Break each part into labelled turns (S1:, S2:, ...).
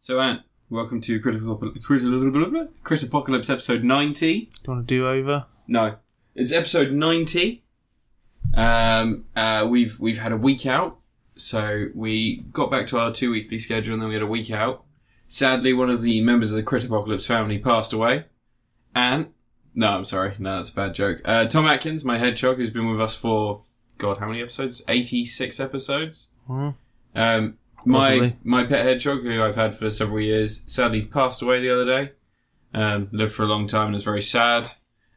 S1: So, Ant, welcome to Critical Crit Apocalypse episode 90.
S2: Do you want to do over?
S1: No, it's episode 90. Um, uh, we've we've had a week out, so we got back to our two weekly schedule, and then we had a week out. Sadly, one of the members of the Crit Apocalypse family passed away. Ant, no, I'm sorry, no, that's a bad joke. Uh, Tom Atkins, my hedgehog, who's been with us for God, how many episodes? 86 episodes.
S2: Hmm.
S1: Um, my
S2: Possibly.
S1: my pet hedgehog, who I've had for several years, sadly passed away the other day. Um, lived for a long time and is very sad.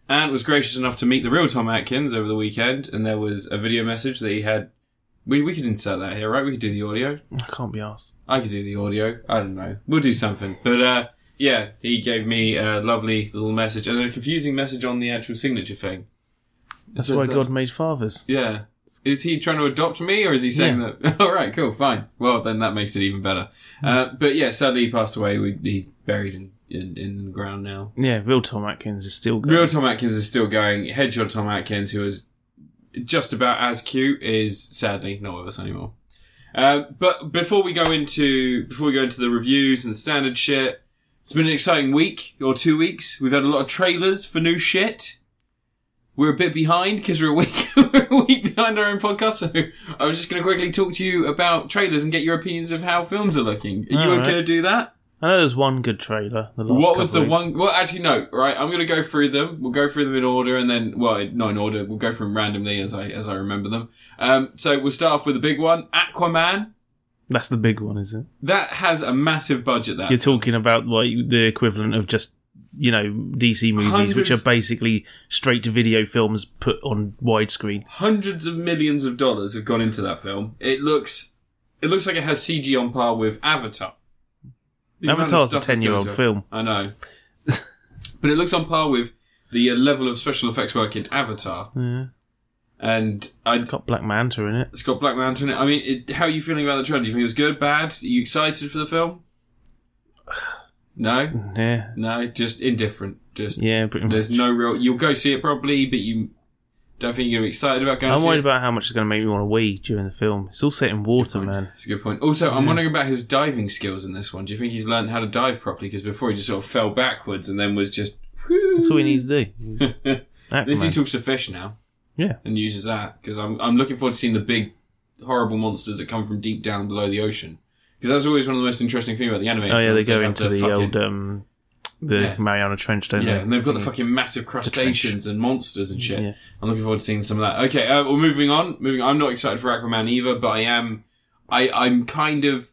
S1: And was gracious enough to meet the real Tom Atkins over the weekend, and there was a video message that he had. We we could insert that here, right? We could do the audio.
S2: I can't be asked.
S1: I could do the audio. I don't know. We'll do something. But uh, yeah, he gave me a lovely little message and a confusing message on the actual signature thing.
S2: That's
S1: So
S2: why
S1: it's-
S2: God made fathers.
S1: yeah. Is he trying to adopt me, or is he saying
S2: Yeah.
S1: that? All right, cool, fine. Well, then that makes it even better. Uh, but yeah, sadly, he passed away. We, he's buried in, in, in the ground now.
S2: Yeah, real Tom Atkins is still going.
S1: Real Tom Atkins is still going. Hedgehog Tom Atkins, who is just about as cute, is sadly not with us anymore. Uh, but before we go into before we go into the reviews and the standard shit, it's been an exciting week or two weeks. We've had a lot of trailers for new shit. We're a bit behind because we're a week we're a week behind our own podcast. So I was just going to quickly talk to you about trailers and get your opinions of how films are looking. Are you
S2: Alright.
S1: okay to do that?
S2: I know there's one good trailer. The last
S1: What was the
S2: couple of-
S1: one? Well, actually, no. Right, I'm gonna go through them. We'll go through them in order, and then, well, not in order. We'll go through them randomly as I as I remember them. Um, so we'll start off with the big one, Aquaman.
S2: That's the big one, is it?
S1: That has a massive budget. That
S2: You're talking about like the equivalent of just you know DC movies, which
S1: Hundreds-
S2: are basically straight to video films put on widescreen.
S1: hundreds of millions of dollars have gone into that film. It looks, it looks like it has CG on par with Avatar. The amount of
S2: Avatar's a
S1: stuff that's gone
S2: 10-year-old
S1: into it.
S2: film.
S1: I know, but it looks on par with the uh, level of special effects work in Avatar.
S2: Yeah,
S1: And I
S2: it's got Black Manta in it.
S1: Scott Black Mountain. I mean, it, how are you feeling about the trailer? Do you think it was good, bad? Are you excited for the film? No,
S2: Yeah,
S1: no, just indifferent. Just
S2: yeah, pretty much.
S1: there's no real. You'll go see it probably, but you don't think you're gonna be excited about going. to
S2: I'm
S1: see
S2: worried
S1: it?
S2: about how much it's going to make me want to wee during the film. It's all set in water, man.
S1: That's a good point. Also, I'm wondering about his diving skills in this one. Do you think he's learned how to dive properly? Because before he just sort of fell backwards and then was just.
S2: That's all we need to do. He's
S1: At least he
S2: Aquaman.
S1: talks to fish now.
S2: Yeah.
S1: And uses that because I'm I'm looking forward to seeing the big horrible monsters that come from deep down below the ocean. Because that's always one of the most interesting things about the anime.
S2: Oh yeah, they
S1: films.
S2: go
S1: have
S2: into the
S1: fucking-
S2: old Mm-hmm. um, the
S1: Yeah.
S2: Mariana Trench, don't
S1: yeah,
S2: they?
S1: and they've got the fucking massive crustaceans and monsters and shit.
S2: Yeah.
S1: I'm looking forward to seeing some of that. Okay, uh, well, moving on. Moving. I'm not excited for Aquaman either, but I am. I I'm kind of.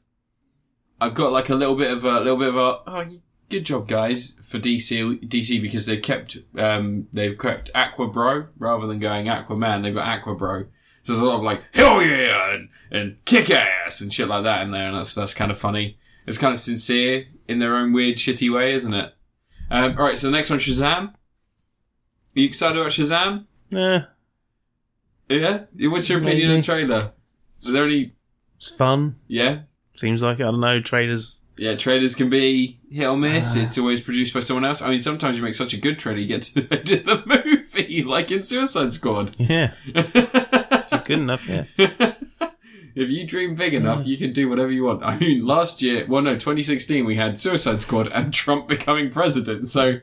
S1: I've got like a little bit of a little bit of a oh, good job guys for DC DC because they've kept um they've kept Aqua Bro rather than going Aquaman they've got Aqua Bro. So there's a lot of like hell yeah and, and kick ass and shit like that in there, and that's that's kind of funny. It's kind of sincere in their own weird shitty way, isn't it? Um, all right, so the next one, Shazam. Are you excited about Shazam?
S2: Yeah,
S1: Yeah. What's your opinion on the
S2: Maybe.
S1: trailer? Is there any?
S2: it's fun.
S1: Yeah.
S2: Seems like it. I don't know. Traders.
S1: Yeah, trailers can be hit or
S2: Ah.
S1: miss. it's always produced by someone else. I mean, sometimes you make such a good trailer, you get to do the movie, like in Suicide Squad.
S2: Yeah,
S1: if
S2: good enough. Yeah,
S1: you dream big enough, you can do whatever you want. I mean, last year, well, no, 2016, we had Suicide Squad and Trump becoming president. So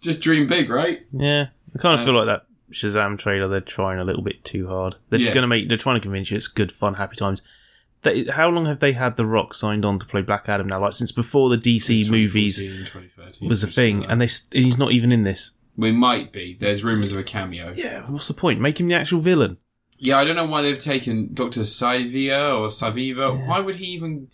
S1: just dream big, right?
S2: yeah. I kind of
S1: Uh,
S2: feel like that Shazam trailer. They're trying a little bit too hard. They're
S1: Yeah.
S2: going to make. They're trying to convince you it's good fun, happy times. They, how long have they had The Rock signed on to play Black Adam now? Like since before the DC movies
S1: 2014, 2013,
S2: was a
S1: something
S2: thing,
S1: like
S2: and
S1: that.
S2: they s- and he's not even in this.
S1: we might be. There's rumors of a cameo.
S2: Yeah, what's the point? Make him the actual villain.
S1: Yeah, I don't know why they've taken Doctor Savia or Saviva. Why would he even?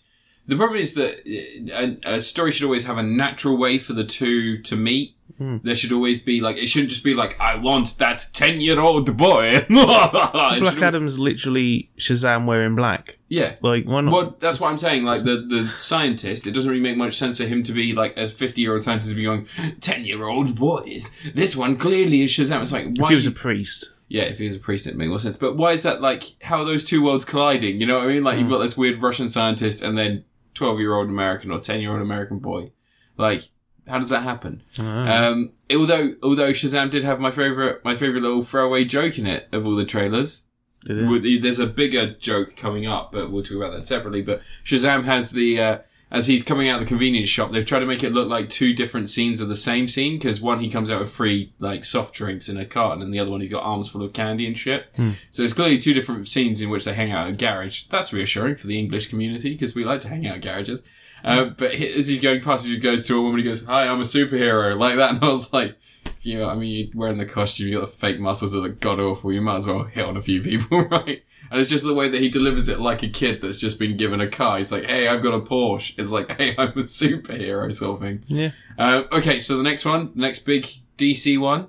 S1: The problem is that uh, a, a story should always have a natural way for the two to meet.
S2: Hmm.
S1: There should always be like it shouldn't just be like I want that ten-year-old boy. It
S2: Black
S1: should-
S2: Adam's literally Shazam wearing black.
S1: Yeah.
S2: Like why not?
S1: Well, that's what I'm saying. Like the the scientist, it doesn't really make much sense for him to be like a 50 year old scientist to be going ten year old boys. This one clearly is Shazam. It's like
S2: if
S1: why
S2: he was
S1: you-
S2: a priest.
S1: Yeah, if he was a priest, it'd make more sense. But why is that like how are those two worlds colliding? You know what I mean? Like you've got this weird Russian scientist and then twelve year old American or ten year old American boy. Like, how does that happen?
S2: Mm.
S1: Um, although although Shazam did have my favorite my favorite little throwaway joke in it of all the trailers.
S2: Did it?
S1: Would- There's a bigger joke coming up, but we'll talk about that separately. But Shazam has the uh, as he's coming out of the convenience shop, they've tried to make it look like two different scenes of the same scene because one he comes out with free like soft drinks in a carton, and the other one he's got arms full of candy and shit. So it's clearly two different scenes in which they hang out at a garage. That's reassuring for the English community because we like to hang out at garages. Uh, but he- as he's going past, he goes to a woman. He goes, "Hi, I'm a superhero," like that, and I was like. if You, I mean, you're wearing the costume, you got the fake muscles that look god awful. You might as well hit on a few people, right? And it's just the way that he delivers it like a kid that's just been given a car. He's like, hey, I've got a Porsche. It's like, hey, I'm a superhero sort of thing.
S2: Yeah.
S1: Uh, okay, so the next one, next big DC one,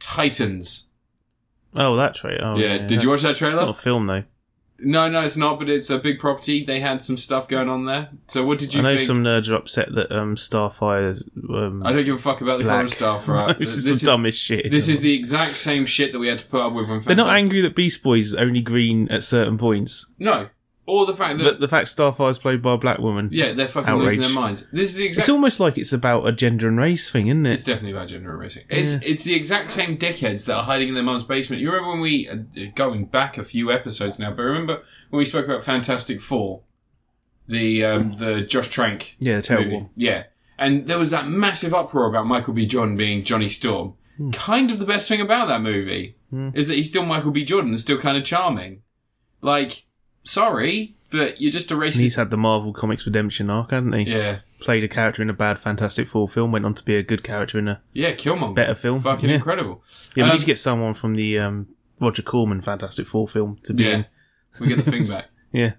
S1: Titans.
S2: Oh, that trailer. Oh,
S1: yeah, did you watch that
S2: Not
S1: trailer?
S2: a film though.
S1: No, no, it's not, but it's a big property. They had some stuff going on there. So what did you
S2: I know
S1: think?
S2: some nerds are upset that um, Starfire's um,
S1: I don't give a fuck about the
S2: black.
S1: colour of stuff, right?
S2: Which is
S1: this,
S2: the
S1: is,
S2: dumbest shit.
S1: this is the exact same shit that we had to put up with when
S2: They're not
S1: Fantastic-
S2: angry that Beast Boys is only green at certain points,
S1: No. Or the fact that,
S2: but the fact Starfire's played by a black woman.
S1: yeah, they're fucking losing
S2: Outrage.
S1: their minds. This is the exact
S2: It's almost like it's about a gender and race thing, isn't
S1: It's
S2: it?
S1: definitely about gender erasing. It's it's the exact same dickheads that are hiding in their mum's basement. You remember when we uh, going back a few episodes now, but remember when we spoke about Fantastic Four, the um, the Josh Trank
S2: Yeah, terrible.
S1: movie? yeah, and there was that massive uproar about Michael B. Jordan being Johnny Storm.
S2: Hmm.
S1: Kind of the best thing about that movie is that he's still Michael B. Jordan and still kind of charming. Like, sorry, but you're just a
S2: And he's
S1: racist.
S2: had the Marvel Comics Redemption arc, hasn't he?
S1: Yeah,
S2: Played a character in a bad Fantastic Four film, went on to be a good character in a
S1: yeah, Killmonger,
S2: better film.
S1: fucking
S2: yeah.
S1: incredible.
S2: Yeah,
S1: Um,
S2: we need to get someone from the um, Roger Corman Fantastic Four film to be
S1: Yeah,
S2: in.
S1: we get the thing back.
S2: Yeah.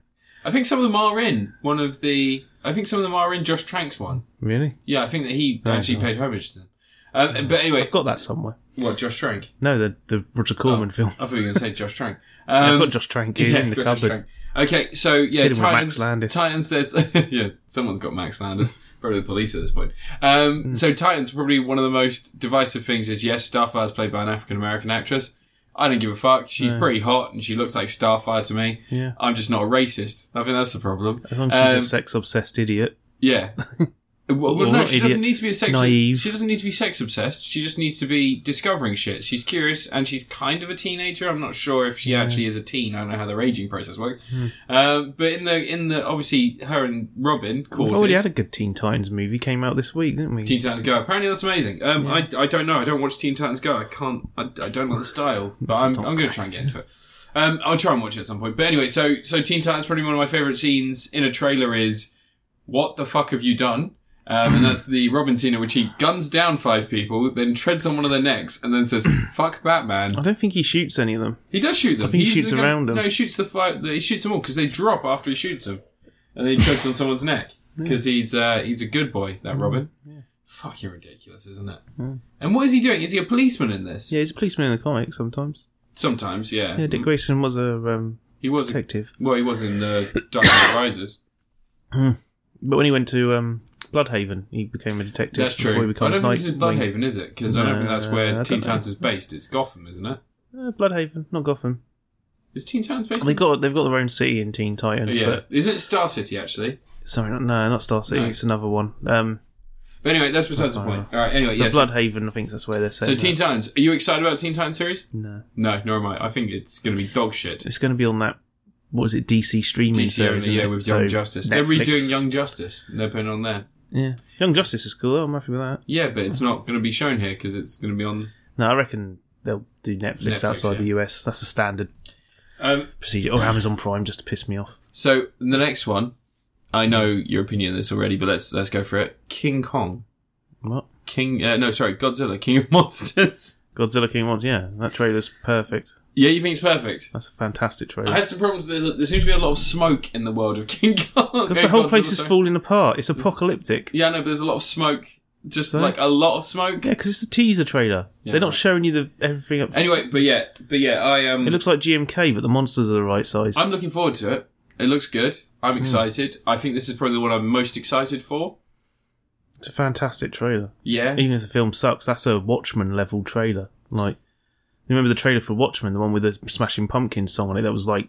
S1: I think some of them are in one of the. I think some of them are in Josh Trank's one.
S2: Really?
S1: Yeah, I think that he
S2: Oh,
S1: actually
S2: God.
S1: paid homage to them. Uh, but anyway,
S2: I've got that somewhere.
S1: what Josh Trank?
S2: No, the the Roger Corman film.
S1: I thought you were going to say Josh Trank.
S2: I've
S1: Oh. Um,
S2: got Josh Trank here in the
S1: got Josh
S2: cupboard.
S1: Trank. Okay, so yeah,
S2: Hit him with Max
S1: Titans.
S2: Landis.
S1: Titans. There's yeah, someone's got Max Landis. Probably the police at this point. Um,
S2: Hmm.
S1: So Titans probably one of the most divisive things is yes, Starfire's played by an African American actress. I don't give a fuck. She's pretty hot and she looks like Starfire to me.
S2: Yeah.
S1: I'm just not a racist. I think that's the problem.
S2: As long as she's
S1: Um,
S2: a sex obsessed idiot.
S1: Yeah. Well, well,
S2: Or
S1: no, she
S2: idiot.
S1: doesn't need to be a sex.
S2: Naive.
S1: She doesn't need to be sex obsessed. She just needs to be discovering shit. She's curious and she's kind of a teenager. I'm not sure if she actually is a teen. I don't know how the aging process works.
S2: Hmm.
S1: Um, but in the in the obviously her and Robin
S2: We've already
S1: courted
S2: had a good Teen Titans movie came out this week, didn't we?
S1: Teen Titans Go. Apparently that's amazing. Um, I I don't know. I don't watch Teen Titans Go. I can't. I, I don't know the style, but I'm I'm going to try and get into it. Um, I'll try and watch it at some point. But anyway, so so Teen Titans probably one of my favorite scenes in a trailer is what the fuck have you done? Um, and that's the Robin scene in which he guns down five people, then treads on one of their necks, and then says "fuck Batman."
S2: I don't think he shoots any of them.
S1: He does shoot them.
S2: I think he
S1: He's
S2: shoots
S1: the guy-
S2: around them.
S1: No, he shoots the five. He shoots them all because they drop after he shoots them, and then he treads on someone's neck because he's uh, he's a good boy.
S2: Mm-hmm.
S1: That Robin. Fucking ridiculous, isn't it? And what is he doing? Is he a policeman in this?
S2: Yeah, he's a policeman in the comics sometimes.
S1: Sometimes, yeah.
S2: Yeah, Dick Grayson was a um,
S1: Mm-hmm. He was. A,
S2: detective.
S1: well, he was in the Dark Knight Rises.
S2: Hmm. But when he went to um, Bloodhaven, he became a detective.
S1: That's
S2: Before he
S1: true. I
S2: becomes
S1: don't think this is
S2: Nightwing.
S1: Bloodhaven, is it? Because I don't think that's
S2: No, I
S1: where
S2: don't
S1: Teen
S2: know.
S1: Titans is based. It's Gotham, isn't it?
S2: Uh, Bloodhaven, not Gotham.
S1: Is Teen Titans based?
S2: They've
S1: in-
S2: got they've got their own city in Teen Titans,
S1: yeah.
S2: but
S1: Isn't it Star City actually?
S2: sorry, not, no, not Star City.
S1: No.
S2: It's another one. Um,
S1: But anyway, that's besides the
S2: Bloodhaven.
S1: point. All right. Anyway,
S2: but
S1: yes.
S2: Bloodhaven, I think that's where they're saying.
S1: so Teen Titans. Are you excited about the Teen Titans series?
S2: that. No,
S1: No, nor am I. I think it's going to be dog shit.
S2: it's going to be on that. What is it? DC streaming
S1: DC
S2: series.
S1: yeah,
S2: isn't it?
S1: with
S2: So
S1: Young Justice. They're
S2: Netflix.
S1: redoing Young Justice. They're putting it on there.
S2: Yeah, Young Justice is cool. I'm happy with that.
S1: Yeah, but it's not going to be shown here because it's going to be on.
S2: No, I reckon they'll do Netflix,
S1: Netflix,
S2: outside
S1: yeah.
S2: the US. That's a standard
S1: Um,
S2: procedure, or Amazon Prime, just to piss me off.
S1: so the next one, I know your opinion on this already, but let's let's go for it. King Kong,
S2: What?
S1: King. Uh, no, sorry, Godzilla, King of Monsters.
S2: Godzilla King Monster. Yeah, that trailer's perfect.
S1: yeah, you think it's perfect?
S2: That's a fantastic trailer.
S1: I had some problems. There's a, there seems to be a lot of smoke in the world of King Kong.
S2: Because the whole
S1: Godzilla,
S2: place is
S1: sorry.
S2: falling apart. It's apocalyptic. Yeah,
S1: Yeah, no, but there's a lot of smoke. Just
S2: Sorry?
S1: like a lot of smoke.
S2: because it's the teaser trailer.
S1: Yeah,
S2: They're not
S1: right.
S2: showing you the everything up.
S1: Anyway, but yeah, but yeah, I am. Um,
S2: It looks like GMK, but the monsters are the right size.
S1: I'm looking forward to it. It looks good.
S2: Hmm.
S1: I'm excited. I think this is probably the one I'm most excited for.
S2: It's a fantastic trailer.
S1: Yeah.
S2: Even if the film sucks, that's a Watchmen level trailer. Like, you remember the trailer for Watchmen, the one with the Smashing Pumpkins song on it? That was like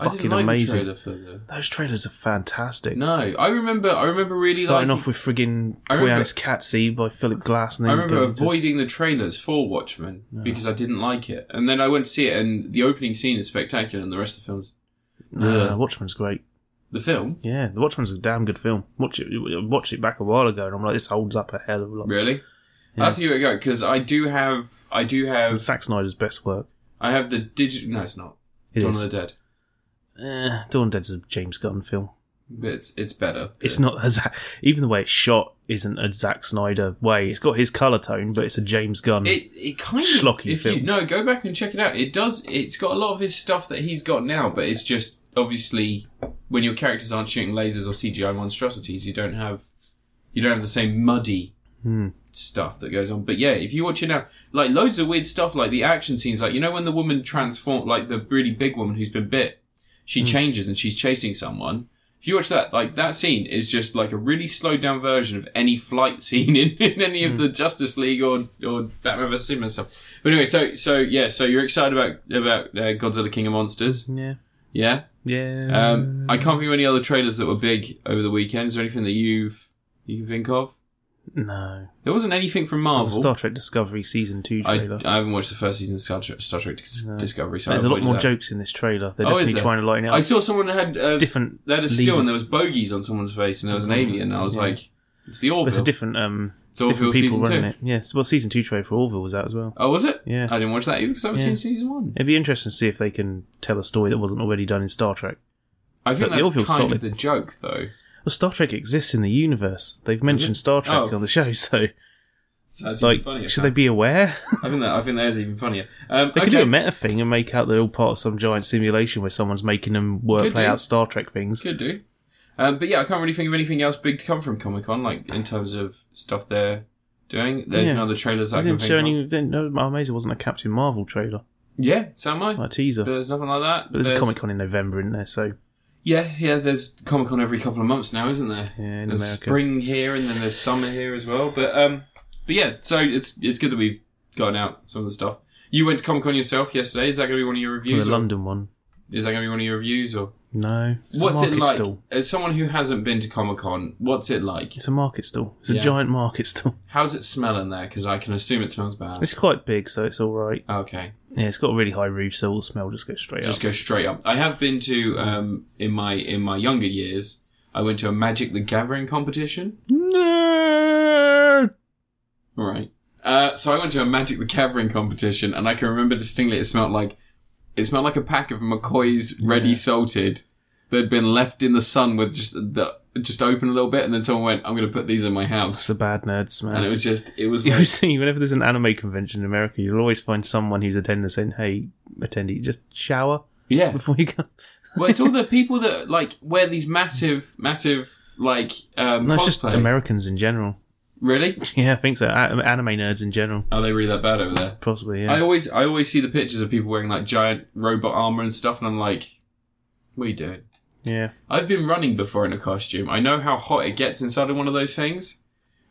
S1: I
S2: fucking
S1: didn't like
S2: amazing.
S1: the trailer for the...
S2: Those trailers are fantastic.
S1: No, I remember. I remember really
S2: Starting
S1: liking-
S2: off with friggin'
S1: I remember-
S2: Koyaanis Catseed by Philip Glass, and
S1: I
S2: then
S1: remember
S2: going to-
S1: avoiding the trailers for Watchmen because I didn't like it, and then I went to see it, and the opening scene is spectacular, and the rest of the films.
S2: Nah, Watchmen's great.
S1: The film,
S2: Yeah, The Watchmen's a damn good film. Watch it, watch it back a while ago, and I'm like, this holds up a hell of a lot.
S1: really?
S2: Yeah.
S1: I have to give it a go because I do have, I do
S2: And
S1: have,
S2: Zack Snyder's best work.
S1: I have the digital. No, it's not.
S2: It
S1: Dawn
S2: is.
S1: of the Dead.
S2: Eh, Dawn of the Dead's a James Gunn film.
S1: But it's it's better.
S2: It's not a Zack, even the way it's shot isn't a Zack Snyder way. It's got his color tone, but it's a James Gunn.
S1: It it kind of
S2: um, Schlocky
S1: if
S2: film.
S1: You, no, go back and check it out. It does. It's got a lot of his stuff that he's got now, but it's just obviously when your characters aren't shooting lasers or CGI monstrosities, you don't have you don't have the same muddy
S2: Hmm.
S1: stuff that goes on. But yeah, if you watch it now, like loads of weird stuff, like the action scenes, like you know when the woman transform, like the really big woman who's been bit,
S2: Hmm.
S1: she changes and she's chasing someone. If you watch that, like that scene is just like a really slowed down version of any flight scene in, in any
S2: Hmm.
S1: of the Justice League or or Batman vs Superman stuff. But anyway, so so yeah, so you're excited about about uh, Godzilla King of Monsters,
S2: yeah,
S1: yeah?
S2: yeah.
S1: Um, I can't think of any other trailers that were big over the weekend. Is there anything that you've you can think of?
S2: no,
S1: There wasn't anything from
S2: there's a
S1: Marvel.
S2: Star Trek Discovery season two
S1: I,
S2: trailer.
S1: I haven't watched the first season of Star Trek, Star Trek Dis- Discovery, so I
S2: There's a lot
S1: avoided
S2: more
S1: that.
S2: jokes in this trailer. They're
S1: Oh, is
S2: definitely
S1: there?
S2: trying to lighten it up.
S1: I saw someone had
S2: it's
S1: uh,
S2: different.
S1: they had a still, and there
S2: leaders.
S1: was bogeys on someone's face, and there was an alien. And I was
S2: Yeah.
S1: like, "It's the
S2: There's
S1: Orville."
S2: a different um,
S1: It's Orville
S2: different people
S1: season
S2: running
S1: two.
S2: it. Yes, well, season two trailer for Orville was out as well.
S1: oh, was it?
S2: Yeah.
S1: I didn't watch that either because I haven't
S2: Yeah.
S1: seen season one.
S2: It'd be interesting to see if they can tell a story that wasn't already done in Star Trek.
S1: I think
S2: But the
S1: that's
S2: Orville's
S1: kind
S2: solid.
S1: of the joke, though.
S2: Well, Star Trek exists in the universe. They've mentioned Star Trek
S1: Oh.
S2: on the show, so
S1: So that's
S2: like,
S1: even funnier.
S2: should they be aware?
S1: I think that I think that is even funnier. Um,
S2: they
S1: okay.
S2: could do a meta thing and make out they're all part of some giant simulation where someone's making them work
S1: Could
S2: play
S1: do.
S2: out Star Trek things.
S1: Could do. Um, but yeah, I can't really think of anything else big to come from Comic Con, like in terms of stuff they're doing. There's
S2: Yeah.
S1: no other trailers I,
S2: I
S1: can
S2: didn't
S1: think
S2: show
S1: of.
S2: any. Didn't, no, I'm amazed it wasn't a Captain Marvel trailer,
S1: Yeah, so am I.
S2: like a teaser.
S1: But there's nothing like that.
S2: but there's, a Comic Con in November, isn't there? So
S1: Yeah, yeah. There's Comic Con every couple of months now, isn't there?
S2: yeah, in
S1: there's
S2: America.
S1: spring here, and then there's summer here as well. But um, but yeah. So it's it's good that we've gotten out some of the stuff. You went to Comic Con yourself yesterday. Is that going to be one of your
S2: Well,
S1: reviews?
S2: the
S1: or-
S2: London one.
S1: is that going to be one of your reviews or
S2: No, it's
S1: what's
S2: a
S1: it
S2: market
S1: like?
S2: stall.
S1: As someone who hasn't been to Comic Con, what's it like?
S2: It's a market stall. It's
S1: Yeah.
S2: a giant market stall.
S1: How's it smell in there? Because I can assume it smells bad.
S2: It's quite big, so it's all right.
S1: Okay,
S2: Yeah, it's got a really high roof, so all the smell just goes straight
S1: just
S2: up.
S1: go straight up. I have been to um in my in my younger years. I went to a Magic the Gathering competition.
S2: Nerd!
S1: All right. Uh, so I went to a Magic the Gathering competition, and I can remember distinctly it smelled like it smelled like a pack of McCoy's ready salted that had been left in the sun with just the just open a little bit, and then someone went, "I'm going to put these in my
S2: It's
S1: house,"
S2: the bad nerd smell.
S1: and it was just it was
S2: You
S1: like,
S2: always see whenever there's an anime convention in America, you'll always find someone who's attending saying, "Hey, attendee, just shower
S1: yeah.
S2: before you go."
S1: Well, it's all the people that like wear these massive, massive like um,
S2: No, it's just
S1: cosplay.
S2: Americans in general.
S1: really?
S2: Yeah, I think so. A- anime nerds in general,
S1: Are they really that bad over there?
S2: possibly. Yeah,
S1: I always, I always see the pictures of people wearing like giant robot armor and stuff, and I'm like, "What are you doing?"
S2: yeah.
S1: I've been running before in a costume. I know how hot it gets inside of one of those things,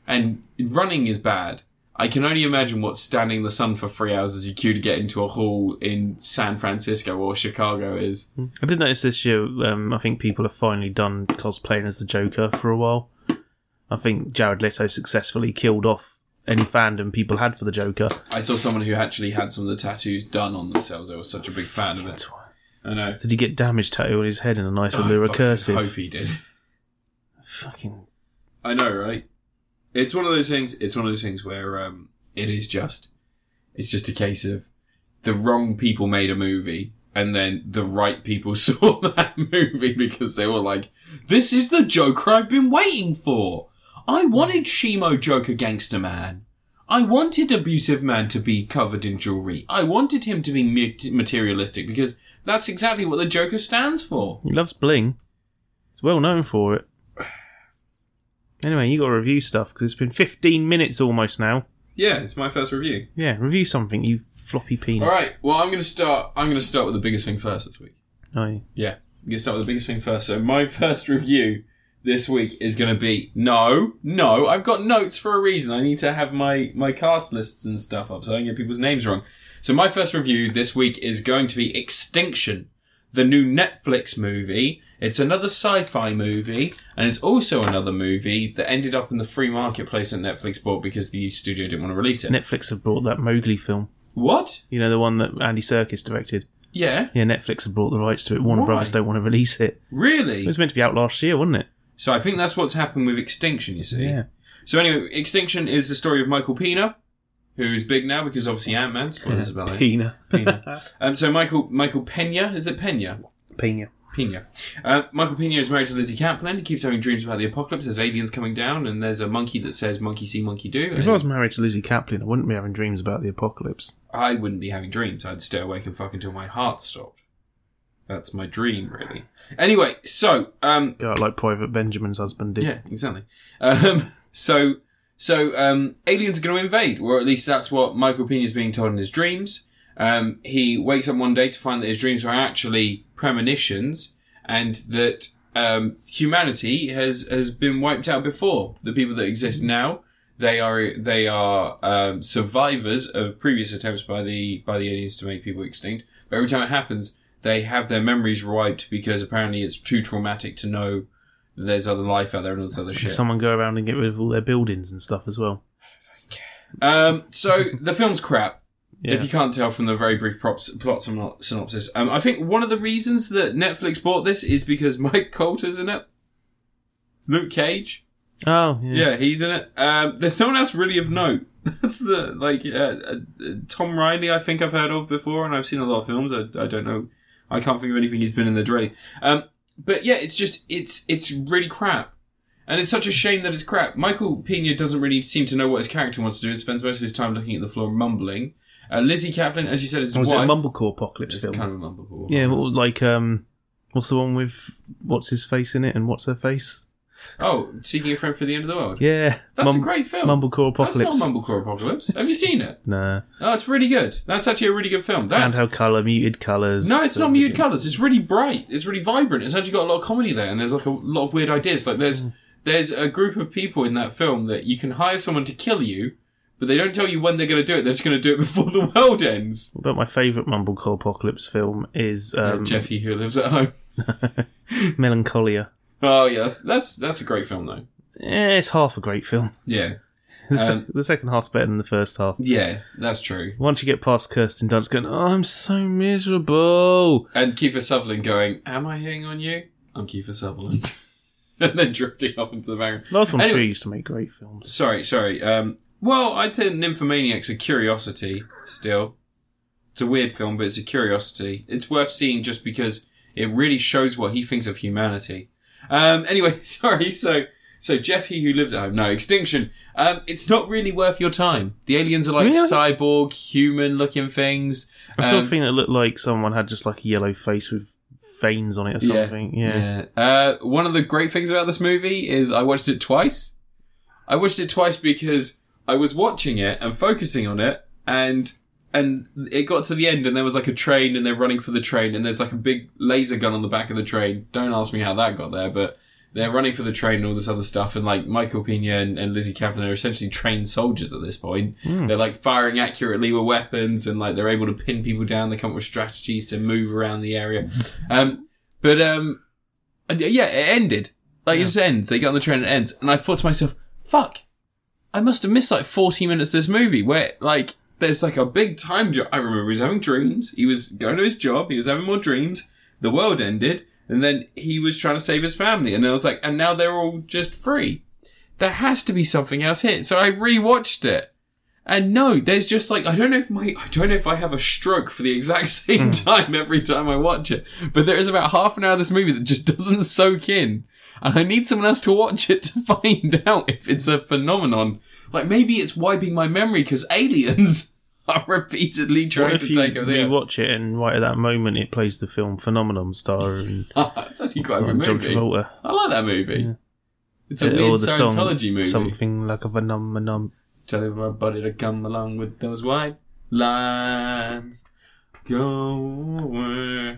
S1: and running is bad. I can only imagine what standing in the sun for three hours as you queue to get into a hall in San Francisco or Chicago is.
S2: I did notice this year. Um, I think people have finally done cosplaying as the Joker for a while. I think Jared Leto successfully killed off any fandom people had for the Joker.
S1: I saw someone who actually had some of the tattoos done on themselves. I was such a big fan of it. I know.
S2: Did he get damage tattoo on his head in a nice
S1: I
S2: little
S1: fucking
S2: recursive?
S1: hope he did.
S2: Fucking
S1: I know, right? It's one of those things. It's one of those things where um, it is just, it's just a case of the wrong people made a movie, and then the right people saw that movie because they were like, "This is the Joker I've been waiting for. I wanted Shimo Joker Gangster Man. I wanted Abusive Man to be covered in jewelry. I wanted him to be ma- materialistic because that's exactly what the Joker stands for."
S2: He loves bling. He's well known for it. Anyway, you got to review stuff because it's been 15 minutes almost now.
S1: Yeah, it's my first review.
S2: Yeah, review something, you floppy penis.
S1: All right. Well, I'm going to start. I'm going to start with the biggest thing first this week.
S2: Oh, yeah.
S1: Yeah, I'm going to start with the biggest thing first. So my first review this week is going to be no, no. I've got notes for a reason. I need to have my my cast lists and stuff up so I don't get people's names wrong. So my first review this week is going to be Extinction, the new Netflix movie. It's another sci-fi movie, and it's also another movie that ended up in the free marketplace that Netflix bought because the studio didn't want to release it.
S2: Netflix have brought that Mowgli film.
S1: what?
S2: You know, the one that Andy Serkis directed.
S1: Yeah,
S2: Yeah, Netflix have bought the rights to it. Warner
S1: Why?
S2: Brothers don't want to release it. It
S1: really.
S2: was meant to be out last year, wasn't it?
S1: So I think that's what's happened with Extinction. You see.
S2: Yeah.
S1: So anyway, Extinction is the story of Michael Pena, who's big now because obviously Ant Man. Spoilers about that.
S2: Pena.
S1: Pena. Um, so Michael Michael Pena is it Pena?
S2: Pena.
S1: Pena. Uh, Michael Pena is married to Lizzie Kaplan. He keeps having dreams about the apocalypse. There's aliens coming down, and there's a monkey that says "monkey see, monkey do."
S2: If
S1: And
S2: I was married to Lizzie Kaplan, I wouldn't be having dreams about the apocalypse.
S1: I wouldn't be having dreams. I'd stay awake and fuck until my heart stopped. That's my dream, really. Anyway, so um,
S2: Go out like Private Benjamin's husband did.
S1: Yeah, exactly. Um, so, so um, aliens are going to invade, or at least that's what Michael Pena is being told in his dreams. Um, he wakes up one day to find that his dreams were actually premonitions, and that um, humanity has has been wiped out before. The people that exist now, they are they are um, survivors of previous attempts by the by the aliens to make people extinct. But every time it happens, they have their memories wiped because apparently it's too traumatic to know that there's other life out there and all this other
S2: Did
S1: shit.
S2: someone go around and get rid of all their buildings and stuff as well?
S1: Um, so the film's crap.
S2: Yeah.
S1: If you can't tell from the very brief props, plot syno- synopsis, um, I think one of the reasons that Netflix bought this is because Mike Coulter's in it. Luke Cage,
S2: Oh, yeah.
S1: yeah, he's in it. Um, there's no one else really of note. That's the like uh, uh, uh, Tom Riley. I think I've heard of before, and I've seen a lot of films. I, I don't know. I can't think of anything he's been in there directly. Um, but yeah, it's just it's it's really crap. And it's such a shame that it's crap. Michael Pena doesn't really seem to know what his character wants to do. He spends most of his time looking at the floor and mumbling. Uh, Lizzie Kaplan, as you said, is his
S2: Was Oh, it a
S1: wife.
S2: Mumblecore apocalypse
S1: It's
S2: film?
S1: kind of a mumble.
S2: Yeah, well, like, um, what's the one with what's his face in it and what's her face?
S1: Oh, seeking a friend for the end of the world.
S2: Yeah.
S1: That's
S2: Mum-
S1: a great film.
S2: Mumblecore
S1: That's not
S2: apocalypse.
S1: Mumblecore Apocalypse. Have you seen it?
S2: nah.
S1: Oh, it's really good. That's actually a really good film.
S2: And
S1: That's
S2: how colour, muted colours.
S1: no, it's not muted
S2: colour.
S1: colours. It's really bright. It's really vibrant. It's actually got a lot of comedy there, and there's like a lot of weird ideas. Like there's
S2: Mm.
S1: there's a group of people in that film that you can hire someone to kill you, but they don't tell you when they're going to do it. They're just going to do it before the world ends.
S2: But my favourite Mumblecore apocalypse film is um,
S1: Jeffy, who lives at home.
S2: Melancholia.
S1: Oh yeah, that's, that's that's a great film though.
S2: Eh, it's half a great film.
S1: Yeah,
S2: The, sec-
S1: Um,
S2: the second half's better than the first half.
S1: yeah, that's true.
S2: Once you get past Kirsten Dunst going, oh, I'm so miserable.
S1: And Kiefer Sutherland going, "Am I hitting on you? I'm Kiefer Sutherland," and then drifting off into the background.
S2: Last one
S1: Anyway-
S2: sure used to make great films.
S1: Sorry, sorry. Um, well, I'd say Nymphomaniac's a curiosity still. It's a weird film, but it's a curiosity. It's worth seeing just because it really shows what he thinks of humanity. Um, anyway, sorry. So, so Jeff, he who lives at home. No, Extinction. Um, it's not really worth your time. The aliens are like
S2: Really?
S1: cyborg, human-looking things.
S2: I saw a
S1: Um,
S2: thing that looked like someone had just like a yellow face with veins on it or something. Yeah.
S1: Yeah. Uh, one of the great things about this movie is I watched it twice. I watched it twice because I was watching it and focusing on it and and it got to the end and there was like a train and they're running for the train and there's like a big laser gun on the back of the train. Don't ask me how that got there, but they're running for the train and all this other stuff and like Michael Pena and, and Lizzie Kaplan are essentially trained soldiers at this point. They're like firing accurately with weapons and like they're able to pin people down. They come up with strategies to move around the area. Um, but, um, and, yeah, it ended. Like it just ends. They get on the train and it ends. And I thought to myself, fuck, I must have missed like 40 minutes of this movie where like there's like a big time jump. I remember he was having dreams. He was going to his job. He was having more dreams. The world ended. And then he was trying to save his family. And I was like, and now they're all just free. There has to be something else here. So I rewatched it. And no, there's just like I don't know if my I don't know if I have a stroke for the exact
S2: Hmm.
S1: same time every time I watch it. But there is about half an hour of this movie that just doesn't soak in. And I need someone else to watch it to find out if it's a phenomenon. Like maybe it's wiping my memory because aliens are repeatedly
S2: What
S1: trying
S2: if
S1: to
S2: you
S1: take over the Earth.
S2: rewatch it and right at that moment it plays the film Phenomenon Star and
S1: It's actually quite a good
S2: John
S1: movie.
S2: Travolta?
S1: I like that movie. It's a
S2: Or
S1: weird
S2: the song,
S1: Scientology movie.
S2: Something like a phenomenon.
S1: Tell everybody to come along with those white lines. Go away.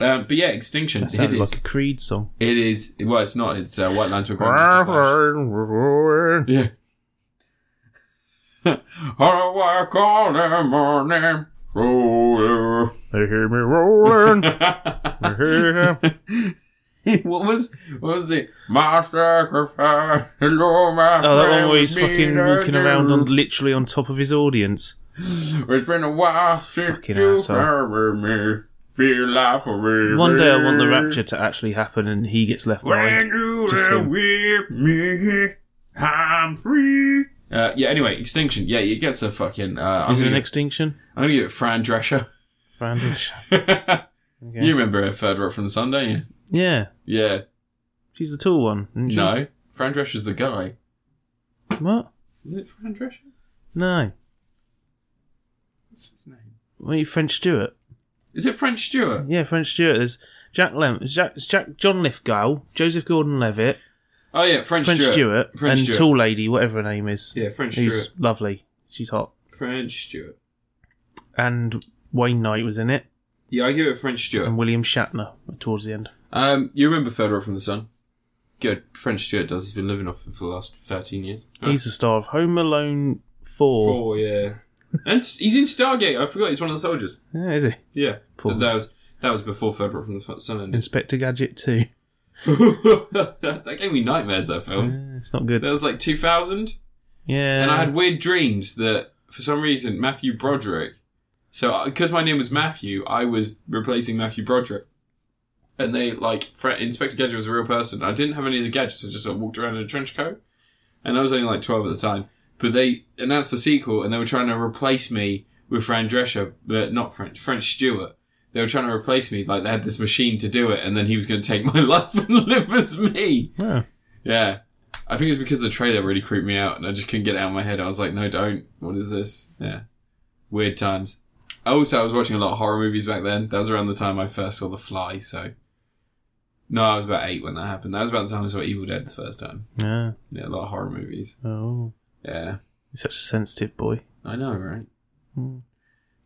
S1: Um, but yeah, Extinction.
S2: That
S1: It
S2: sounded
S1: is.
S2: like a Creed song.
S1: it is. Well, it's not. It's uh, White Lines with Grand Master Flash. Yeah. oh, I call them on them. Oh,
S2: They hear me rolling.
S1: yeah.
S2: They hear me-
S1: what was what was it? My sacrifice, hello, my
S2: Oh, that one where
S1: friend,
S2: he's
S1: me
S2: fucking
S1: to
S2: walking around
S1: do.
S2: on literally on top of his audience.
S1: It's been a while since
S2: Fucking
S1: you
S2: asshole.
S1: married me. Feel like a river.
S2: One day I want the rapture to actually happen and he gets left
S1: When
S2: behind.
S1: you
S2: Just
S1: were
S2: him.
S1: with me, I'm free. Uh, yeah. Anyway, extinction. Yeah, it gets a fucking. Uh, I'm
S2: Is it
S1: gonna,
S2: an extinction?
S1: I'm gonna give it Fran Drescher.
S2: Brandish. Okay.
S1: You remember Third Rock from the Sun, don't you?
S2: Yeah,
S1: Yeah.
S2: she's the tall one. Isn't she?
S1: No, Fran Drescher's the guy.
S2: What?
S1: Is it Fran Drescher?
S2: No.
S1: What's his name?
S2: What are you, French Stewart?
S1: Is it French Stewart?
S2: Yeah, French Stewart. There's Jack Lem, Jack, Jack John Lithgow, Joseph Gordon-Levitt,
S1: Oh yeah, French,
S2: French Stewart,
S1: French
S2: and
S1: Stewart.
S2: tall lady, whatever her name is.
S1: Yeah, French
S2: who's
S1: Stewart.
S2: lovely. She's hot.
S1: French Stewart.
S2: And Wayne Knight was in it,
S1: Yeah, I give it French Stewart.
S2: and William Shatner towards the end.
S1: Um, you remember Third Rock from the Sun? Good. French Stewart does. He's been living off it for the last thirteen years. Huh?
S2: He's the star of Home Alone Four.
S1: four, yeah. and s- he's in Stargate. I forgot he's one of the soldiers.
S2: Yeah, is he?
S1: Yeah,
S2: Poor
S1: that was that was before Third Rock from the Sun- Sun. ended.
S2: Inspector Gadget Two.
S1: that gave me nightmares. That film.
S2: Yeah, it's not good.
S1: That was like two thousand.
S2: Yeah.
S1: and I had weird dreams that for some reason Matthew Broderick. So because my name was Matthew, I was replacing Matthew Broderick. And they like Fre- Inspector Gadget was a real person. I didn't have any of the gadgets. I just sort of walked around in a trench coat, and I was only like twelve at the time. But they announced the sequel, and they were trying to replace me with Fran Drescher, but not French French Stewart. They were trying to replace me. Like they had this machine to do it, and then he was going to take my life and live as me.
S2: Oh.
S1: Yeah. I think it's because the trailer really creeped me out and I just couldn't get it out of my head. I was like, no, don't. What is this? Yeah. Weird times. Also, I was watching a lot of horror movies back then. That was around the time I first saw The Fly, so. No, I was about eight when that happened. That was about the time I saw Evil Dead the first time.
S2: Yeah.
S1: Yeah, a lot of horror movies.
S2: Oh.
S1: Yeah.
S2: He's such a sensitive boy.
S1: I know, right?
S2: Hmm.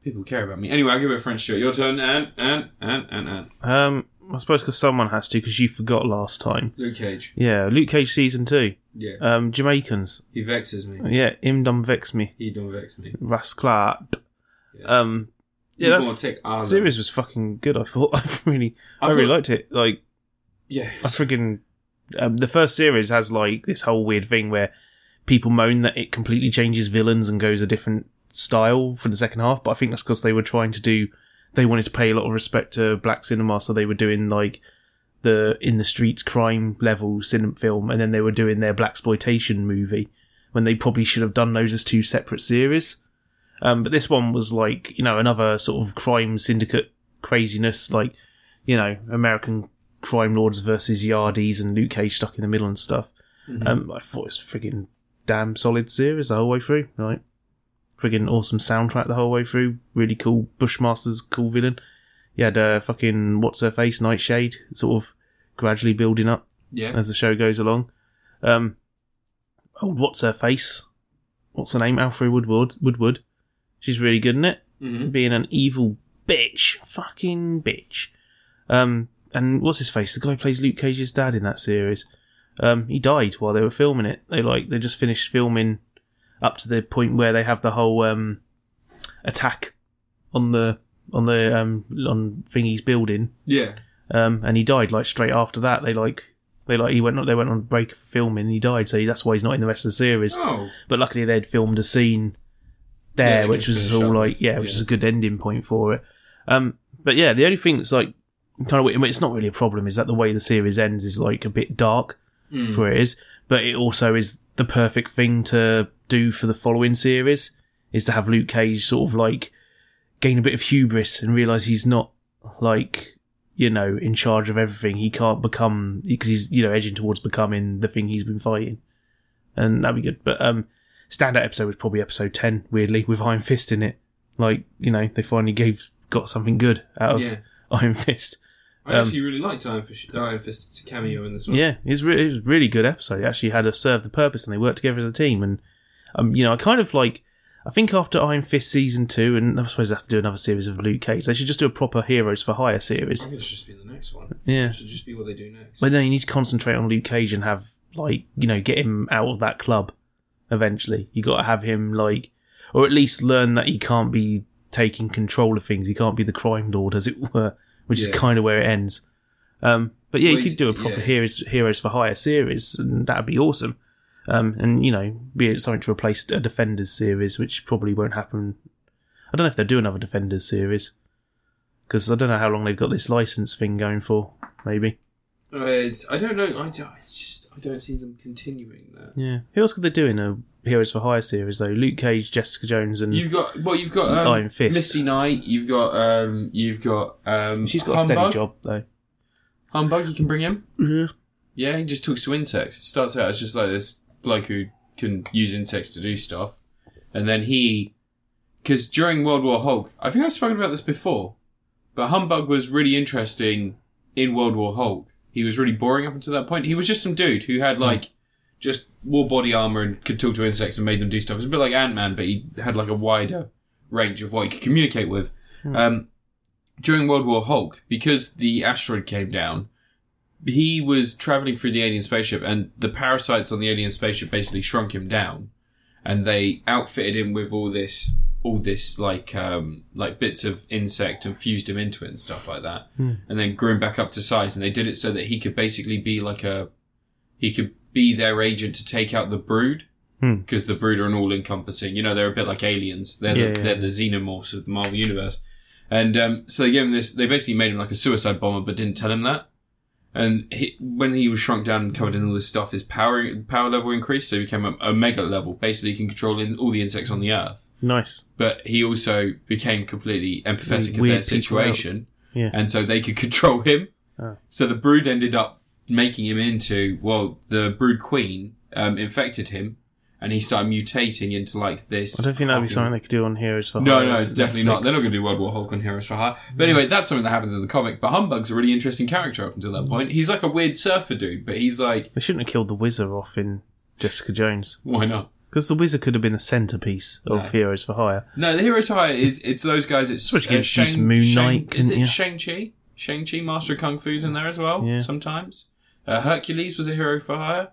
S1: People care about me. Anyway, I'll give it a French Stewart. Your turn, and, and, and, and, and.
S2: Um, I suppose because someone has to, because you forgot last time.
S1: Luke Cage.
S2: Yeah, Luke Cage season two.
S1: Yeah.
S2: Um, Jamaicans.
S1: He vexes me.
S2: Yeah, Im Dum Vex Me.
S1: He don't vex me.
S2: Rasclat.
S1: Yeah.
S2: Um,
S1: You
S2: yeah,
S1: gonna take
S2: that
S1: Ireland.
S2: series was fucking good. I thought I really,
S1: Ah, I
S2: I, really
S1: thought-
S2: liked it. Like,
S1: Yeah.
S2: I friggin' um, the first series has like this whole weird thing where people moan that it completely changes villains and goes a different style for the second half. But I think that's because they were trying to do, they wanted to pay a lot of respect to black cinema, so they were doing like the in the streets crime level cinema film, and then they were doing their black exploitation movie when they probably should have done those as two separate series. Um, but this one was like you know another sort of crime syndicate craziness, like you know American crime lords versus Yardies and Luke Cage stuck in the middle and stuff. Um, I thought it was friggin' damn solid series the whole way through, right? Friggin' awesome soundtrack the whole way through. Really cool Bushmaster's cool villain. You had uh, fucking what's her face Nightshade sort of gradually building up
S1: Yeah.
S2: as the show goes along. Um, old what's her face? What's her name? Alfred Woodward. Woodward. She's really good in it
S1: Mm-hmm.
S2: being an evil bitch, fucking bitch. Um, and what's his face? The guy who plays Luke Cage's dad in that series. Um, he died while they were filming it. They like they just finished filming up to the point where they have the whole um attack on the on the um on thingy's building.
S1: Yeah.
S2: Um, and he died like straight after that. They like they like he went on they went on break for filming and he died. So that's why he's not in the rest of the series.
S1: Oh.
S2: But luckily, they'd filmed a scene
S1: Yeah,
S2: there,
S1: they
S2: which
S1: could
S2: was
S1: finish
S2: all
S1: up.
S2: like, yeah, which
S1: Yeah.
S2: is a good ending point for it. Um, but yeah, the only thing that's like kind of, weird- I mean, it's not really a problem is that the way the series ends is like a bit dark
S1: Mm.
S2: for where it is, but it also is the perfect thing to do for the following series is to have Luke Cage sort of like gain a bit of hubris and realize he's not like you know in charge of everything. He can't become because he's you know edging towards becoming the thing he's been fighting, and that'd be good. But um, standout episode was probably episode ten, weirdly with Iron Fist in it. Like you know they finally gave got something good out of
S1: Yeah.
S2: Iron Fist.
S1: I actually really liked Iron, Fish, Iron Fist's cameo in this one.
S2: um, Yeah, it's really, it's a really good episode. It actually had to serve the purpose, and they worked together as a team. And um, you know, I kind of like. I think after Iron Fist season two, and I suppose they have to do another series of Luke Cage. They should just do a proper Heroes for Hire
S1: I
S2: series.
S1: think it should just be the next one.
S2: Yeah,
S1: It should just be what they do next.
S2: but no, you need to concentrate on Luke Cage and have like you know get him out of that club. Eventually, you got to have him like, or at least learn that he can't be taking control of things. He can't be the crime lord, as it were, which
S1: Yeah.
S2: is kind of where it ends. Um, but yeah,
S1: Well,
S2: you
S1: he's-
S2: could do a proper
S1: yeah.
S2: heroes heroes for hire series, and that'd be awesome. Um, and you know, be it something to replace a Defenders series, which probably won't happen. I don't know if they'll do another Defenders series. because I don't know how long they've got this license thing going for. Maybe.
S1: Uh, it's, I don't know. I don't, it's just I don't see them continuing that.
S2: Yeah. Who else could they do in a Heroes for Hire series though? Luke Cage, Jessica Jones, and
S1: You've got well, you've got um,
S2: Mm. Iron Fist.
S1: Misty Knight. You've got um, you've got um,
S2: she's got a
S1: Humbug.
S2: steady job though.
S1: Humbug, you can bring him.
S2: Yeah.
S1: Yeah, he just talks to insects. It starts out as just like this bloke who can use insects to do stuff, and then he, because during World War Hulk, I think I've spoken about this before, but Humbug was really interesting in World War Hulk. He was really boring up until that point. He was just some dude who had like just wore body armor and could talk to insects and made them do stuff. It was a bit like Ant Man, but he had like a wider range of what he could communicate with. Um, during World War Hulk, because the asteroid came down, he was traveling through the alien spaceship, and the parasites on the alien spaceship basically shrunk him down, and they outfitted him with all this, all this like um, like bits of insect and fused him into it and stuff like that,
S2: Hmm.
S1: and then grew him back up to size. And they did it so that he could basically be like a, he could be their agent to take out the brood.
S2: Hmm.
S1: Because the brood are an all-encompassing, you know, they're a bit like aliens. They're
S2: Yeah,
S1: the,
S2: yeah.
S1: they're the xenomorphs of the Marvel universe, and um, so they gave him this. They basically made him like a suicide bomber, but didn't tell him that. And he, when he was shrunk down and covered in all this stuff, his power power level increased, so he became a, a mega level. Basically, he can control in, all the insects on the earth.
S2: Nice.
S1: But he also became completely empathetic of
S2: Weird
S1: their
S2: people
S1: situation,
S2: Yeah.
S1: and so they could control him.
S2: Oh.
S1: So the brood ended up making him into well, the brood queen um, infected him, and he started mutating into like this.
S2: I don't think that'd be
S1: fucking-
S2: something they could do on Heroes for
S1: no,
S2: Hire.
S1: no, it's definitely not. They're not
S2: Netflix. Mm.
S1: going to do World War Hulk and Heroes for Hire. But anyway, that's something that happens in the comic. But Humbug's a really interesting character up until
S2: Mm.
S1: that point. He's like a weird surfer dude, but he's like,
S2: They shouldn't have killed the Wizard off in Jessica Jones
S1: why not?
S2: because the Wizard could have been a centerpiece of
S1: No.
S2: Heroes for Hire.
S1: No, the Heroes for Hire is it's those guys. It's uh,
S2: Which gives you
S1: Shang-
S2: Moon
S1: Shang-
S2: Knight,
S1: Is
S2: couldn't
S1: it
S2: you?
S1: Shang Chi? Shang Chi, Master of Kung Fu's in there as well.
S2: Yeah.
S1: Sometimes uh, Hercules was a hero for hire.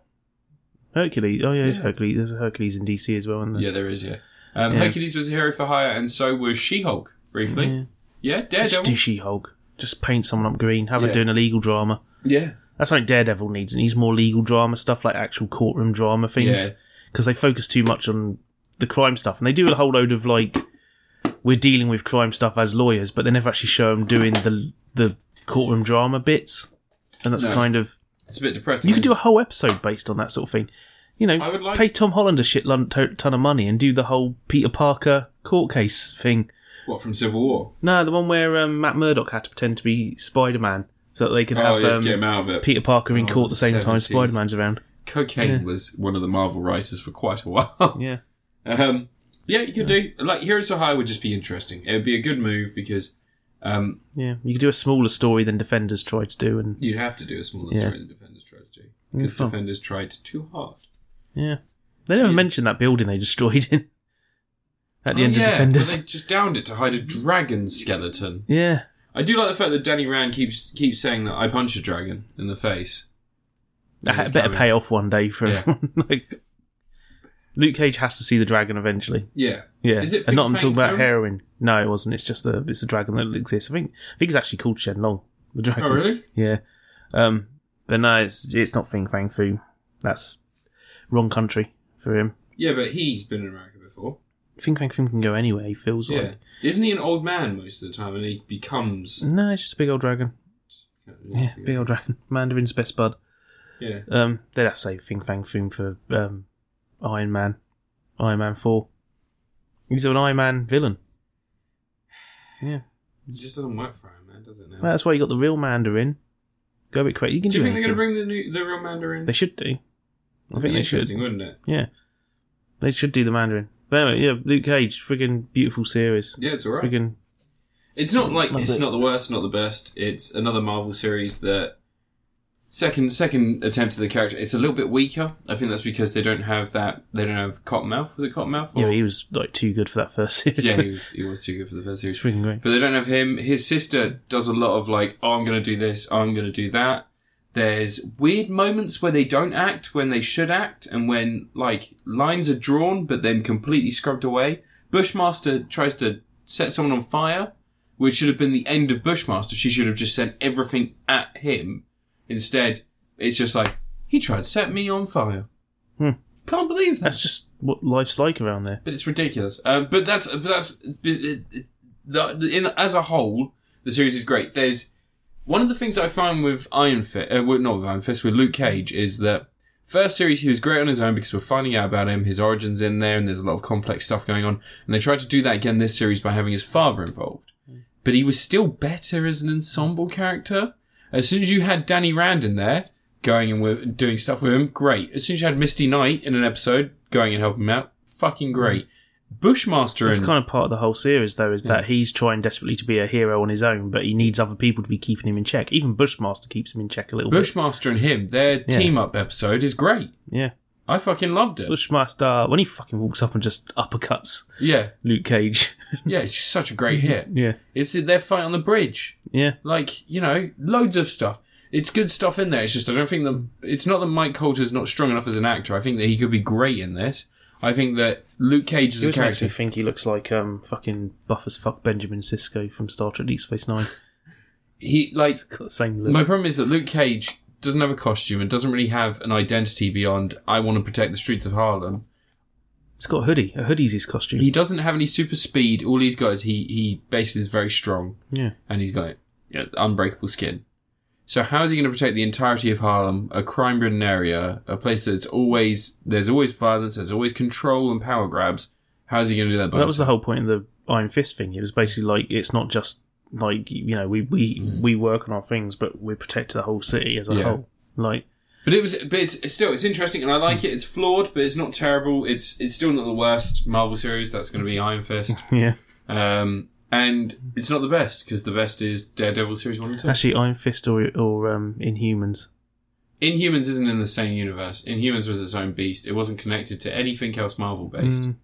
S2: Hercules. Oh yeah, there's
S1: Yeah.
S2: Hercules. There's a Hercules in DC as well, isn't there?
S1: Yeah, there is. Yeah, um,
S2: Mm. Yeah.
S1: Hercules was a hero for hire, and so was She Hulk briefly. Yeah,
S2: Just
S1: Daredevil.
S2: do She-Hulk. Just paint someone up green. Have
S1: Yeah.
S2: her doing a legal drama.
S1: Yeah,
S2: That's something Daredevil needs. It needs more legal drama stuff, like actual courtroom drama things.
S1: Yeah.
S2: Because they focus too much on the crime stuff. And they do a whole load of, like, we're dealing with crime stuff as lawyers, but they never actually show them doing the, the courtroom drama bits. And that's
S1: No.
S2: kind of.
S1: it's a bit depressing.
S2: You could do a whole episode based on that sort of thing. You know,
S1: I would like-
S2: pay Tom Holland a shit lun- to- ton of money and do the whole Peter Parker court case thing.
S1: what from Civil War?
S2: No, the one where um, Matt Murdock had to pretend to be Spider Man so that they could
S1: Oh,
S2: have
S1: yeah, to
S2: um,
S1: get him out of it.
S2: Peter Parker in
S1: Oh,
S2: court at the same time
S1: 70s.
S2: Spider Man's around.
S1: Cocaine was one of the Marvel writers for quite a while.
S2: Yeah.
S1: Um, yeah, you could do like Heroes of High would just be interesting. It would be a good move because um,
S2: Yeah, you could do a smaller story than Defenders tried to do, and
S1: you'd have to do a smaller
S2: Yeah.
S1: story than Defenders tried to do because
S2: it's fun.
S1: Defenders tried too hard.
S2: yeah, they never
S1: Yeah.
S2: mentioned that building they destroyed in at the
S1: Oh,
S2: end
S1: yeah,
S2: of
S1: but
S2: Defenders.
S1: they just downed it to hide a dragon skeleton.
S2: Yeah,
S1: I do like the fact that Danny Rand keeps keeps saying that I punch a dragon in the face.
S2: that had
S1: it's
S2: better
S1: coming.
S2: pay off one day for
S1: Yeah.
S2: everyone. like, Luke Cage has to see the dragon eventually.
S1: Yeah,
S2: Yeah,
S1: Is it
S2: and not
S1: fake-
S2: I'm talking
S1: fake
S2: about
S1: film?
S2: heroin. No, it wasn't. It's just the it's a dragon that exists. I think I think it's actually called Shen Long. The dragon.
S1: Oh really?
S2: Yeah. Um, but no, it's it's not Fing Fang Foo. That's wrong country for him.
S1: Yeah, but he's been in America before.
S2: Fing Fang Foo can go anywhere. He feels
S1: Yeah,
S2: like.
S1: isn't he an old man most of the time, and he becomes
S2: No, it's just a big old dragon. Yeah, big old dragon. Mandarin's best bud.
S1: yeah.
S2: Um, they'd have to say Fing Fang Foom for um, Iron Man. Iron Man 4. He's an Iron Man villain. Yeah.
S1: It just doesn't work for Iron Man, does it? Now?
S2: That's why you got the real Mandarin. Go a bit crazy. You can
S1: do
S2: do,
S1: you think they're going to
S2: anything.
S1: bring the new, the real Mandarin?
S2: They should do. I think they should.
S1: interesting, wouldn't it?
S2: Yeah. They should do the Mandarin. But anyway, yeah, Luke Cage, friggin' beautiful series.
S1: Yeah, it's alright.
S2: Friggin'
S1: It's not like
S2: Love
S1: it's
S2: it.
S1: not the worst, not the best. It's another Marvel series that second second attempt at the character. It's a little bit weaker. I think that's because they don't have that. They don't have Cottonmouth. Was it Cottonmouth?
S2: Yeah,
S1: Or-
S2: he was like too good for that first series.
S1: yeah, he was. He was too good for the first series.
S2: It's freaking great.
S1: But they don't have him. His sister does a lot of like, oh, I'm going to do this, oh, I'm going to do that. There's weird moments where they don't act when they should act, and when like lines are drawn but then completely scrubbed away. Bushmaster tries to set someone on fire, which should have been the end of Bushmaster. She should have just sent everything at him. Instead, it's just like he tried to set me on fire.
S2: Hmm.
S1: Can't believe that.
S2: That's just what life's like around there.
S1: But it's ridiculous. Um, but that's but that's it- it- the, in, as a whole, The series is great. There's one of the things I found with Iron Fist, uh, with, not with Iron Fist, with Luke Cage is that first series he was great on his own because we're finding out about him, his origins in there, and there's a lot of complex stuff going on. And they tried to do that again this series by having his father involved, but he was still better as an ensemble character. As soon as you had Danny Rand in there going and with, doing stuff with him, great. As soon as you had Misty Knight in an episode going and helping him out, fucking great. Bushmaster
S2: That's
S1: in
S2: kind of part of the whole series, though, is that he's trying desperately to be a hero on his own, but he needs other people to be keeping him in check. Even Bushmaster keeps him in check a little
S1: Bushmaster and him, their
S2: Yeah.
S1: team up episode is great.
S2: bit. Yeah.
S1: I fucking loved it.
S2: Bushmaster, when he fucking walks up and just uppercuts
S1: Yeah,
S2: Luke Cage.
S1: yeah, it's just such a great
S2: Mm-hmm.
S1: hit.
S2: yeah.
S1: It's their fight on the bridge.
S2: Yeah.
S1: Like, you know, loads of stuff. It's good stuff in there. It's just I don't think that it's not that Mike Coulter's not strong enough as an actor. I think that he could be great in this. I think that Luke Cage as a
S2: It makes
S1: character.
S2: me think he looks like um fucking buff as fuck Benjamin Cisco from Star Trek Deep Space Nine.
S1: He like
S2: He's got the same look.
S1: my problem is that Luke Cage doesn't have a costume and doesn't really have an identity beyond I want to protect the streets of Harlem.
S2: He's got a hoodie. A hoodie's his costume.
S1: He doesn't have any super speed. All he's got is he he basically is very strong.
S2: yeah.
S1: and he's got you know, unbreakable skin. So how is he going to protect the entirety of Harlem, a crime-ridden area, a place that's always there's always violence, there's always control and power grabs? How is he going to do that? By
S2: Well, that was the whole point of the Iron Fist thing. It was basically like it's not just like you know we we we work on our things, but we protect the whole city as a
S1: Mm. Yeah.
S2: whole. Like
S1: but it was, but it's, it's still it's interesting and I like it. It's flawed, but it's not terrible. It's it's still not the worst Marvel series. That's going to be Iron Fist,
S2: yeah,
S1: um, and it's not the best because the best is Daredevil series one and two.
S2: actually Iron Fist or or um, Inhumans.
S1: Inhumans isn't in the same universe. Inhumans was its own beast. It wasn't connected to anything else Marvel based.
S2: Mm.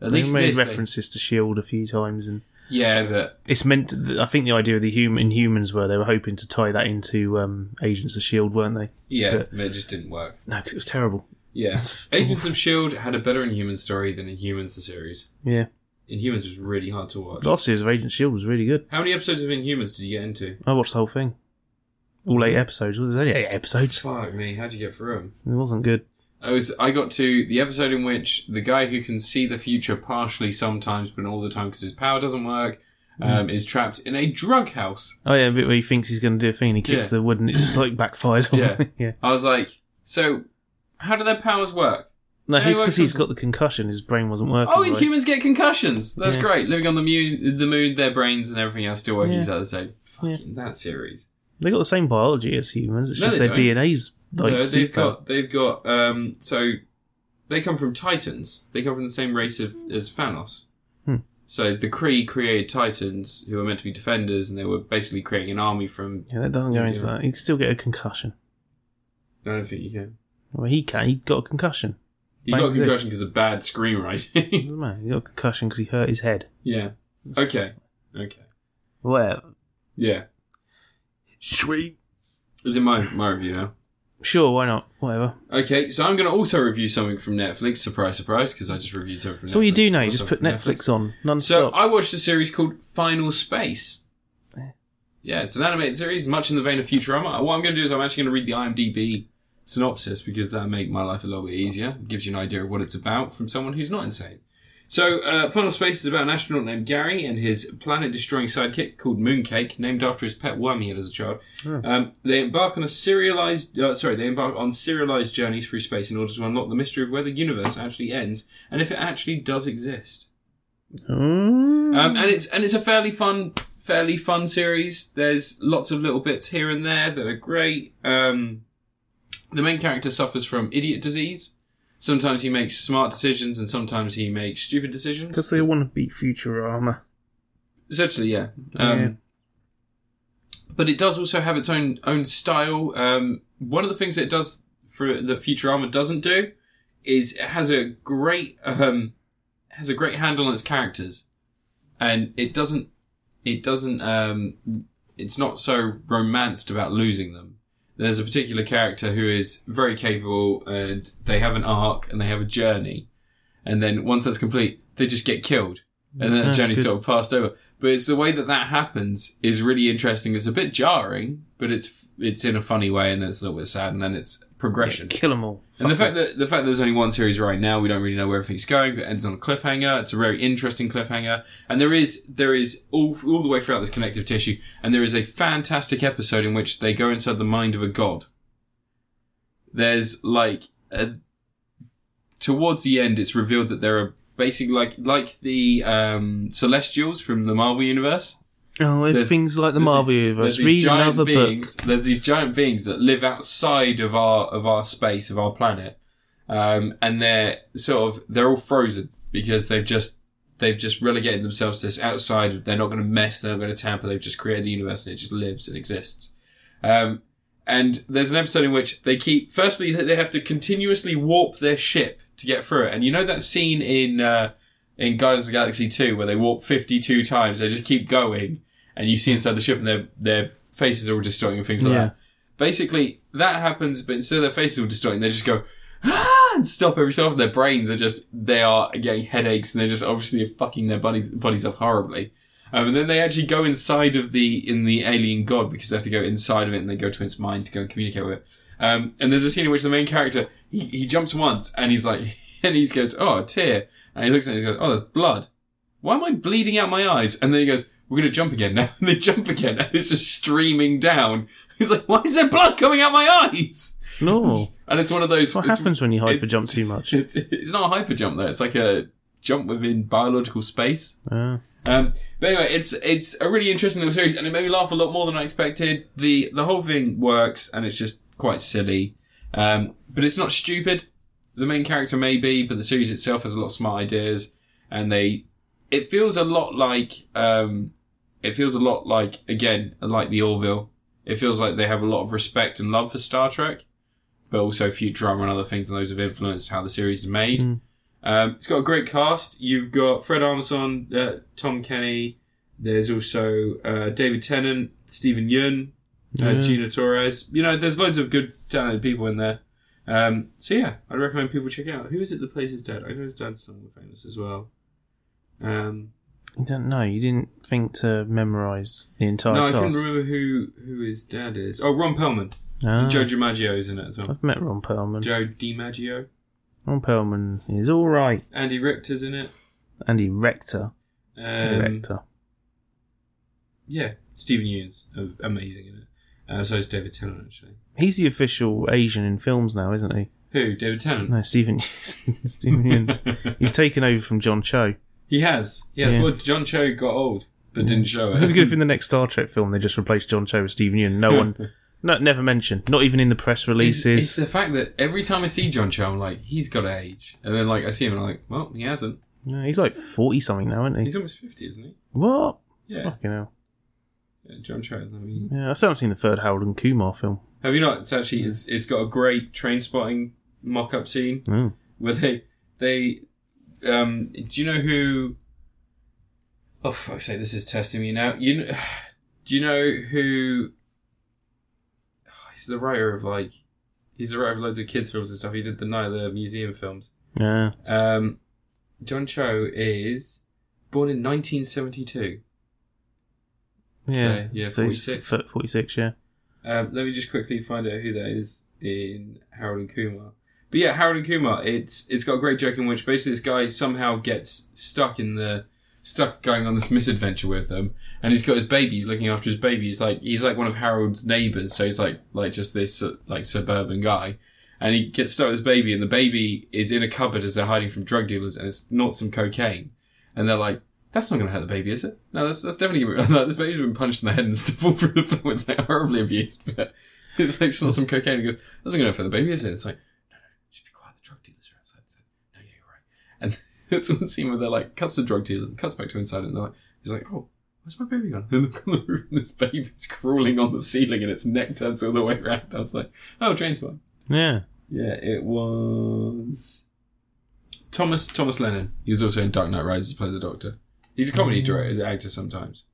S1: At
S2: They
S1: least
S2: made
S1: this, they-
S2: references to Shield E a few times, and
S1: yeah, but
S2: it's meant. To, I think the idea of the human Inhumans were they were hoping to tie that into um, Agents of Shield, weren't they?
S1: Yeah,
S2: But-
S1: but it just didn't work.
S2: No, because it was terrible.
S1: Yeah.
S2: It's-
S1: Agents of S.H.I.E.L.D. E had a better Inhuman story than Inhumans the series.
S2: Yeah,
S1: Inhumans was really hard to watch.
S2: last series of Agents of Shield E was really good.
S1: How many episodes of Inhumans did you get into?
S2: I watched the whole thing, all eight episodes. Well, there's only eight episodes. It
S1: Fuck me, how'd you get through them?
S2: wasn't good.
S1: I was I got to the episode in which the guy who can see the future partially sometimes, but not all the time because his power doesn't work,
S2: Hmm.
S1: um, is trapped in a drug house.
S2: Oh yeah, a bit where he thinks he's going to do a thing, and he kicks
S1: Yeah.
S2: the wood, and it just like backfires on
S1: Yeah.
S2: him. yeah.
S1: I was like, so how do their powers work?
S2: No,
S1: No,
S2: he's
S1: he
S2: because
S1: works
S2: he's
S1: on-
S2: got the concussion. His brain wasn't working.
S1: Oh,
S2: right.
S1: Inhumans get concussions. That's
S2: Yeah.
S1: great. Living on the moon, the moon, their brains and everything else still working
S2: Yeah.
S1: exactly the same.
S2: Yeah.
S1: Fucking that series.
S2: They got the same biology as humans. It's
S1: No,
S2: just
S1: they
S2: their
S1: don't.
S2: DNA's like
S1: no, they've
S2: super.
S1: got they've got um so they come from Titans. They come from the same race of, as Thanos.
S2: Hmm.
S1: So the Kree created Titans who were meant to be defenders and they were basically creating an army from
S2: Yeah, that doesn't go
S1: They
S2: into
S1: do.
S2: that. He'd still get a concussion.
S1: I don't think you can.
S2: Well, he can. He got a concussion.
S1: You got a
S2: Thank you.
S1: concussion because of bad screenwriting.
S2: Doesn't matter. He got a concussion because he hurt his head.
S1: yeah. Okay. Okay.
S2: Where?
S1: Yeah.
S2: Sweet.
S1: Is it my my review now?
S2: Sure, why not? Whatever.
S1: Okay, so I'm going to also review something from Netflix. Surprise, surprise, because I just reviewed something from Netflix.
S2: So all you do now, you
S1: Also
S2: just put
S1: from
S2: Netflix on
S1: So
S2: non-stop.
S1: I watched a series called Final Space.
S2: Yeah.
S1: Yeah, it's an animated series, much in the vein of Futurama. What I'm going to do is I'm actually going to read the IMDb synopsis because that'll make my life a little bit easier. It gives you an idea of what it's about from someone who's not insane. So, uh, Final Space is about an astronaut named Gary and his planet destroying sidekick called Mooncake, named after his pet worm he had as a child. Um, they embark on a serialized, uh, sorry, they embark on serialized journeys through space in order to unlock the mystery of where the universe actually ends and if it actually does exist.
S2: Mm.
S1: Um, and it's and it's a fairly fun, fairly fun series. There's lots of little bits here and there that are great. Um, the main character suffers from idiot disease. Sometimes he makes smart decisions, and sometimes he makes stupid decisions.
S2: Because they want to beat Futurama.
S1: Essentially, yeah. Um,
S2: Yeah.
S1: But it does also have its own own style. Um, one of the things it does for that Futurama doesn't do is it has a great um, has a great handle on its characters, and it doesn't it doesn't um, it's not so romanced about losing them. There's a particular character who is very capable, and they have an arc and they have a journey, and then once that's complete, they just get killed, and then the
S2: Yeah,
S1: journey
S2: Ah, good.
S1: sort of passed over. But it's the way that that happens is really interesting. It's a bit jarring, but it's it's in a funny way, and then it's a little bit sad, and then it's progression.
S2: Kill them all.
S1: and the
S2: Fuck
S1: fact that the fact that there's only one series right now, we don't really know where everything's going. But it ends on a cliffhanger. It's a very interesting cliffhanger, and there is there is all all the way throughout this connective tissue, and there is a fantastic episode in which they go inside the mind of a god. There's like a, towards the end, it's revealed that there are basically like like the um, Celestials from the Marvel universe.
S2: it. oh,
S1: there's-
S2: it's things like the
S1: There's
S2: Marvel
S1: these-
S2: universe.
S1: there's these
S2: Read
S1: giant
S2: another book.
S1: beings, There's these giant beings that live outside of our of our space of our planet, um, and they're sort of they're all frozen because they've just they've just relegated themselves to this outside. They're not going to mess. They're not going to tamper. They've just created the universe and it just lives and exists. Um, and there's an episode in which they keep firstly they have to continuously warp their ship to get through it. And you know that scene in uh, in Guardians of the Galaxy Two where they warp 52 times. They just keep going and you see inside the ship and their their faces are all distorting and things like
S2: Yeah.
S1: that. Basically, that happens, but instead of their faces all distorting, they just go ah, and stop every so often. Their brains are just they are getting headaches and they're just obviously fucking their bodies bodies up horribly. Um, and then they actually go inside of the in the alien god because they have to go inside of it and they go to its mind to go and communicate with it. Um, and there's a scene in which the main character he, he jumps once and he's like and he goes oh a tear and he looks at it and he goes oh there's blood why am I bleeding out my eyes? And then he goes, we're going to jump again now. And they jump again and it's just streaming down. He's like, why is there blood coming out my eyes?
S2: It's normal.
S1: And it's one of those.
S2: Oh. That's what
S1: it's-
S2: happens when you hyper
S1: it's-
S2: jump too much.
S1: It's, it's not a hyper jump though. It's like a jump within biological space.
S2: Ah.
S1: Um, but anyway, it's it's a really interesting little series, and it made me laugh a lot more than I expected. the The whole thing works, and it's just quite silly, um, but it's not stupid. The main character may be, but the series itself has a lot of smart ideas, and they it feels a lot like um, it feels a lot like again like the Orville. It feels like they have a lot of respect and love for Star Trek, but also Futurama and other things, and those have influenced how the series is made.
S2: Mm.
S1: Um, it's got a great cast. You've got Fred Armisen, uh, Tom Kenny. There's also uh, David Tennant, Stephen Yun, uh,
S2: Yeah.
S1: Gina Torres. You know, there's loads of good talented people in there. Um, so yeah, I'd recommend people check it out. Who is it that plays his dad? I know his dad's somewhat famous as well. Um,
S2: You don't know. You didn't think to memorize the entire
S1: no, I
S2: cast.
S1: couldn't remember who who his dad is. Oh, Ron Perlman.
S2: Ah.
S1: Joe DiMaggio is in it as well.
S2: I've met Ron Perlman.
S1: Joe DiMaggio.
S2: Ron Perlman is all right.
S1: Andy Richter's in it.
S2: Andy Rector.
S1: Um,
S2: Rector.
S1: yeah, Stephen Yeun's a- amazing in it. Uh, so is David Tennant actually.
S2: He's the official Asian in films now, isn't he?
S1: Who? David Tennant.
S2: No, Stephen. Stephen Yeun. He's taken over from John Cho.
S1: he has. He has.
S2: Yeah.
S1: Well, John Cho got old, but didn't show
S2: It'd be good if
S1: it.
S2: in the next Star Trek film they just replaced John Cho with Stephen Yeun. No one, no, never mentioned. Not even in the press
S1: It's,
S2: releases.
S1: it's the fact that every time I see John Cho, I'm like, he's got to age. And then like I see him, and I'm like, well, he hasn't.
S2: No, he's like forty something now, isn't he?
S1: He's almost fifty, isn't he?
S2: What?
S1: Yeah,
S2: Fucking hell.
S1: yeah John Cho. I mean,
S2: Yeah, I still haven't seen the third Harold and Kumar film.
S1: have you not? It's actually it's, it's got a great train spotting mock-up scene
S2: No.
S1: where they they um do you know who oh fuck's sake this is testing me now you know, do you know who oh, he's the writer of like he's the writer of loads of kids films and stuff he did the night of the museum films
S2: Yeah.
S1: um John Cho is born in 1972
S2: Yeah.
S1: So, yeah,
S2: So he's
S1: 46.
S2: f- Forty-six. Yeah.
S1: Um, let me just quickly find out who that is in Harold and Kumar. But yeah, Harold and Kumar. It's it's got a great joke in which basically this guy somehow gets stuck in the stuck going on this misadventure with them, and he's got his baby. He's looking after his baby. He's like he's like one of Harold's neighbors, so he's like like just this uh, like suburban guy, and he gets stuck with his baby, and the baby is in a cupboard as they're hiding from drug dealers, and it's not some cocaine, and they're like. That's not going to hurt the baby, is it? No, that's that's definitely gonna be- like, this baby's been punched in the head and stuff all through the film. It's like horribly abused, but it's like she not some cocaine. He goes, "That's not going to hurt the baby, is it?" It's like, "No, no, just be quiet. The drug dealers are outside." It's like, "No, yeah, you're right." And that's one scene where they're like, cuts the drug dealers and cuts back to inside, and they're like, "He's like, oh, where's my baby gone?" And look on the roof, and this baby's crawling on the ceiling, and its neck turns all the way around. I was like, "Oh, train spot."
S2: Yeah.
S1: Yeah, it was Thomas Thomas Lennon. He was also in Dark Knight Rises, played the Doctor. He's a comedy
S2: Mm.
S1: director, actor sometimes.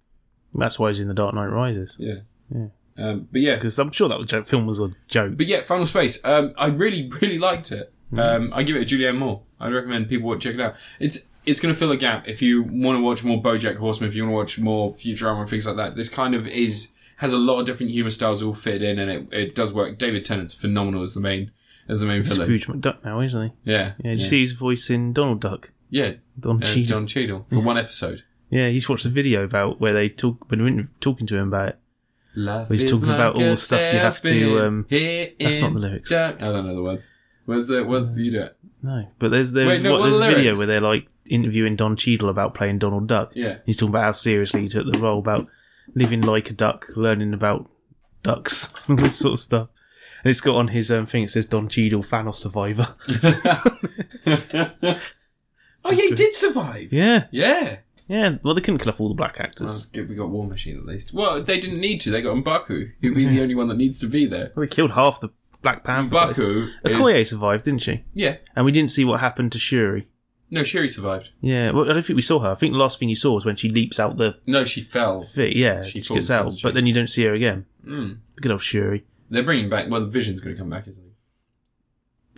S2: That's why he's in The Dark Knight Rises.
S1: Yeah,
S2: Yeah.
S1: Um, but yeah,
S2: Because I'm sure that jo- film was a joke.
S1: but yeah, Final Space. Um, I really really liked it.
S2: Mm.
S1: Um, I give it a Julianne Moore. I'd recommend people watch check it out. It's it's going to fill a gap if you want to watch more BoJack Horseman, if you want to watch more Futurama and things like that. This kind of is has a lot of different humor styles all fitted in, and it, it does work. David Tennant's phenomenal as the main as the main villain.
S2: Scrooge McDuck now, isn't he?
S1: Yeah,
S2: Yeah, did you see his voice in Donald Duck?
S1: yeah.
S2: Don
S1: Uh,
S2: Cheadle.
S1: Don Cheadle for one episode.
S2: Yeah, he's watched a video about where they talk when we're talking to him about it.
S1: Love
S2: He's
S1: is
S2: talking about
S1: like
S2: all
S1: a
S2: the stuff you have to,
S1: tailspin
S2: um,
S1: here
S2: that's not
S1: in
S2: the lyrics.
S1: dark- I don't know the words. What's the what's you do it?
S2: No, but there's there's,
S1: Wait, no,
S2: what,
S1: what are
S2: there's
S1: the
S2: a video
S1: lyrics?
S2: where they're like interviewing Don Cheadle about playing Donald Duck.
S1: Yeah.
S2: He's talking about how seriously he took the role, about living like a duck, learning about ducks, all this sort of stuff. And it's got on his um, thing. It says Don Cheadle, fan or survivor.
S1: oh yeah, he did survive.
S2: yeah,
S1: Yeah.
S2: yeah. Well, they couldn't kill off all the black actors.
S1: Well, that's good. We got War Machine at least. Well, they didn't need to. They got Mbaku, who'd be the only one that needs to be there.
S2: Well, they killed half the Black Panther.
S1: Mbaku is
S2: Okoye survived, didn't she?
S1: yeah.
S2: And we didn't see what happened to Shuri.
S1: No, Shuri survived.
S2: Yeah, well, I don't think we saw her. I think the last thing you saw was when she leaps out the
S1: No, she fell.
S2: thing. Yeah,
S1: She
S2: she,
S1: falls,
S2: gets out,
S1: doesn't she?
S2: but then you don't see her again.
S1: Mm.
S2: Good old Shuri.
S1: They're bringing back. Well, the Vision's going to come back, isn't he?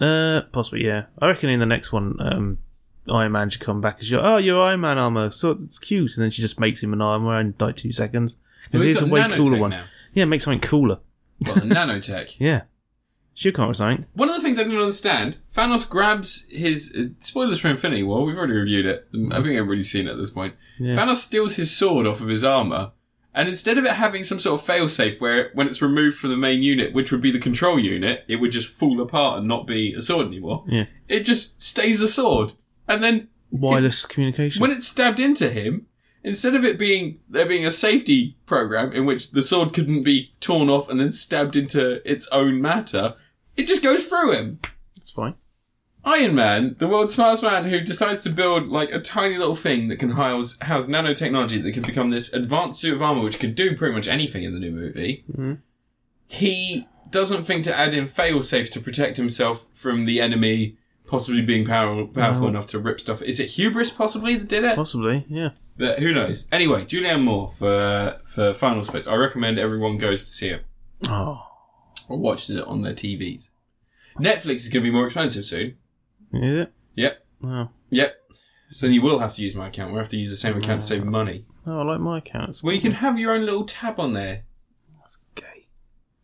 S2: Uh, possibly, yeah. I reckon in the next one, um, Iron Man should come back as your oh, your Iron Man armor, so it's cute, and then she just makes him an armor in like two seconds.
S1: Well,
S2: Because
S1: he's
S2: here's a
S1: got
S2: way
S1: nanotech
S2: cooler one.
S1: now.
S2: Yeah, make something cooler.
S1: Well, the nanotech.
S2: Yeah, she'll come up with something.
S1: One of the things I didn't understand: Thanos grabs his uh, spoilers for Infinity War. We've already reviewed it. I think everybody's seen it at this point.
S2: Yeah.
S1: Thanos steals his sword off of his armor, and instead of it having some sort of failsafe where when it's removed from the main unit, which would be the control unit, it would just fall apart and not be a sword anymore.
S2: Yeah,
S1: It just stays a sword, and then
S2: wireless communication.
S1: when it's stabbed into him, instead of it being there being a safety program in which the sword couldn't be torn off and then stabbed into its own matter, it just goes through him.
S2: It's fine.
S1: Iron Man, the world's smartest man who decides to build like a tiny little thing that can house, house nanotechnology that can become this advanced suit of armor which can do pretty much anything in the new movie. He doesn't think to add in failsafe to protect himself from the enemy possibly being power- powerful
S2: No.
S1: enough to rip stuff. Is it hubris possibly that did it?
S2: Possibly, yeah.
S1: But who knows? Anyway, Julianne Moore for for Final Space. I recommend everyone goes to see it
S2: Oh,
S1: or watches it on their TVs. Netflix is going to be more expensive soon.
S2: is it?
S1: Yep,
S2: Oh,
S1: yep. So then you will have to use my account. We'll have to use the same account to save money.
S2: oh I like my accounts.
S1: Well, you can have your own little tab on there.
S2: Gay.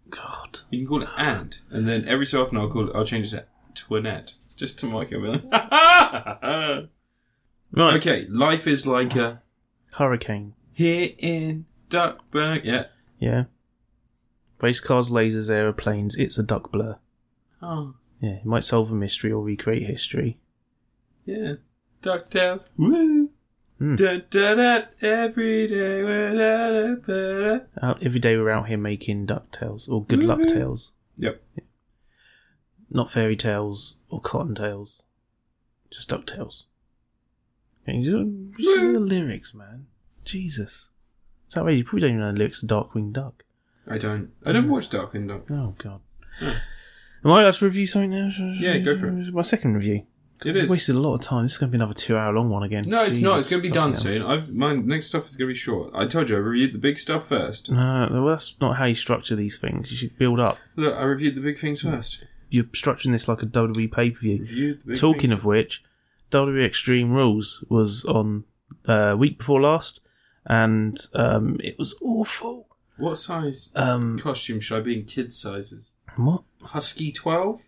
S2: God.
S1: You can call it Ant, and then every so often I'll call it, I'll change it to Twinette just to mark it. with-
S2: Right.
S1: okay, life is like a
S2: Hurricane.
S1: here in Duckburg. Yeah.
S2: Yeah. Race cars, lasers, aeroplanes. It's a duck blur.
S1: Oh,
S2: Yeah, it might solve a mystery or recreate history.
S1: yeah. Ducktales. Woo.
S2: Hmm.
S1: Dun, dun, dun, every day without a better.
S2: Out every day we're out here making duck tales or good luck
S1: Woohoo.
S2: tales,
S1: Yep.
S2: not fairy tales or cotton tales, just duck tales. Okay, you don't- you see the lyrics, man. Jesus, it's outrageous. You probably don't even know the lyrics to Darkwing Duck.
S1: I don't. I never watched Dark and Dark.
S2: Oh God.
S1: Yeah.
S2: Am I allowed to review something now?
S1: Yeah, go for it.
S2: My second review.
S1: It
S2: I've
S1: is.
S2: wasted a lot of time. This is going to be another two-hour-long one again.
S1: No, it's not.
S2: Jesus
S1: It's going to be done
S2: fucking hell.
S1: soon. I've my next stuff is going to be short. I told you I reviewed the big stuff first.
S2: No, well, that's not how you structure these things. You should build up.
S1: Look, I reviewed the big things
S2: Hmm.
S1: first.
S2: You're structuring this like a WWE pay per view.
S1: Reviewed the big
S2: Talking
S1: things.
S2: of which, WWE Extreme Rules was on uh, week before last, and um, it was awful.
S1: what size
S2: Um,
S1: costume should I be in? Kid sizes.
S2: what?
S1: Husky twelve.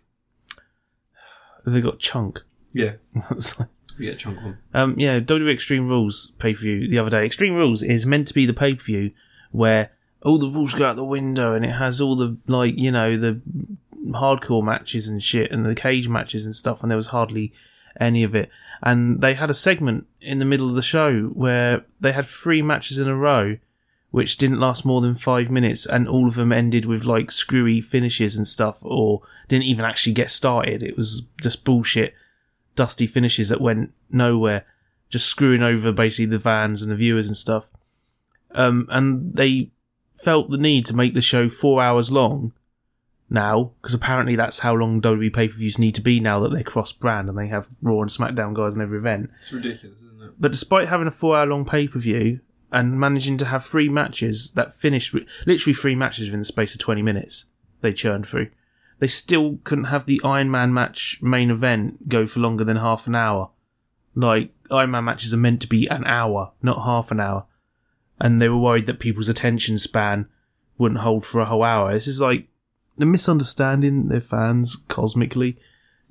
S2: They got chunk.
S1: Yeah.
S2: That's like-
S1: Yeah, chunk one.
S2: Um, yeah, WWE Extreme Rules pay per view the other day. Extreme Rules is meant to be the pay per view where all the rules go out the window and it has all the like you know the hardcore matches and shit and the cage matches and stuff, and there was hardly any of it. And they had a segment in the middle of the show where they had three matches in a row, which didn't last more than five minutes, and all of them ended with like screwy finishes and stuff, or didn't even actually get started. It was just bullshit, dusty finishes that went nowhere, just screwing over basically the fans and the viewers and stuff. Um, and they felt the need to make the show four hours long now, because apparently that's how long WWE pay per views need to be now that they're cross brand and they have Raw and SmackDown guys on every event.
S1: It's ridiculous, isn't it?
S2: But despite having a four hour long pay per view and managing to have three matches that finished with literally three matches within the space of 20 minutes, they churned through. They still couldn't have the Iron Man match main event go for longer than half an hour. Like, Iron Man matches are meant to be an hour, not half an hour. And they were worried that people's attention span wouldn't hold for a whole hour. This is like the misunderstanding their fans cosmically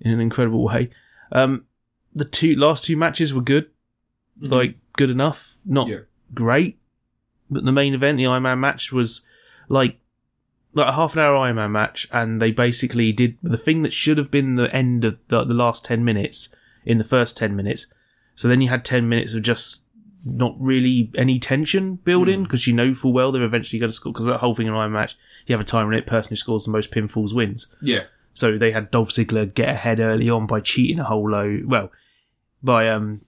S2: in an incredible way. Um, the two last two matches were good, Hmm. like good enough, not
S1: Mm-hmm. Yeah.
S2: great. But the main event, the Iron Man match, was like like a half an hour Iron Man match, and they basically did the thing that should have been the end of the, the last ten minutes in the first ten minutes. So then you had ten minutes of just not really any tension building because you know full well they're eventually going to score because that whole thing in Iron Man match you have a time limit person who scores the most pinfalls wins
S1: yeah,
S2: so they had Dolph Ziggler get ahead early on by cheating a whole load. Well, by um,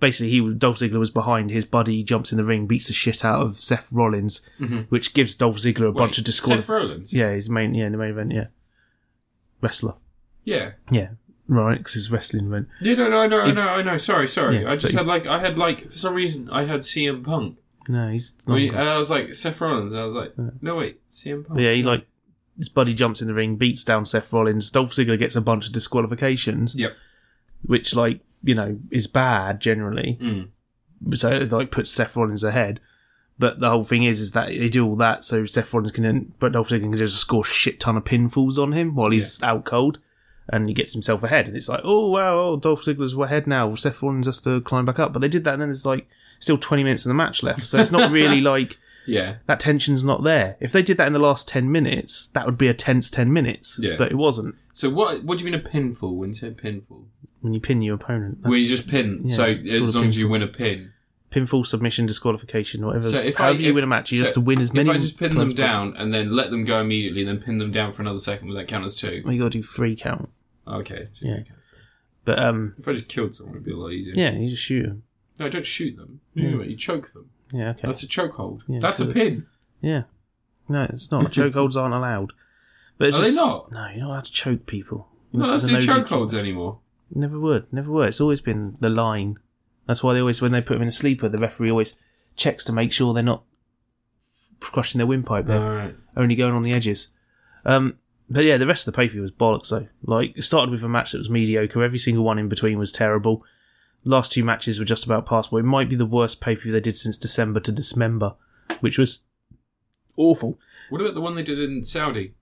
S2: basically he Dolph Ziggler was behind his buddy, jumps in the ring, beats the shit out of Seth Rollins, which gives Dolph Ziggler a bunch
S1: Mm-hmm. Wait, Seth
S2: of disqualifications.
S1: Rollins.
S2: Yeah, his main yeah in the main event yeah, wrestler
S1: Yeah.
S2: yeah right 'cause his wrestling event
S1: No, no, no, I know, I know, I know. Sorry, sorry.
S2: Yeah,
S1: I just
S2: so-
S1: had like, I had like, for some reason, I had CM Punk,
S2: no he's not
S1: Well, uh,
S2: good.
S1: and I was like Seth Rollins, and I was like, no wait, CM Punk.
S2: But yeah he like his buddy jumps in the ring, beats down Seth Rollins. Dolph Ziggler gets a bunch of disqualifications,
S1: Yep.
S2: which like you know is bad generally.
S1: Mm.
S2: so it like puts Seth Rollins ahead. But the whole thing is, is that they do all that so Seth Rollins can, then- but Dolph Ziggler can just score a shit ton of pinfalls on him while he's out cold, and he gets himself ahead. And it's like, oh wow, oh, Dolph Ziggler's ahead now. Seth Rollins has to climb back up. But they did that, and then there's like still 20 minutes of the match left, so it's not really like
S1: Yeah.
S2: that tension's not there. If they did that in the last 10 minutes, that would be a tense 10 minutes.
S1: Yeah.
S2: But it wasn't.
S1: So what? What do you mean a pinfall? When you say pinfall,
S2: When you pin your opponent,
S1: where you
S2: that's
S1: just pin.
S2: yeah,
S1: so
S2: it's
S1: as
S2: called a
S1: long as you win a pin.
S2: pinfall, submission, disqualification, whatever.
S1: So if
S2: However
S1: I,
S2: you
S1: if-
S2: win a match, you
S1: so
S2: just to win as many.
S1: If I just pin them
S2: times possible.
S1: down and then let them go immediately, then pin them down for another second, would that count as two?
S2: Well, you got to do three count.
S1: Okay. so-
S2: Yeah. But um,
S1: If I just killed someone, it'd be a lot easier.
S2: yeah, you just shoot 'em.
S1: No, don't shoot them. You, you choke them.
S2: Yeah, okay.
S1: That's a chokehold.
S2: Yeah,
S1: That's a
S2: so-
S1: pin.
S2: Yeah, no, it's not. Chokeholds aren't allowed. But it's
S1: Are they
S2: just-
S1: not?
S2: No, you're not allowed to choke people.
S1: No,
S2: This
S1: let's
S2: is
S1: do
S2: an OD
S1: chokeholds anymore.
S2: Never would, never were. It's always been the line. That's why they always, when they put them in a sleeper, the referee always checks to make sure they're not crushing their windpipe. They're
S1: Alright.
S2: only going on the edges. Um, but yeah, the rest of the pay per view was bollocks though. Like it started with a match that was mediocre. Every single one in between was terrible. Last two matches were just about passable. It might be the worst pay per view they did since December to Dismember, which was awful.
S1: What about the one they did in Saudi?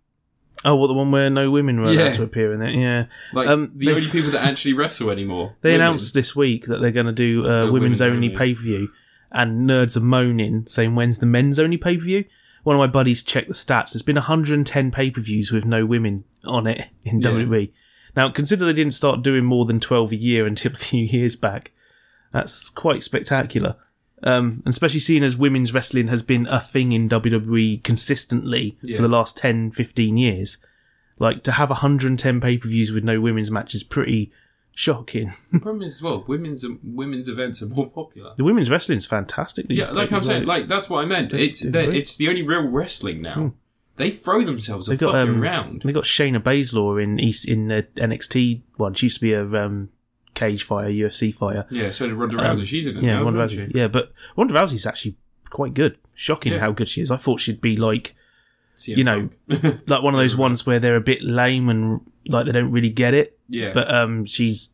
S2: Oh, what the one where no women were
S1: Yeah.
S2: allowed to appear in it? Yeah,
S1: Like
S2: Um,
S1: the
S2: they-
S1: only people that actually wrestle anymore.
S2: they
S1: women.
S2: announced this week that they're going to do a
S1: A
S2: women's
S1: women's only.
S2: only pay per view, and nerds are moaning saying when's the men's only pay per view. One of my buddies checked the stats. There's been 110 pay per views with no women on it in
S1: Yeah.
S2: WWE. Now consider they didn't start doing more than 12 a year until a few years back. That's quite spectacular. Um, and especially seeing as women's wrestling has been a thing in WWE consistently
S1: Yeah.
S2: for the last 10, 15 years. Like to have 110 pay per views with no women's match is pretty shocking.
S1: The problem is as well, women's women's events are more popular.
S2: The women's wrestling is fantastic. These
S1: Yeah, like
S2: days,
S1: I'm saying,
S2: isn't it?
S1: like that's what I meant. It's
S2: they
S1: the,
S2: agree.
S1: it's the only real wrestling now. They throw themselves a
S2: They've got,
S1: fucking
S2: um,
S1: round.
S2: Hmm. they got Shayna Baszler in East in the NXT one. She used to be a um, cage fire, UFC fire.
S1: Yeah, so did Ronda Rousey. She's in it.
S2: um, Yeah,
S1: now,
S2: Ronda
S1: isn't
S2: Rousey. Yeah, but Ronda Rousey's actually quite good. Shocking
S1: Yeah.
S2: how good she is. I thought she'd be like
S1: she?
S2: you know,
S1: CM Punk.
S2: like one of those ones where they're a bit lame and like they don't really get it.
S1: yeah,
S2: But um, she's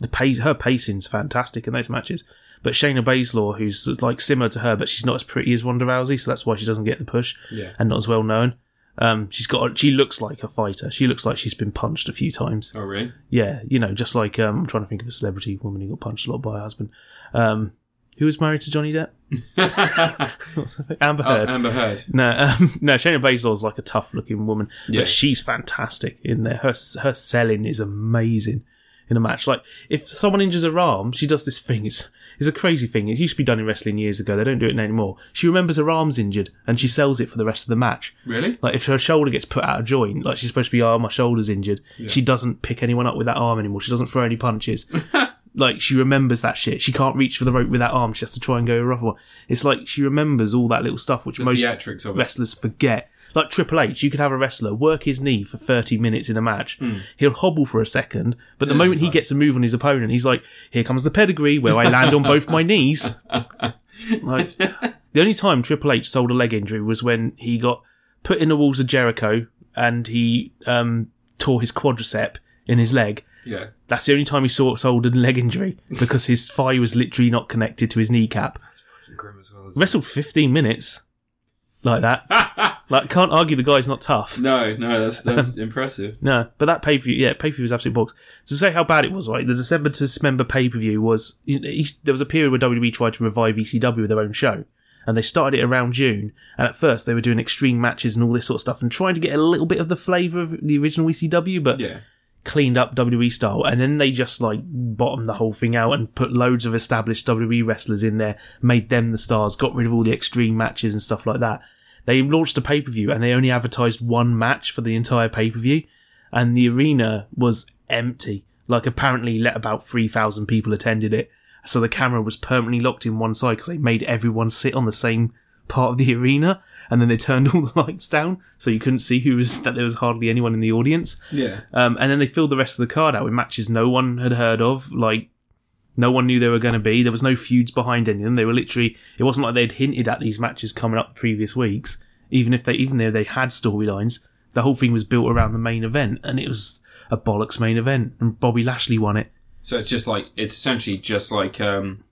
S2: the pace. Her pacing's fantastic in those matches. But Shayna Baszler, who's like similar to her, but she's not as pretty as Ronda Rousey, so that's why she doesn't get the push.
S1: yeah,
S2: and not as well known. Um, she's got. She looks like a fighter. She looks like she's been punched a few times.
S1: oh really?
S2: Yeah, you know, just like um, I'm trying to think of a celebrity woman who got punched a lot by her husband, um, who was married to Johnny Depp.
S1: oh,
S2: What's her name? Amber Heard.
S1: Amber Heard.
S2: no, um, no. Shayna Baszler's like a tough-looking woman,
S1: Yeah.
S2: but she's fantastic in there. Her her selling is amazing in a match. Like if someone injures her arm, she does this thing. It's it's a crazy thing. It used to be done in wrestling years ago. They don't do it anymore. She remembers her arm's injured and she sells it for the rest of the match.
S1: Really?
S2: Like if her shoulder gets put out of joint, like she's supposed to be, oh my shoulder's injured. She doesn't pick anyone up with that arm anymore. She doesn't throw any punches. like she remembers that shit. She can't reach for the rope with that arm. She has to try and go rough one. It's like she remembers all that little stuff which
S1: The
S2: most
S1: theatrics of it.
S2: wrestlers forget. Like Triple H, you could have a wrestler work his knee for 30 minutes in a match. He'll hobble for a second, but the
S1: Hmm. Yeah,
S2: moment he
S1: fine.
S2: gets a move on his opponent, he's like, here comes the pedigree where I land on both my knees. Like, the only time Triple H sold a leg injury was when he got put in the walls of Jericho and he um, tore his quadricep in his leg.
S1: Yeah.
S2: That's the only time he saw, sold a leg injury because his thigh was literally not connected to his kneecap.
S1: That's fucking grim as well. isn't it?
S2: Wrestled 15 minutes. like that. Like, can't argue the guy's not tough.
S1: no, no, that's that's impressive.
S2: No, but that pay per view, yeah, pay per view was absolute box. To say how bad it was, right? The December to December pay per view was you know, each- there was a period where WWE tried to revive ECW with their own show, and they started it around June. And at first, they were doing extreme matches and all this sort of stuff, and trying to get a little bit of the flavour of the original ECW, but
S1: Yeah,
S2: cleaned up WWE style, and then they just like bottomed the whole thing out and put loads of established WWE wrestlers in there, made them the stars, got rid of all the extreme matches and stuff like that. They launched a pay per view and they only advertised one match for the entire pay per view, and the arena was empty. Like apparently, let about three thousand people attended it, so the camera was permanently locked in one side because they made everyone sit on the same part of the arena. And then they turned all the lights down, so you couldn't see who was that there was hardly anyone in the audience.
S1: yeah.
S2: Um, and then they filled the rest of the card out with matches no one had heard of, like no one knew they were going to be. There was no feuds behind any of them. They were literally. It wasn't like they'd hinted at these matches coming up the previous weeks. Even if they, even though they had storylines, the whole thing was built around the main event, and it was a bollocks main event. And Bobby Lashley won it.
S1: So it's just like it's essentially just like um,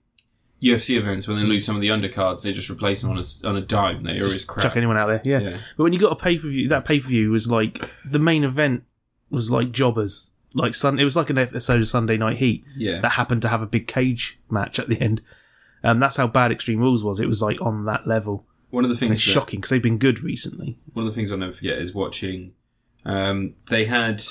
S1: UFC events when they lose some of the undercards, they just replace them on a s- on a dime. They always
S2: Chuck
S1: crap.
S2: anyone out there, yeah.
S1: Yeah.
S2: But when you got a pay per view, that pay per view was like the main event was like jobbers, like sun. It was like an episode of Sunday Night Heat.
S1: Yeah,
S2: that happened to have a big cage match at the end. Um, that's how bad Extreme Rules was. It was like on that level.
S1: one of the
S2: And it's
S1: things that,
S2: shocking because they've been good recently.
S1: one of the things I'll never forget is watching. Um, they had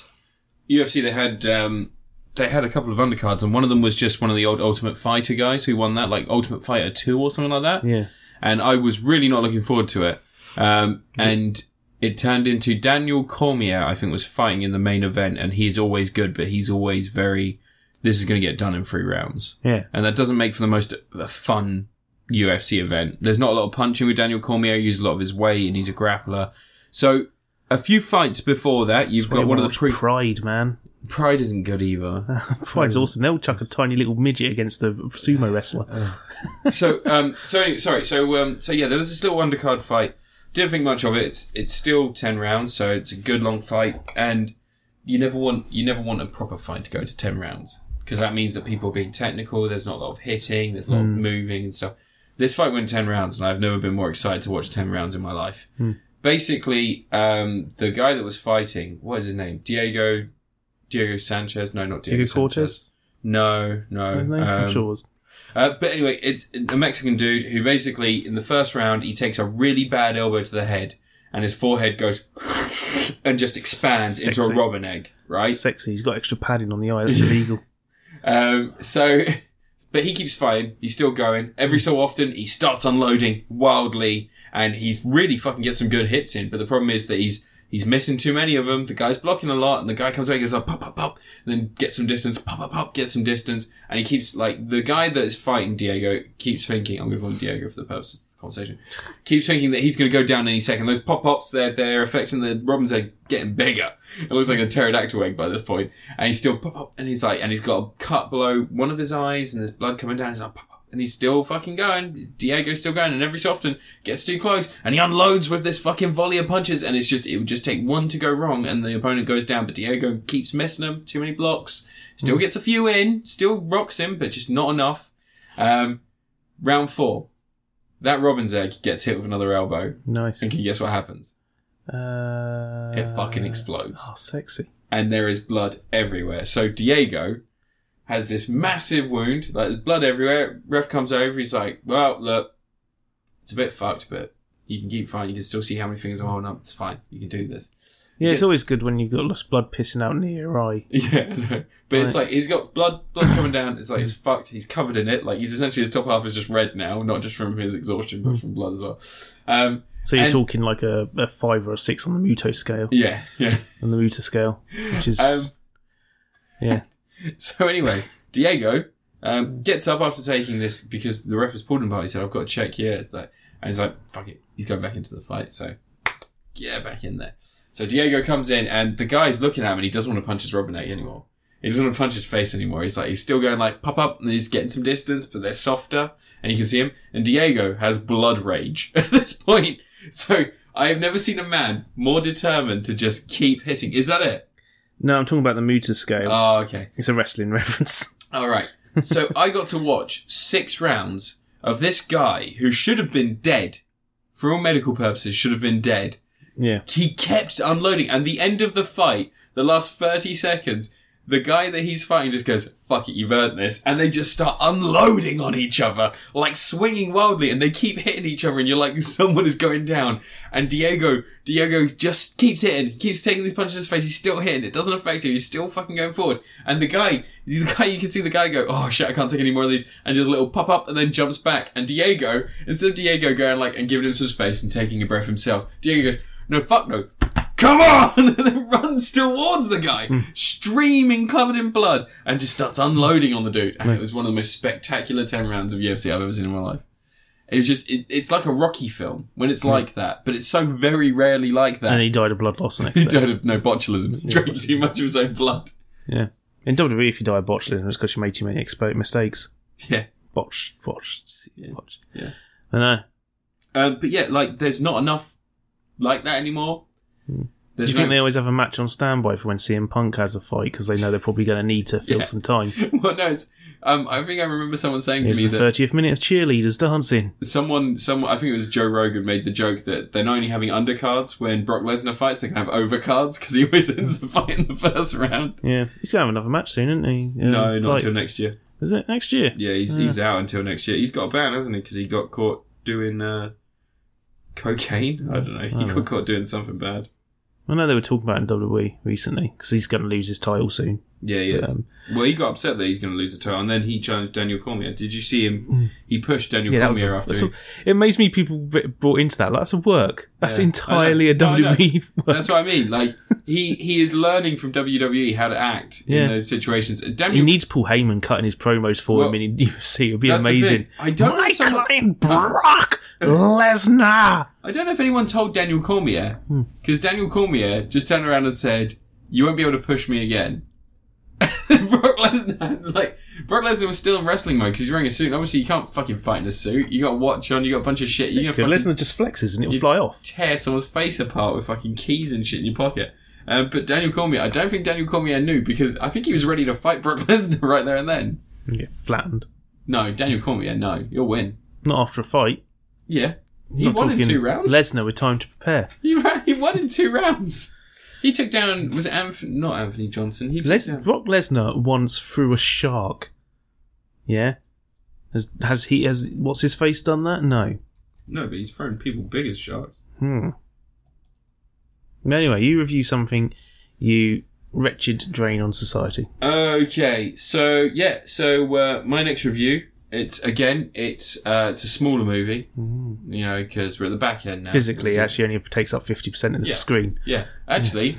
S1: UFC. They had um, they had a couple of undercards, and one of them was just one of the old Ultimate Fighter guys who won that, like Ultimate Fighter Two or something like that.
S2: Yeah.
S1: And I was really not looking forward to it. Um, and it turned into Daniel Cormier, I think, was fighting in the main event, and he's always good, but he's always very. This is going to get done in three rounds,
S2: Yeah.
S1: and that doesn't make for the most uh, fun UFC event. There's not a lot of punching with Daniel Cormier. He uses a lot of his weight, and he's a grappler. So a few fights before that, you've got one of the pre.
S2: Pride, man.
S1: Pride isn't good either.
S2: Pride's awesome. They'll chuck a tiny little midget against the sumo
S1: Uh,
S2: wrestler.
S1: so um, so sorry. So um, so yeah, there was this little undercard fight. Didn't think much of it. It's it's still ten rounds, so it's a good long fight, and you never want you never want a proper fight to go to ten rounds because that means that people are being technical. There's not a lot of hitting. There's a lot
S2: Hmm.
S1: of moving and stuff. This fight went ten rounds, and I've never been more excited to watch ten rounds in my life.
S2: Hmm.
S1: Basically, um, the guy that was fighting, what is his name? Diego, Diego Sanchez? No, not Diego,
S2: Diego
S1: Sanchez.
S2: Cortez?
S1: No, no.
S2: I think. I'm
S1: um,
S2: sure it was.
S1: uh, but anyway, it's a Mexican dude who basically, in the first round, he takes a really bad elbow to the head, and his forehead goes and just expands into a
S2: Sexy.
S1: robin egg, right?
S2: Sexy. He's got extra padding on the eye. That's illegal.
S1: Um, so, but he keeps fighting. He's still going. Every so often, he starts unloading wildly, and he really fucking gets some good hits in. But the problem is that he's he's missing too many of them. The guy's blocking a lot, and the guy comes away, goes up, pop, pop, pop, and then gets some distance, pop, pop, pop, gets some distance, and he keeps like the guy that is fighting Diego keeps thinking. I'm going to call him Diego for the purposes of the conversation. Keeps thinking that he's going to go down any second. Those pop ups, they're they're affecting the robin's egg getting bigger. It looks like a pterodactyl egg by this point, and he's still pop up, and he's like, and he's got a cut below one of his eyes, and there's blood coming down. He's like, pop up, and he's still fucking going. Diego's still going, and every so often gets too close, and he unloads with this fucking volley of punches, and it's just it would just take one to go wrong, and the opponent goes down, but Diego keeps missing him. Too many blocks, still gets a few in, still rocks him, but just not enough. Um, round four. That Robin's egg gets hit with another elbow.
S2: Nice.
S1: And can you guess what happens?
S2: Uh,
S1: It fucking explodes
S2: Oh, sexy.
S1: and there is blood everywhere. So Diego has this massive wound, like there's blood everywhere. Ref comes over, he's like, "Well, look, it's a bit fucked, but you can keep fine. You can still see how many fingers I'm holding up. It's fine. You can do this."
S2: Yeah, it's
S1: Gets-
S2: always good when you've got lost blood pissing out near your eye.
S1: Yeah, I know. but it's like he's got blood, blood coming down. It's like he's fucked. He's covered in it. Like he's essentially his top half is just red now, not just from his exhaustion, but from blood as well. Um,
S2: So you're
S1: And-
S2: talking like a, a five or a six on the Muto scale,
S1: yeah, yeah.
S2: on the Muto scale, which is
S1: Um,
S2: yeah.
S1: So anyway, Diego um, gets up after taking this because the ref has pulled him by. He said, "I've got to check here," like, and he's like, "Fuck it," he's going back into the fight. So yeah, back in there. So Diego comes in, and the guy's looking at him, and he doesn't want to punch his Robin egg anymore. He doesn't want to punch his face anymore. He's like, he's still going like pop up, and he's getting some distance, but they're softer, and you can see him. And Diego has blood rage at this point. So I have never seen a man more determined to just keep hitting. Is that it?
S2: No, I'm talking about the Muta scale.
S1: Oh, okay.
S2: it's a wrestling reference.
S1: All right. So I got to watch six rounds of this guy who should have been dead for all medical purposes, should have been dead.
S2: Yeah.
S1: He kept unloading, and the end of the fight, the last thirty seconds, the guy that he's fighting just goes, "Fuck it, you've earned this," and they just start unloading on each other, like swinging wildly, and they keep hitting each other, and you're like, "Someone is going down." And Diego, Diego just keeps hitting, keeps taking these punches to his face. He's still hitting. It doesn't affect him. He's still fucking going forward. And the guy, the guy, you can see the guy go, "Oh shit, I can't take any more of these," and does a little pop up, and then jumps back. And Diego, instead of Diego going like and giving him some space and taking a breath himself, Diego goes, "No, fuck no." Come on! And then runs towards the guy,
S2: Hmm.
S1: streaming, covered in blood, and just starts unloading on the dude. And it was one of the most spectacular 10 rounds of UFC I've ever seen in my life. It was just, it, it's like a Rocky film when it's like that, but it's so very rarely like that.
S2: Hmm. And he died of blood loss the next
S1: He
S2: day.
S1: died of no botulism. He drank too much of his own blood.
S2: Yeah. In WWE, if you die of botulism, it's because you made too many expert mistakes.
S1: Yeah.
S2: Botched, botched, botched.
S1: Yeah.
S2: I know.
S1: Um, but yeah, like, there's not enough like that anymore.
S2: Do
S1: There's
S2: Hmm. you think
S1: no-
S2: they always have a match on standby for when CM Punk has a fight because they know they're probably going to need to fill
S1: Yeah.
S2: some time?
S1: well, no, it's, um, I think I remember someone saying to
S2: It's
S1: me
S2: the
S1: that.
S2: 30th minute of cheerleaders dancing.
S1: someone, someone, I think it was Joe Rogan made the joke that they're not only having undercards when Brock Lesnar fights, they can have overcards because he always ends the fight in the first round.
S2: Yeah. He's going to have another match soon, isn't he? Um,
S1: No, not
S2: like-
S1: until next year.
S2: Is it next year?
S1: Yeah, he's he's out until next year. He's got a ban, hasn't he? Because he got caught doing uh, cocaine. I don't know. He
S2: Oh.
S1: got caught doing something bad.
S2: I know they were talking about it in WWE recently because he's going to lose his title soon.
S1: Yeah, he is.
S2: Um,
S1: well, he got upset that he's going to lose the title, and then he challenged Daniel Cormier. Did you see him? He pushed Daniel
S2: Mm. Yeah, that was
S1: Cormier
S2: a,
S1: after.
S2: that's
S1: he-
S2: a, it amazes me people b- brought into that. Like, that's a work. That's
S1: Yeah.
S2: entirely
S1: I
S2: a
S1: know. No, I know.
S2: WWE work.
S1: That's what I mean. Like he he is learning from WWE how to act
S2: Yeah.
S1: in those situations. And
S2: He
S1: Daniel
S2: needs Paul Heyman cutting his promos for
S1: Well,
S2: him in UFC. It would be
S1: That's the
S2: amazing.
S1: thing. I don't know
S2: My
S1: if someone- Uh.
S2: client, Brock Lesnar.
S1: I don't know if anyone told Daniel Cormier
S2: Hmm.
S1: because Daniel Cormier just turned around and said, "You won't be able to push me again." Brock Lesnar, like Brock Lesnar was still in wrestling mode because he's wearing a suit. Obviously, you can't fucking fight in a suit. You got a watch on. You got a bunch of shit. You
S2: It's
S1: got
S2: good.
S1: fucking
S2: Lesnar just flexes and it'll fly off.
S1: tear someone's face apart with fucking keys and shit in your pocket. Um, but Daniel Cormier, I don't think Daniel Cormier knew because I think he was ready to fight Brock Lesnar right there and then.
S2: You get flattened.
S1: No, Daniel Cormier, no, you'll win.
S2: Not after a fight.
S1: Yeah, he
S2: Not
S1: won in
S2: talking
S1: two rounds.
S2: Lesnar with time to prepare.
S1: He, ra- he won in two rounds. He took down was it Anthony? Not Anthony Johnson. He took
S2: Les-
S1: down.
S2: Brock Lesnar once threw a shark. Yeah. Has, has he has what's his face done that? No.
S1: No, but he's thrown people big as sharks.
S2: Hmm. Anyway, you review something, you wretched drain on society.
S1: Okay, so yeah, so uh, my next review. It's again, it's uh, it's a smaller movie, you know, because we're at the back end now.
S2: Mm-hmm. Physically, actually, only takes up fifty percent of the
S1: Yeah.
S2: screen.
S1: yeah. Actually,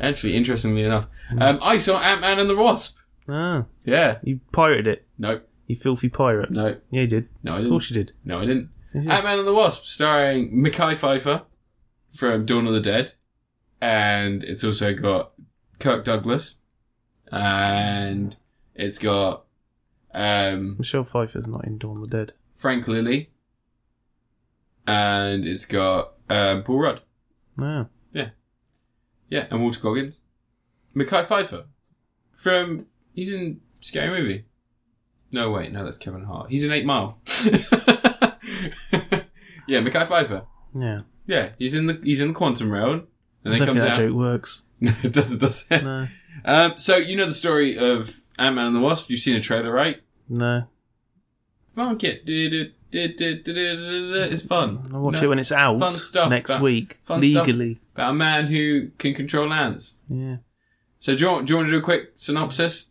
S1: actually, interestingly enough, um, I saw Ant Man and the Wasp.
S2: Ah,
S1: Yeah.
S2: you pirated it.
S1: Nope.
S2: You filthy pirate.
S1: No.
S2: Yeah, you did.
S1: No, I
S2: Of
S1: didn't.
S2: course, you did.
S1: No, I didn't.
S2: Mhm.
S1: Ant Man and the Wasp, starring Mackay Pfeiffer from Dawn of the Dead. And it's also got Kirk Douglas. And it's got um,
S2: Michelle Pfeiffer's not in Dawn of the Dead.
S1: Frank Lilly. And it's got um, Paul Rudd.
S2: No.
S1: Yeah, and Walter Goggins. Mackay Pfeiffer. From. He's in Scary Movie. No, wait, no, that's Kevin Hart. He's in 8 Mile. yeah, Mackay Pfeiffer.
S2: Yeah.
S1: Yeah, he's in the he's in the quantum realm, and
S2: I
S1: then
S2: don't think
S1: comes
S2: that
S1: out.
S2: joke works.
S1: No, it doesn't. Does it?
S2: No.
S1: Um, so you know the story of Ant Man and the Wasp. You've seen a trailer, right?
S2: No.
S1: Funk it, do, do, do, do, do, do, do, do. it's fun.
S2: I'll watch
S1: No.
S2: it when it's out
S1: Fun stuff,
S2: next
S1: but-
S2: week.
S1: fun stuff.
S2: legally.
S1: About a man who can control ants.
S2: Yeah.
S1: So do you want, do you want to do a quick synopsis?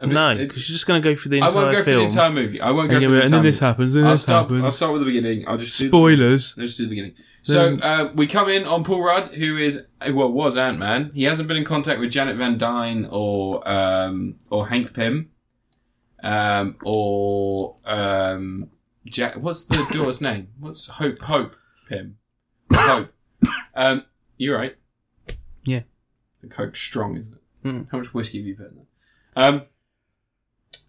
S1: A bit-
S2: No,
S1: it-
S2: because you're just going to go through the
S1: I
S2: entire
S1: won't go through the
S2: film.
S1: entire movie. I won't
S2: and,
S1: go through
S2: you'll be
S1: the
S2: like, and
S1: entire
S2: then
S1: movie.
S2: this happens, and
S1: I'll
S2: this
S1: start. I'll
S2: happens.
S1: start with the beginning. I'll just do the-
S2: Spoilers.
S1: Let's do the beginning. So
S2: Then-
S1: um, we come in on Paul Rudd, who is uh, well was Ant Man. He hasn't been in contact with Janet Van Dyne or um, or Hank Pym, um, or um, Jack. What's the daughter's name? What's Hope? Hope Pym. Hope. Um, you're right.
S2: Yeah.
S1: The Coke's strong, isn't it?
S2: Mm.
S1: How much whiskey have you put in that? Um,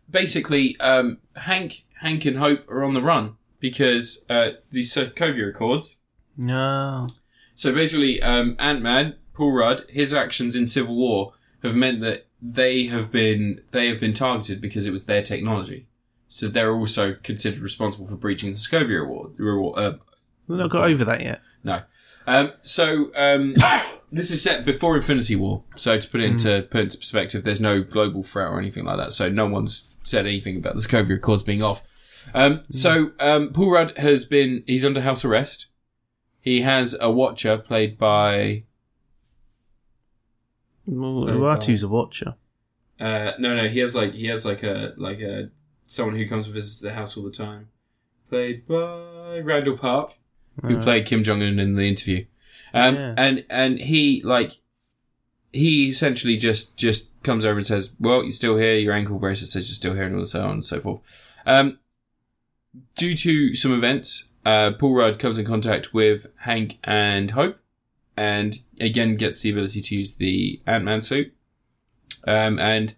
S1: basically, um, Hank, Hank, and Hope are on the run because uh, the Sokovia Accords.
S2: No.
S1: So basically, um, Ant Man, Paul Rudd, his actions in Civil War have meant that they have been they have been targeted because it was their technology. So they're also considered responsible for breaching the Sokovia Award, reward, uh,
S2: They've not got over that yet.
S1: No. Um, so um, this is set before Infinity War. So to put it into put into perspective, there's no global threat or anything like that. So no one's said anything about the Sokovia Accords being off. Um, So um, Paul Rudd has been he's under house arrest. He has a watcher played by
S2: Well,
S1: Very
S2: Uatu's a watcher.
S1: uh, no no he has like he has like a like a someone who comes and visits the house all the time, played by Randall Park. who
S2: Uh,
S1: played Kim Jong Un in the interview, um,
S2: Yeah.
S1: and and he like he essentially just just comes over and says, "Well, you're still here. Your ankle bracelet says you're still here, and all so on and so forth." Um, due to some events, uh, Paul Rudd comes in contact with Hank and Hope, and again gets the ability to use the Ant Man suit, um, and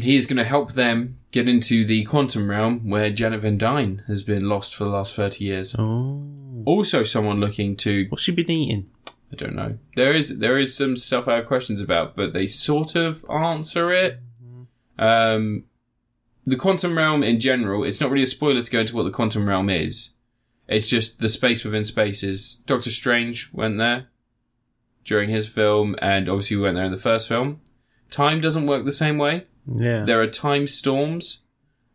S1: he is going to help them get into the quantum realm where Janet Van Dyne has been lost for the last thirty years
S2: Oh.
S1: also someone looking to
S2: What's she been eating?
S1: I don't know. There is there is some stuff I have questions about, but they sort of answer it. Um the quantum realm in general, it's not really a spoiler to go into what the quantum realm is. It's just the space within spaces. Doctor Strange went there during his film and obviously we went there in the first film. Time doesn't work the same way.
S2: Yeah.
S1: There are time storms.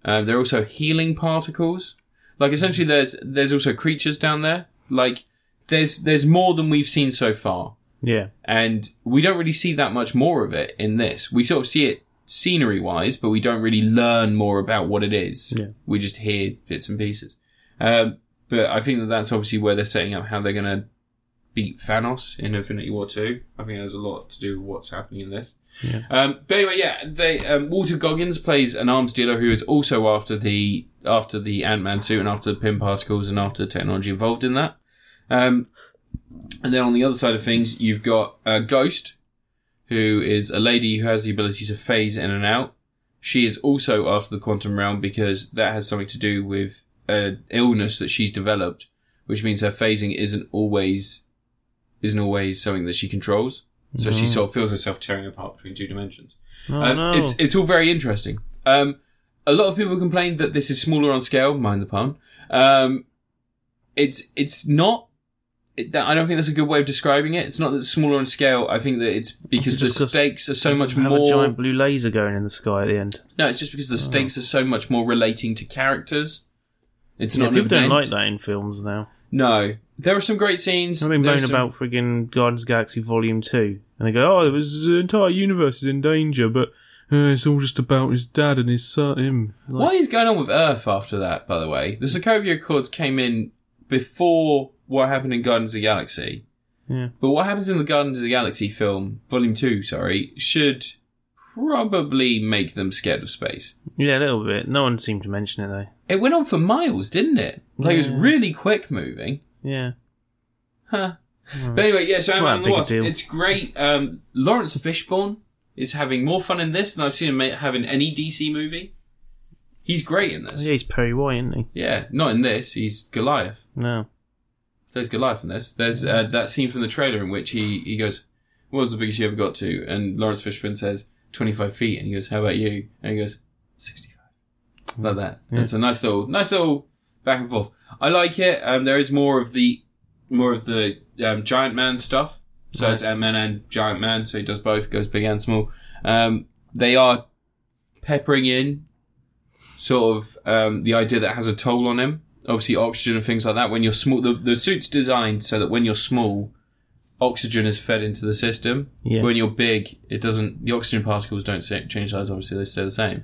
S1: Uh, there are also healing particles. Like essentially, there's there's also creatures down there. Like there's there's more than we've seen so far,
S2: yeah.
S1: and we don't really see that much more of it in this. We sort of see it scenery wise, but we don't really learn more about what it is.
S2: Yeah.
S1: We just hear bits and pieces. Um, but I think that that's obviously where they're setting up how they're gonna beat Thanos in Infinity War Two. I think there's a lot to do with what's happening in this.
S2: Yeah.
S1: Um, but anyway, yeah, they um, Walter Goggins plays an arms dealer who is also after the after the Ant Man suit and after the pin particles and after the technology involved in that. Um, and then on the other side of things, you've got uh, Ghost, who is a lady who has the ability to phase in and out. She is also after the quantum realm because that has something to do with an illness that she's developed, which means her phasing isn't always isn't always something that she controls. So she sort of feels herself tearing apart between two dimensions.
S2: Oh,
S1: Um,
S2: no.
S1: It's it's all very interesting. Um, a lot of people complain that this is smaller on scale. Mind the pun. Um, it's it's not. It, that, I don't think that's a good way of describing it. It's not that it's smaller on scale. I think that it's because the
S2: just 'cause
S1: stakes are so
S2: Doesn't
S1: much
S2: have
S1: more.
S2: a giant Oh. blue laser going in the sky at the end.
S1: No, it's just because the stakes are so much more relating to characters. It's
S2: Yeah,
S1: not an
S2: people
S1: event.
S2: don't like that in films now.
S1: No, there are some great scenes.
S2: You know, they
S1: There are
S2: moan
S1: some-
S2: about friggin' Guardians of the Galaxy Volume 2. And they go, oh, it was the entire universe is in danger, but uh, it's all just about his dad and his son, him. Like,
S1: What is going on with Earth after that, by the way? The Sokovia Accords came in before what happened in Guardians of the Galaxy.
S2: Yeah.
S1: But what happens in the Guardians of the Galaxy film, Volume 2, sorry, should probably make them scared of space.
S2: Yeah, a little bit. No one seemed to mention it, though.
S1: It went on for miles, didn't it? Like, it was
S2: Yeah.
S1: really quick moving.
S2: Yeah.
S1: Huh. But anyway, yeah, so
S2: It's not
S1: Ant-Man
S2: that
S1: and
S2: big
S1: the
S2: a
S1: Wasp,
S2: deal.
S1: it's great. Um, Lawrence Fishburne is having more fun in this than I've seen him ma- have in any DC movie. He's great in this.
S2: Yeah, he's Perry White, isn't he?
S1: Yeah, not in this. He's Goliath.
S2: No.
S1: There's Goliath in this. There's uh, that scene from the trailer in which he, he goes, What was the biggest you ever got to? And Lawrence Fishburne says, 25 feet. And he goes, How about you? And he goes, 65. Like that.
S2: Yeah.
S1: It's a nice little, nice little back and forth. I like it. Um, there is more of the, more of the um, Giant Man stuff. So it's Ant Man and Giant Man. So he does both, goes big and small. Um, they are peppering in sort of um, the idea that it has a toll on him. Obviously, oxygen and things like that. When you're small, the, the suit's designed so that when you're small, oxygen is fed into the system.
S2: Yeah.
S1: When you're big, it doesn't. The oxygen particles don't sa- change size. Obviously, they stay the same.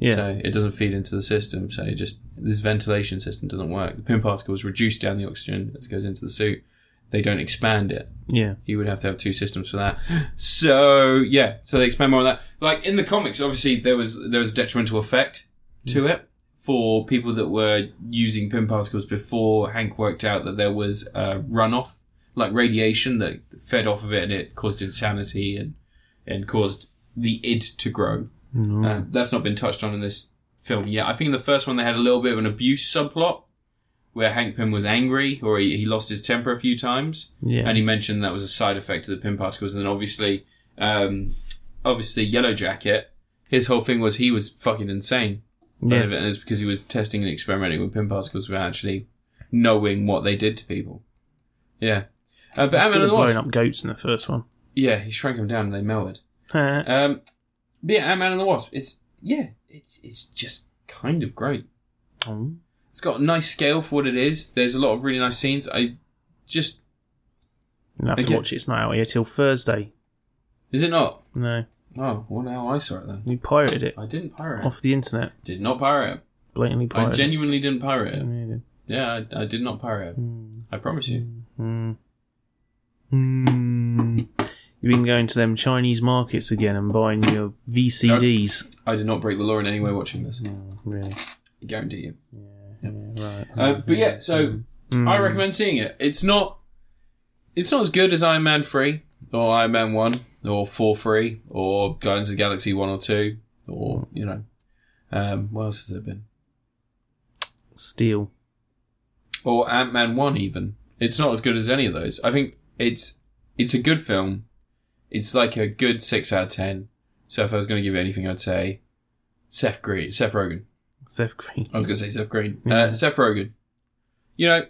S2: Yeah.
S1: So it doesn't feed into the system. So it just this ventilation system doesn't work. The pin particles reduce down the oxygen as it goes into the suit. They don't expand it
S2: Yeah.
S1: you would have to have two systems for that. So yeah, so they explain more on that. Like in the comics, obviously there was there was a detrimental effect to it for people that were using pin particles before Hank worked out that there was uh, runoff, like radiation that fed off of it and it caused insanity and and caused the id to grow. Uh, that's not been touched on in this film yet. I think in the first one they had a little bit of an abuse subplot where Hank Pym was angry or he, he lost his temper a few times
S2: Yeah.
S1: and he mentioned that was a side effect of the pin particles. And then obviously, um, obviously, Yellow Jacket, his whole thing was he was fucking insane.
S2: Yeah.
S1: And it was because he was testing and experimenting with pin particles without actually knowing what they did to people. Yeah. Uh, but
S2: He's
S1: Ant-Man
S2: good
S1: and
S2: at
S1: the Wasp.
S2: blowing up goats in the first one.
S1: Yeah, he shrank them down and they melted.
S2: Eh,
S1: Um, but yeah, Ant-Man and the Wasp. It's yeah, it's it's just kind of great.
S2: oh.
S1: It's got a nice scale for what it is. There's a lot of really nice scenes. I just
S2: You'll have to
S1: Okay.
S2: watch it. It's not out here till Thursday.
S1: is it not?
S2: No,
S1: Oh, well now I saw it then.
S2: you pirated it
S1: I didn't pirate it.
S2: off the internet.
S1: Did not pirate it.
S2: Blatantly
S1: I
S2: pirated.
S1: genuinely Hmm. didn't pirate
S2: it.
S1: it.
S2: Yeah, you
S1: Yeah, I, I did not pirate
S2: did.
S1: it.
S2: Mm.
S1: I promise you. Hmm.
S2: Mm. Mm. You've been going to them Chinese markets again and buying your VCDs.
S1: I did not break the law in any way watching this.
S2: Mm, really?
S1: I guarantee you.
S2: Yeah, right.
S1: Uh, but yeah, so
S2: Mm.
S1: I recommend seeing it. It's not it's not as good as Iron Man 3 or Iron Man 1 or 4 3 or Guardians of the Galaxy 1 or 2 or, you know, um, what else has there been?
S2: Steel.
S1: Or Ant Man 1 even. It's not as good as any of those. I think it's it's a good film. It's like a good 6 out of 10. So if I was going to give it anything, I'd say Seth Green, Seth Rogen.
S2: Seth Green.
S1: I was going to say Seth Green.
S2: Yeah.
S1: Uh, Seth Rogen. You know,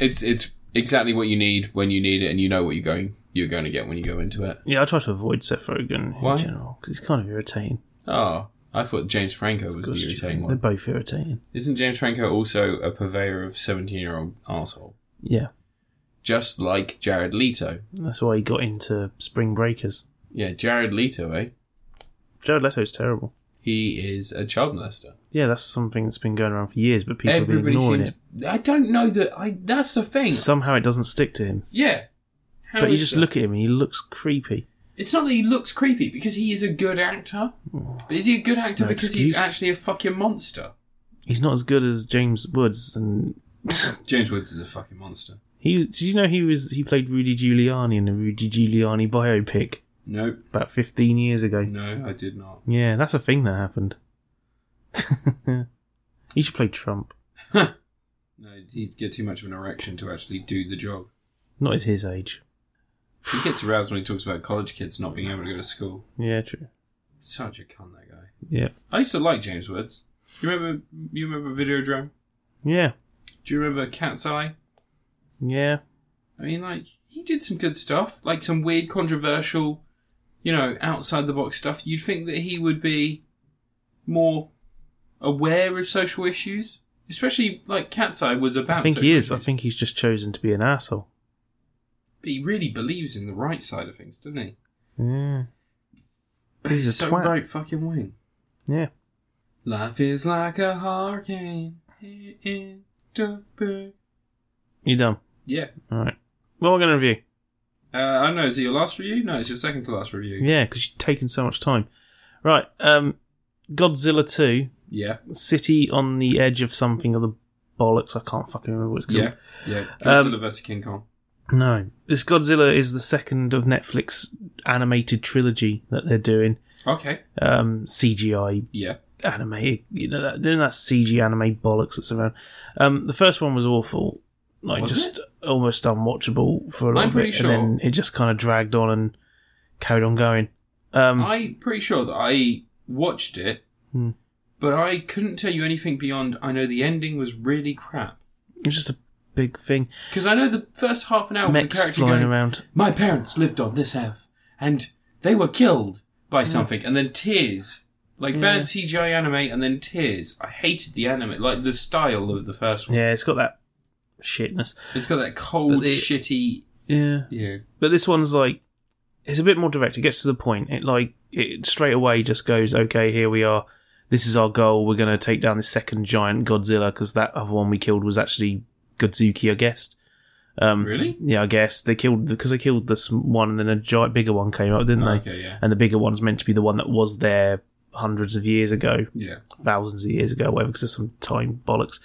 S1: it's it's exactly what you need when you need it, and you know what you're going you're going to get when you go into it.
S2: Yeah, I try to avoid Seth Rogen in
S1: Why?
S2: general because he's kind of irritating.
S1: Oh, I thought James Franco was the
S2: Scott's
S1: irritating
S2: stupid. They're
S1: one.
S2: both irritating.
S1: Isn't James Franco also a purveyor of seventeen year old asshole?
S2: Yeah,
S1: Just like Jared Leto.
S2: that's why he got into Spring Breakers.
S1: Yeah, Jared Leto, eh?
S2: Jared Leto's terrible.
S1: He is a child molester.
S2: Yeah, that's something that's been going around for years, but people have been
S1: Everybody
S2: ignoring
S1: seems. I don't know that. I. That's the thing.
S2: it. Somehow it doesn't stick to him.
S1: yeah. How
S2: but you
S1: is
S2: just
S1: that?
S2: look at him and he looks creepy.
S1: It's not that he looks creepy because he is a good actor. But is he a good
S2: It's
S1: actor
S2: no
S1: because he's
S2: excuse.
S1: actually a fucking monster?
S2: He's not as good as James Woods, and
S1: James Woods is a fucking monster.
S2: he did you know he was he played Rudy Giuliani in the Rudy Giuliani biopic
S1: Nope.
S2: about fifteen years ago.
S1: No, I did not.
S2: Yeah, that's a thing that happened. he should play Trump.
S1: No, he'd get too much of an erection to actually do the job.
S2: Not at his age.
S1: He gets aroused when he talks about college kids not being able to go to school.
S2: Yeah, true.
S1: Such a cunt, that guy.
S2: Yeah,
S1: I used to like James Woods. You remember? You remember Videodrome?
S2: yeah,
S1: Do you remember Cat's Eye?
S2: yeah.
S1: I mean, like he did some good stuff, like some weird, controversial, you know, outside the box stuff. You'd think that he would be more aware of social issues, especially like Cat's Eye was about.
S2: I think he
S1: social
S2: is. I
S1: issues.
S2: think he's just chosen to be an asshole.
S1: But he really believes in the right side of things, doesn't he?
S2: Yeah, He's a
S1: so
S2: twat.
S1: right fucking wing.
S2: yeah.
S1: Life is like a hurricane. hit in the bay.
S2: You done?
S1: Yeah.
S2: All right. Well, we're gonna review.
S1: Uh, I don't know. Is it your last review? No, it's your second to last review.
S2: Yeah, because you've taken so much time. Right. Um, Godzilla two.
S1: Yeah.
S2: city on the edge of something of the bollocks. I can't fucking remember what it's called.
S1: Yeah. Yeah.
S2: Um,
S1: Godzilla vs King Kong.
S2: No, this Godzilla is the second of Netflix animated trilogy that they're doing.
S1: Okay.
S2: Um, CGI
S1: Yeah.
S2: animated, you know, that, then that CG anime bollocks that's around. Um, the first one was awful, like
S1: Was
S2: just almost unwatchable for a lot
S1: I'm
S2: of
S1: pretty
S2: it,
S1: sure-
S2: and then it just kind of dragged on and carried on going. Um,
S1: I'm pretty sure that I watched it,
S2: Hmm.
S1: but I couldn't tell you anything beyond I know the ending was really crap.
S2: it was just a big thing.
S1: Because I know the first half an hour was a
S2: Mechs
S1: character
S2: flying
S1: going,
S2: around.
S1: My parents lived on this F, and they were killed by
S2: Hmm.
S1: something, and then tears. Like bad CGI anime, and then tears. I hated the anime, like the style of the first one.
S2: Yeah, it's got that shitness.
S1: It's got that cold,
S2: But the-
S1: shitty.
S2: Yeah.
S1: Yeah.
S2: But this one's like it's a bit more direct. It gets to the point. It like it straight away just goes, okay, here we are. This is our goal. We're gonna take down this second giant Godzilla because that other one we killed was actually Godzuki, I guess. Um,
S1: Really?
S2: Yeah, I guess they killed because they killed this one, and then a giant bigger one came up, didn't they?
S1: Okay, yeah.
S2: And the bigger one's meant to be the one that was there hundreds of years ago
S1: Yeah.
S2: thousands of years ago, or whatever, because there's some time bollocks.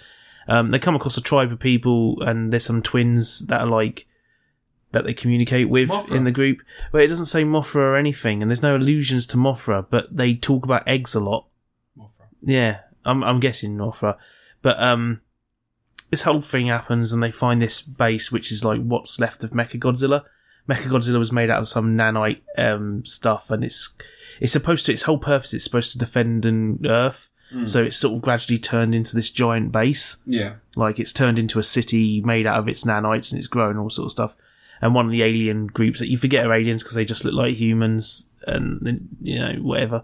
S2: Um, they come across a tribe of people, and there's some twins that are like that they communicate with
S1: Mothra.
S2: in the group. But it doesn't say Mothra or anything, and there's no allusions to Mothra, but they talk about eggs a lot.
S1: Mothra.
S2: Yeah, I'm I'm guessing Mothra, but um, this whole thing happens, and they find this base which is like what's left of Mechagodzilla. Mechagodzilla was made out of some nanite um stuff, and it's it's supposed to its whole purpose. It's supposed to defend and Earth, So it's sort of gradually turned into this giant base.
S1: Yeah.
S2: Like it's turned into a city made out of its nanites and it's grown all sort of stuff. And one of the alien groups that you forget are aliens because they just look like humans and you know whatever.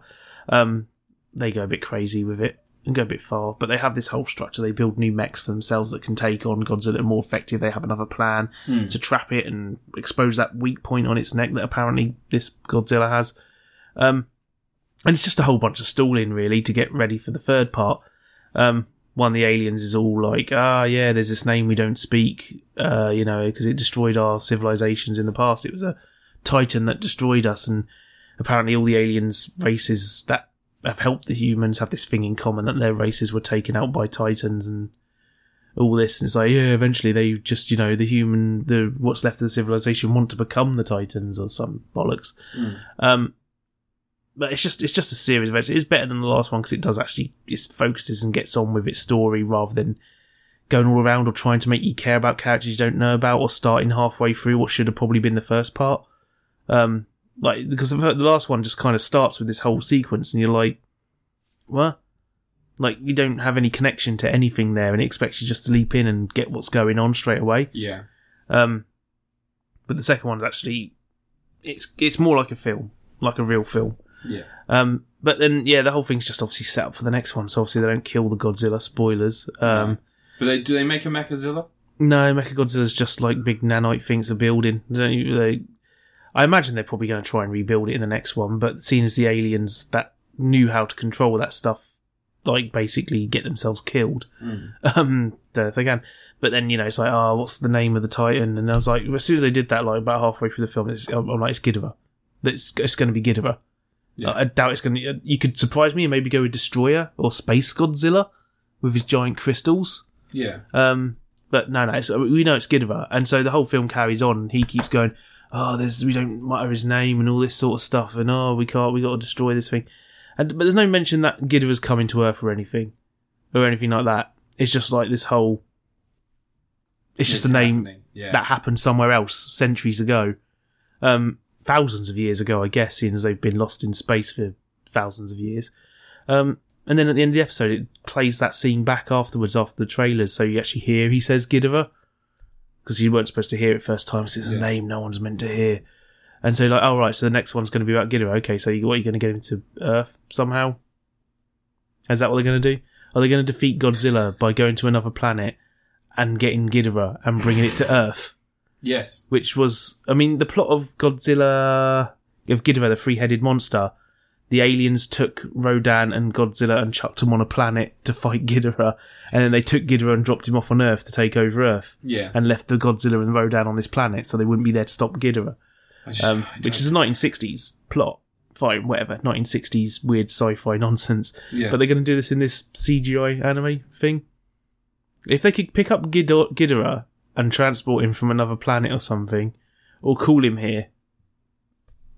S2: Um, they go a bit crazy with it and go a bit far, but they have this whole structure. They build new mechs for themselves that can take on Godzilla more effective. They have another plan
S1: Hmm. Mm.
S2: to trap it and expose that weak point on its neck that apparently this Godzilla has. Um, and it's just a whole bunch of stalling really to get ready for the third part. Um, one of the aliens is all like, "Ah, yeah, there's this name we don't speak, uh, you know, because it destroyed our civilizations in the past. It was a titan that destroyed us, and apparently all the aliens races that have helped the humans have this thing in common that their races were taken out by titans and." All this, and it's like, yeah, eventually they just, you know, the human, the what's left of the civilization want to become the Titans or some bollocks.
S1: Hmm.
S2: Um, but it's just it's just a series of events. It is better than the last one because it does actually it focuses and gets on with its story rather than going all around or trying to make you care about characters you don't know about or starting halfway through what should have probably been the first part. Um, like because the fir- the last one just kind of starts with this whole sequence and you're like, what? Like you don't have any connection to anything there and it expects you just to leap in and get what's going on straight away.
S1: Yeah.
S2: Um, but the second one's actually it's it's more like a film, like a real film.
S1: Yeah.
S2: Um, but then, yeah, the whole thing's just obviously set up for the next one. So obviously, they don't kill the Godzilla. Spoilers. Um,
S1: But they, do they make a Mechazilla?
S2: No, Mechagodzilla's just like big nanite thing. It's a building. They don't even- they- I imagine they're probably going to try and rebuild it in the next one. But seeing as the aliens that knew how to control that stuff, like basically get themselves killed, um, don't know if they can. But then you know, it's like, oh, what's the name of the Titan? And I was like, as soon as they did that, like about halfway through the film, it's, I'm I'm like, it's Gidova. It's, it's going to be Gidova.
S1: Yeah.
S2: I doubt it's going to. You could surprise me and maybe go with Destroyer or Space Godzilla with his giant crystals.
S1: Yeah.
S2: Um, but no, no, it's, we know it's Gidova, and so the whole film carries on. He keeps going. Oh, there's we don't mutter his name and all this sort of stuff, and oh, we can't, we got to destroy this thing. And but there's no mention that Gidova's coming to Earth or anything, or anything like that. It's just like this whole. It's just a name
S1: happening. Yeah.
S2: that happened somewhere else centuries ago, um, thousands of years ago, I guess, seeing as they've been lost in space for thousands of years. Um, and then at the end of the episode, it plays that scene back afterwards after the trailers, so you actually hear he says Gidova because you weren't supposed to hear it first time. So it's a
S1: Yeah.
S2: name no one's meant to hear. And so like, all right, so the next one's going to be about Gidova. Okay, so you, what are you going to get him to Earth somehow? Is that what they're going to do? Are they going to defeat Godzilla by going to another planet and getting Ghidorah and bringing it to Earth?
S1: Yes.
S2: which was, I mean, the plot of Godzilla, of Ghidorah, the three-headed monster. The aliens took Rodan and Godzilla and chucked them on a planet to fight Ghidorah, and then they took Ghidorah and dropped him off on Earth to take over Earth,
S1: Yeah.
S2: and left the Godzilla and Rodan on this planet, so they wouldn't be there to stop Ghidorah,
S1: I just-
S2: um,
S1: I
S2: which
S1: don't-
S2: is a 1960s plot. Fine, whatever, 1960s weird sci-fi nonsense.
S1: Yeah.
S2: But they're going to do this in this CGI anime thing. If they could pick up Gidor- Ghidorah and transport him from another planet or something, or call him here,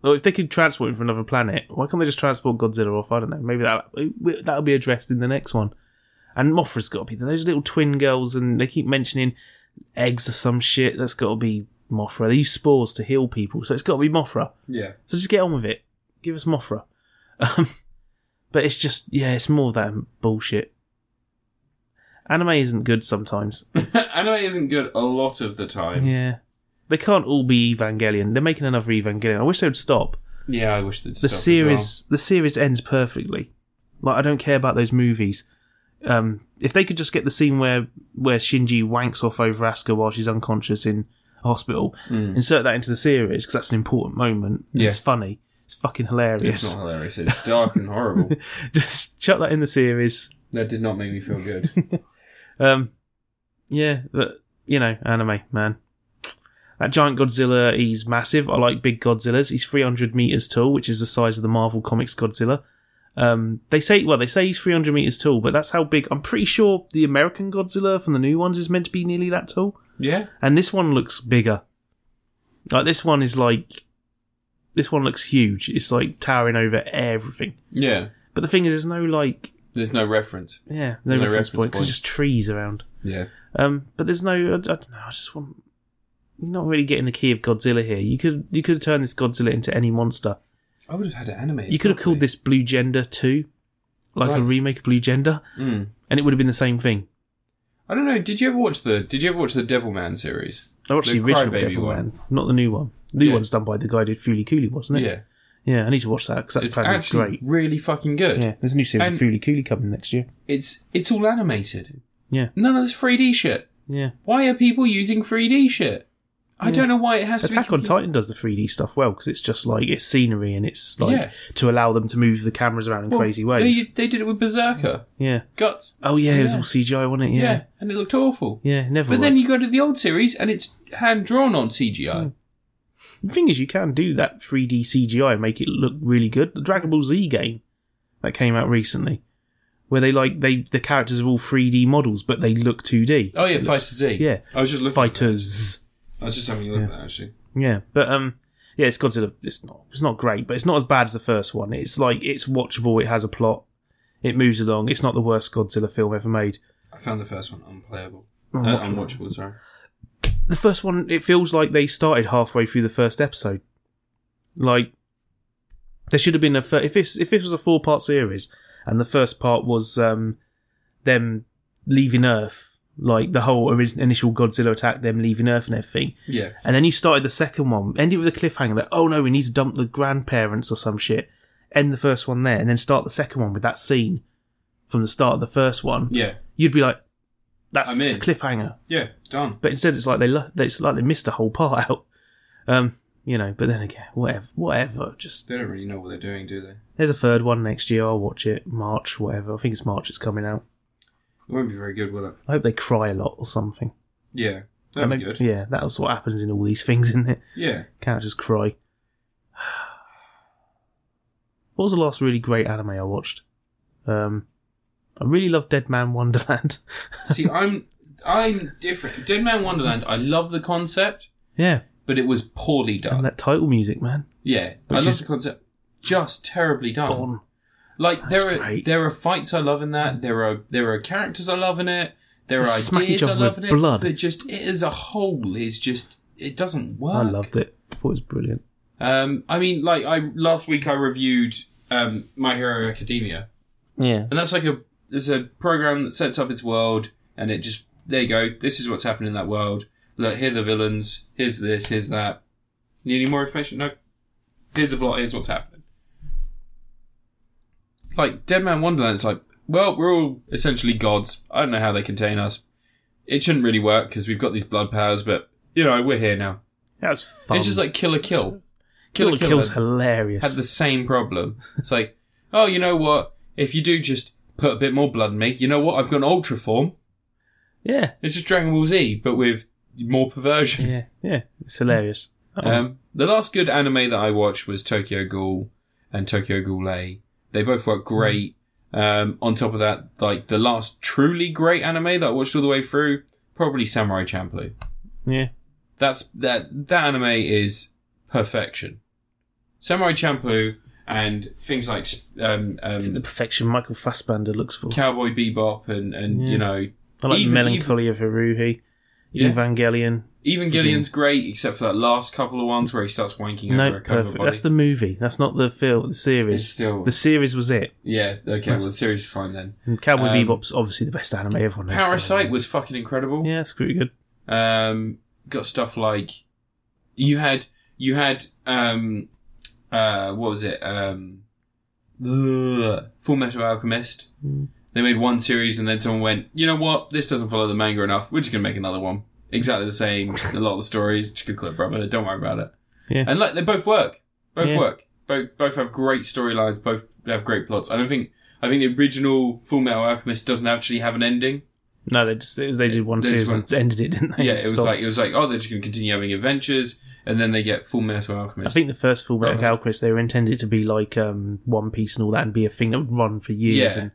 S2: or if they could transport him from another planet, why can't they just transport Godzilla off? I don't know. Maybe that that'll be addressed in the next one. And Mothra's got to be there. Those little twin girls, and they keep mentioning eggs or some shit. That's got to be Mothra. They use spores to heal people, so it's got to be Mothra.
S1: yeah.
S2: So just get on with it. Give us Mothra. Um, but it's just, yeah, it's more of that bullshit. Anime isn't good sometimes.
S1: Anime isn't good a lot of the time. Yeah,
S2: yeah. They can't all be Evangelion. They're making another Evangelion. I wish they would stop.
S1: I wish they'd
S2: The series the series ends perfectly. Like I don't care about those movies. Um, if they could just get the scene where where Shinji wanks off over Asuka while she's unconscious in hospital,
S1: Mm.
S2: insert that into the series because that's an important moment. and
S1: Yeah.
S2: It's funny. It's fucking hilarious.
S1: It's not hilarious. It's dark and horrible.
S2: just chuck that in the series.
S1: That did not make me feel good.
S2: Um, yeah, but you know, anime man. That giant Godzilla, he's massive. I like big Godzillas. He's 300 meters tall, which is the size of the Marvel Comics Godzilla. Um, they say, well, they say he's 300 meters tall, but that's how big. I'm pretty sure the American Godzilla from the new ones is meant to be nearly that tall,
S1: Yeah.
S2: and this one looks bigger. Like this one is like, this one looks huge. It's like towering over everything.
S1: Yeah.
S2: But the thing is, there's no like,
S1: There's no reference.
S2: yeah, no,
S1: There's no
S2: reference
S1: reference
S2: point 'cause
S1: point.
S2: there's just trees around.
S1: Yeah.
S2: Um, but there's no, I, I don't know. I just want. You're not really getting the key of Godzilla here. You could you could have turned this Godzilla into any monster.
S1: I would have had it animated.
S2: You could have called
S1: properly.
S2: this Blue Gender Two, like a
S1: Right.
S2: remake of Blue Gender,
S1: Mm.
S2: and it would have been the same thing.
S1: I don't know. Did you ever watch the Did you ever watch the Devilman series?
S2: I watched Oh, the,
S1: The
S2: original
S1: Crybaby
S2: Devil
S1: one.
S2: Man, not the new one. The new
S1: Yeah.
S2: one's done by the guy who did Foolie Cooley, wasn't it?
S1: Yeah,
S2: yeah. I need to watch that because that's
S1: it's
S2: apparently
S1: actually
S2: great.
S1: really fucking good.
S2: Yeah, there's a new series of
S1: And-
S2: Foolie Cooley coming next year.
S1: It's it's all animated.
S2: Yeah.
S1: None of this 3D shit.
S2: Yeah,
S1: Why are people using 3D shit? I don't know why it has to
S2: Attack
S1: be.
S2: on Titan does the 3D stuff well because it's just like it's scenery and it's like
S1: Yeah.
S2: to allow them to move the cameras around in
S1: Well,
S2: crazy ways.
S1: They, they did it with Berserker.
S2: Yeah.
S1: Guts.
S2: Oh yeah, it was
S1: Yeah.
S2: all CGI, wasn't it?
S1: Yeah.
S2: Yeah.
S1: and it looked awful.
S2: Yeah, never.
S1: But then
S2: works.
S1: you go to the old series and it's hand drawn on
S2: Hmm.
S1: CGI.
S2: The thing is, you can do that 3D CGI and make it look really good. The Dragon Ball Z game that came out recently, where they like they the characters are all 3D models, but they look 2D.
S1: Oh yeah,
S2: It
S1: Fighter
S2: looks-
S1: Z.
S2: Yeah,
S1: I was just looking.
S2: fighters.
S1: I was just having a look at that actually.
S2: Yeah, but um, yeah, it's Godzilla. It's not it's not great, but it's not as bad as the first one. It's like it's watchable. It has a plot. It moves along. It's not the worst Godzilla film ever made.
S1: I found the first one unplayable. Uh,
S2: Unwatchable.
S1: unwatchable. Sorry.
S2: the first one it feels like they started halfway through the first episode like there should have been a fir- if this if this was a four part series and the first part was um them leaving earth like the whole ori- initial godzilla attack them leaving earth and everything
S1: Yeah.
S2: and then you started the second one ended with a cliffhanger that oh no we need to dump the grandparents or some shit end the first one there and then start the second one with that scene from the start of the first one
S1: Yeah.
S2: you'd be like that's
S1: I'm
S2: a
S1: in.
S2: cliffhanger
S1: Yeah. Done.
S2: but instead, it's like they lo- it's like they missed a whole part out. Um, you know, but then again, whatever, whatever. Just
S1: They don't really know what they're doing, do they? It
S2: there's a third one next year. I'll watch it March, whatever. I think it's March. It's coming out.
S1: won't be very good, will it?
S2: I hope they cry a lot or something.
S1: Yeah. That'd
S2: And
S1: be
S2: they-
S1: good.
S2: Yeah, that's what happens in all these things, isn't it?
S1: Yeah.
S2: Characters cry. What was the last really great anime I watched? Um, I really love Dead Man Wonderland.
S1: See, I'm I'm different. Dead Man Wonderland. I love the concept,
S2: yeah,
S1: but it was poorly
S2: and
S1: done.
S2: that title music, man.
S1: Yeah, I
S2: Which
S1: love
S2: is-
S1: the concept. Just terribly done.
S2: Bon.
S1: Like there are
S2: That's great.
S1: there are fights I love in that. There are there are characters I love in it. There are
S2: They smack
S1: ideas
S2: each
S1: I
S2: other
S1: love in
S2: with
S1: it.
S2: blood.
S1: But just it as a whole is just it doesn't work.
S2: I loved it. I thought it was brilliant.
S1: Um, I mean, like I last week I reviewed um, My Hero Academia,
S2: Yeah.
S1: and that's like a there's a program that sets up its world, and it just there you go. This is what's happening in that world. Look, here are the villains. Here's this. Here's that. Need any more information? No. Here's the plot. Here's what's happening. Like Dead Man Wonderland, it's like, well, we're all essentially gods. I don't know how they contain us. It shouldn't really work because we've got these blood powers, but you know we're here now.
S2: That was fun.
S1: It's just like Killer Kill.
S2: Killer Kill's
S1: had-
S2: hilarious.
S1: had the same problem. It's like, oh, you know what? If you do just put a bit more blood in me, you know what? I've got an ultra form.
S2: yeah,
S1: It's just Dragon Ball Z, but with more perversion.
S2: yeah, yeah. It's hilarious. Oh, That one.
S1: Um, the last good anime that I watched was Tokyo Ghoul and Tokyo Ghoul A. They both work great. Um, on top of that, like the last truly great anime that I watched all the way through, probably Samurai Champloo. um,
S2: yeah,
S1: That's that that anime is perfection. Samurai Champloo and things like um,
S2: It's
S1: um,
S2: the perfection Michael Fassbender looks for.
S1: Cowboy Bebop and, and
S2: Yeah.
S1: you know,
S2: I like
S1: even-
S2: Melancholy of Haruhi,
S1: Yeah.
S2: Evangelion.
S1: even Gillian's great, except for that last couple of ones where he starts wanking
S2: No,
S1: over a cover
S2: perfect.
S1: body.
S2: That's the movie. That's not the film. The series.
S1: It's still-
S2: The series was it.
S1: yeah, okay, well, the
S2: That's-
S1: series is fine then.
S2: And Cowboy
S1: Um,
S2: Bebop's obviously the best anime everyone knows.
S1: Parasite was fucking incredible.
S2: Yeah, it's pretty good.
S1: Um, got stuff like you had you had um, uh, what was it? Um, ugh, Full Metal Alchemist.
S2: Hmm.
S1: They made one series and then someone went, you know what? This doesn't follow the manga enough. We're just gonna make another one. Exactly the same. a lot of the stories. Just gonna call it Brotherhood. Don't worry about it.
S2: Yeah.
S1: And like they both work. Both
S2: Yeah.
S1: work. Both both have great storylines. Both have great plots. I don't think. I think the original Full Metal Alchemist doesn't actually have an ending.
S2: No, they just it was, they did one
S1: They just
S2: series and ended it, didn't they?
S1: Yeah, it was
S2: Stopped.
S1: like it was like oh they're just going to continue having adventures, and then they get Full Metal Alchemist.
S2: I think the first Full Metal
S1: Brotherhood.
S2: Alchemist they were intended to be like um, One Piece and all that, and be a thing that would run for years
S1: Yeah.
S2: and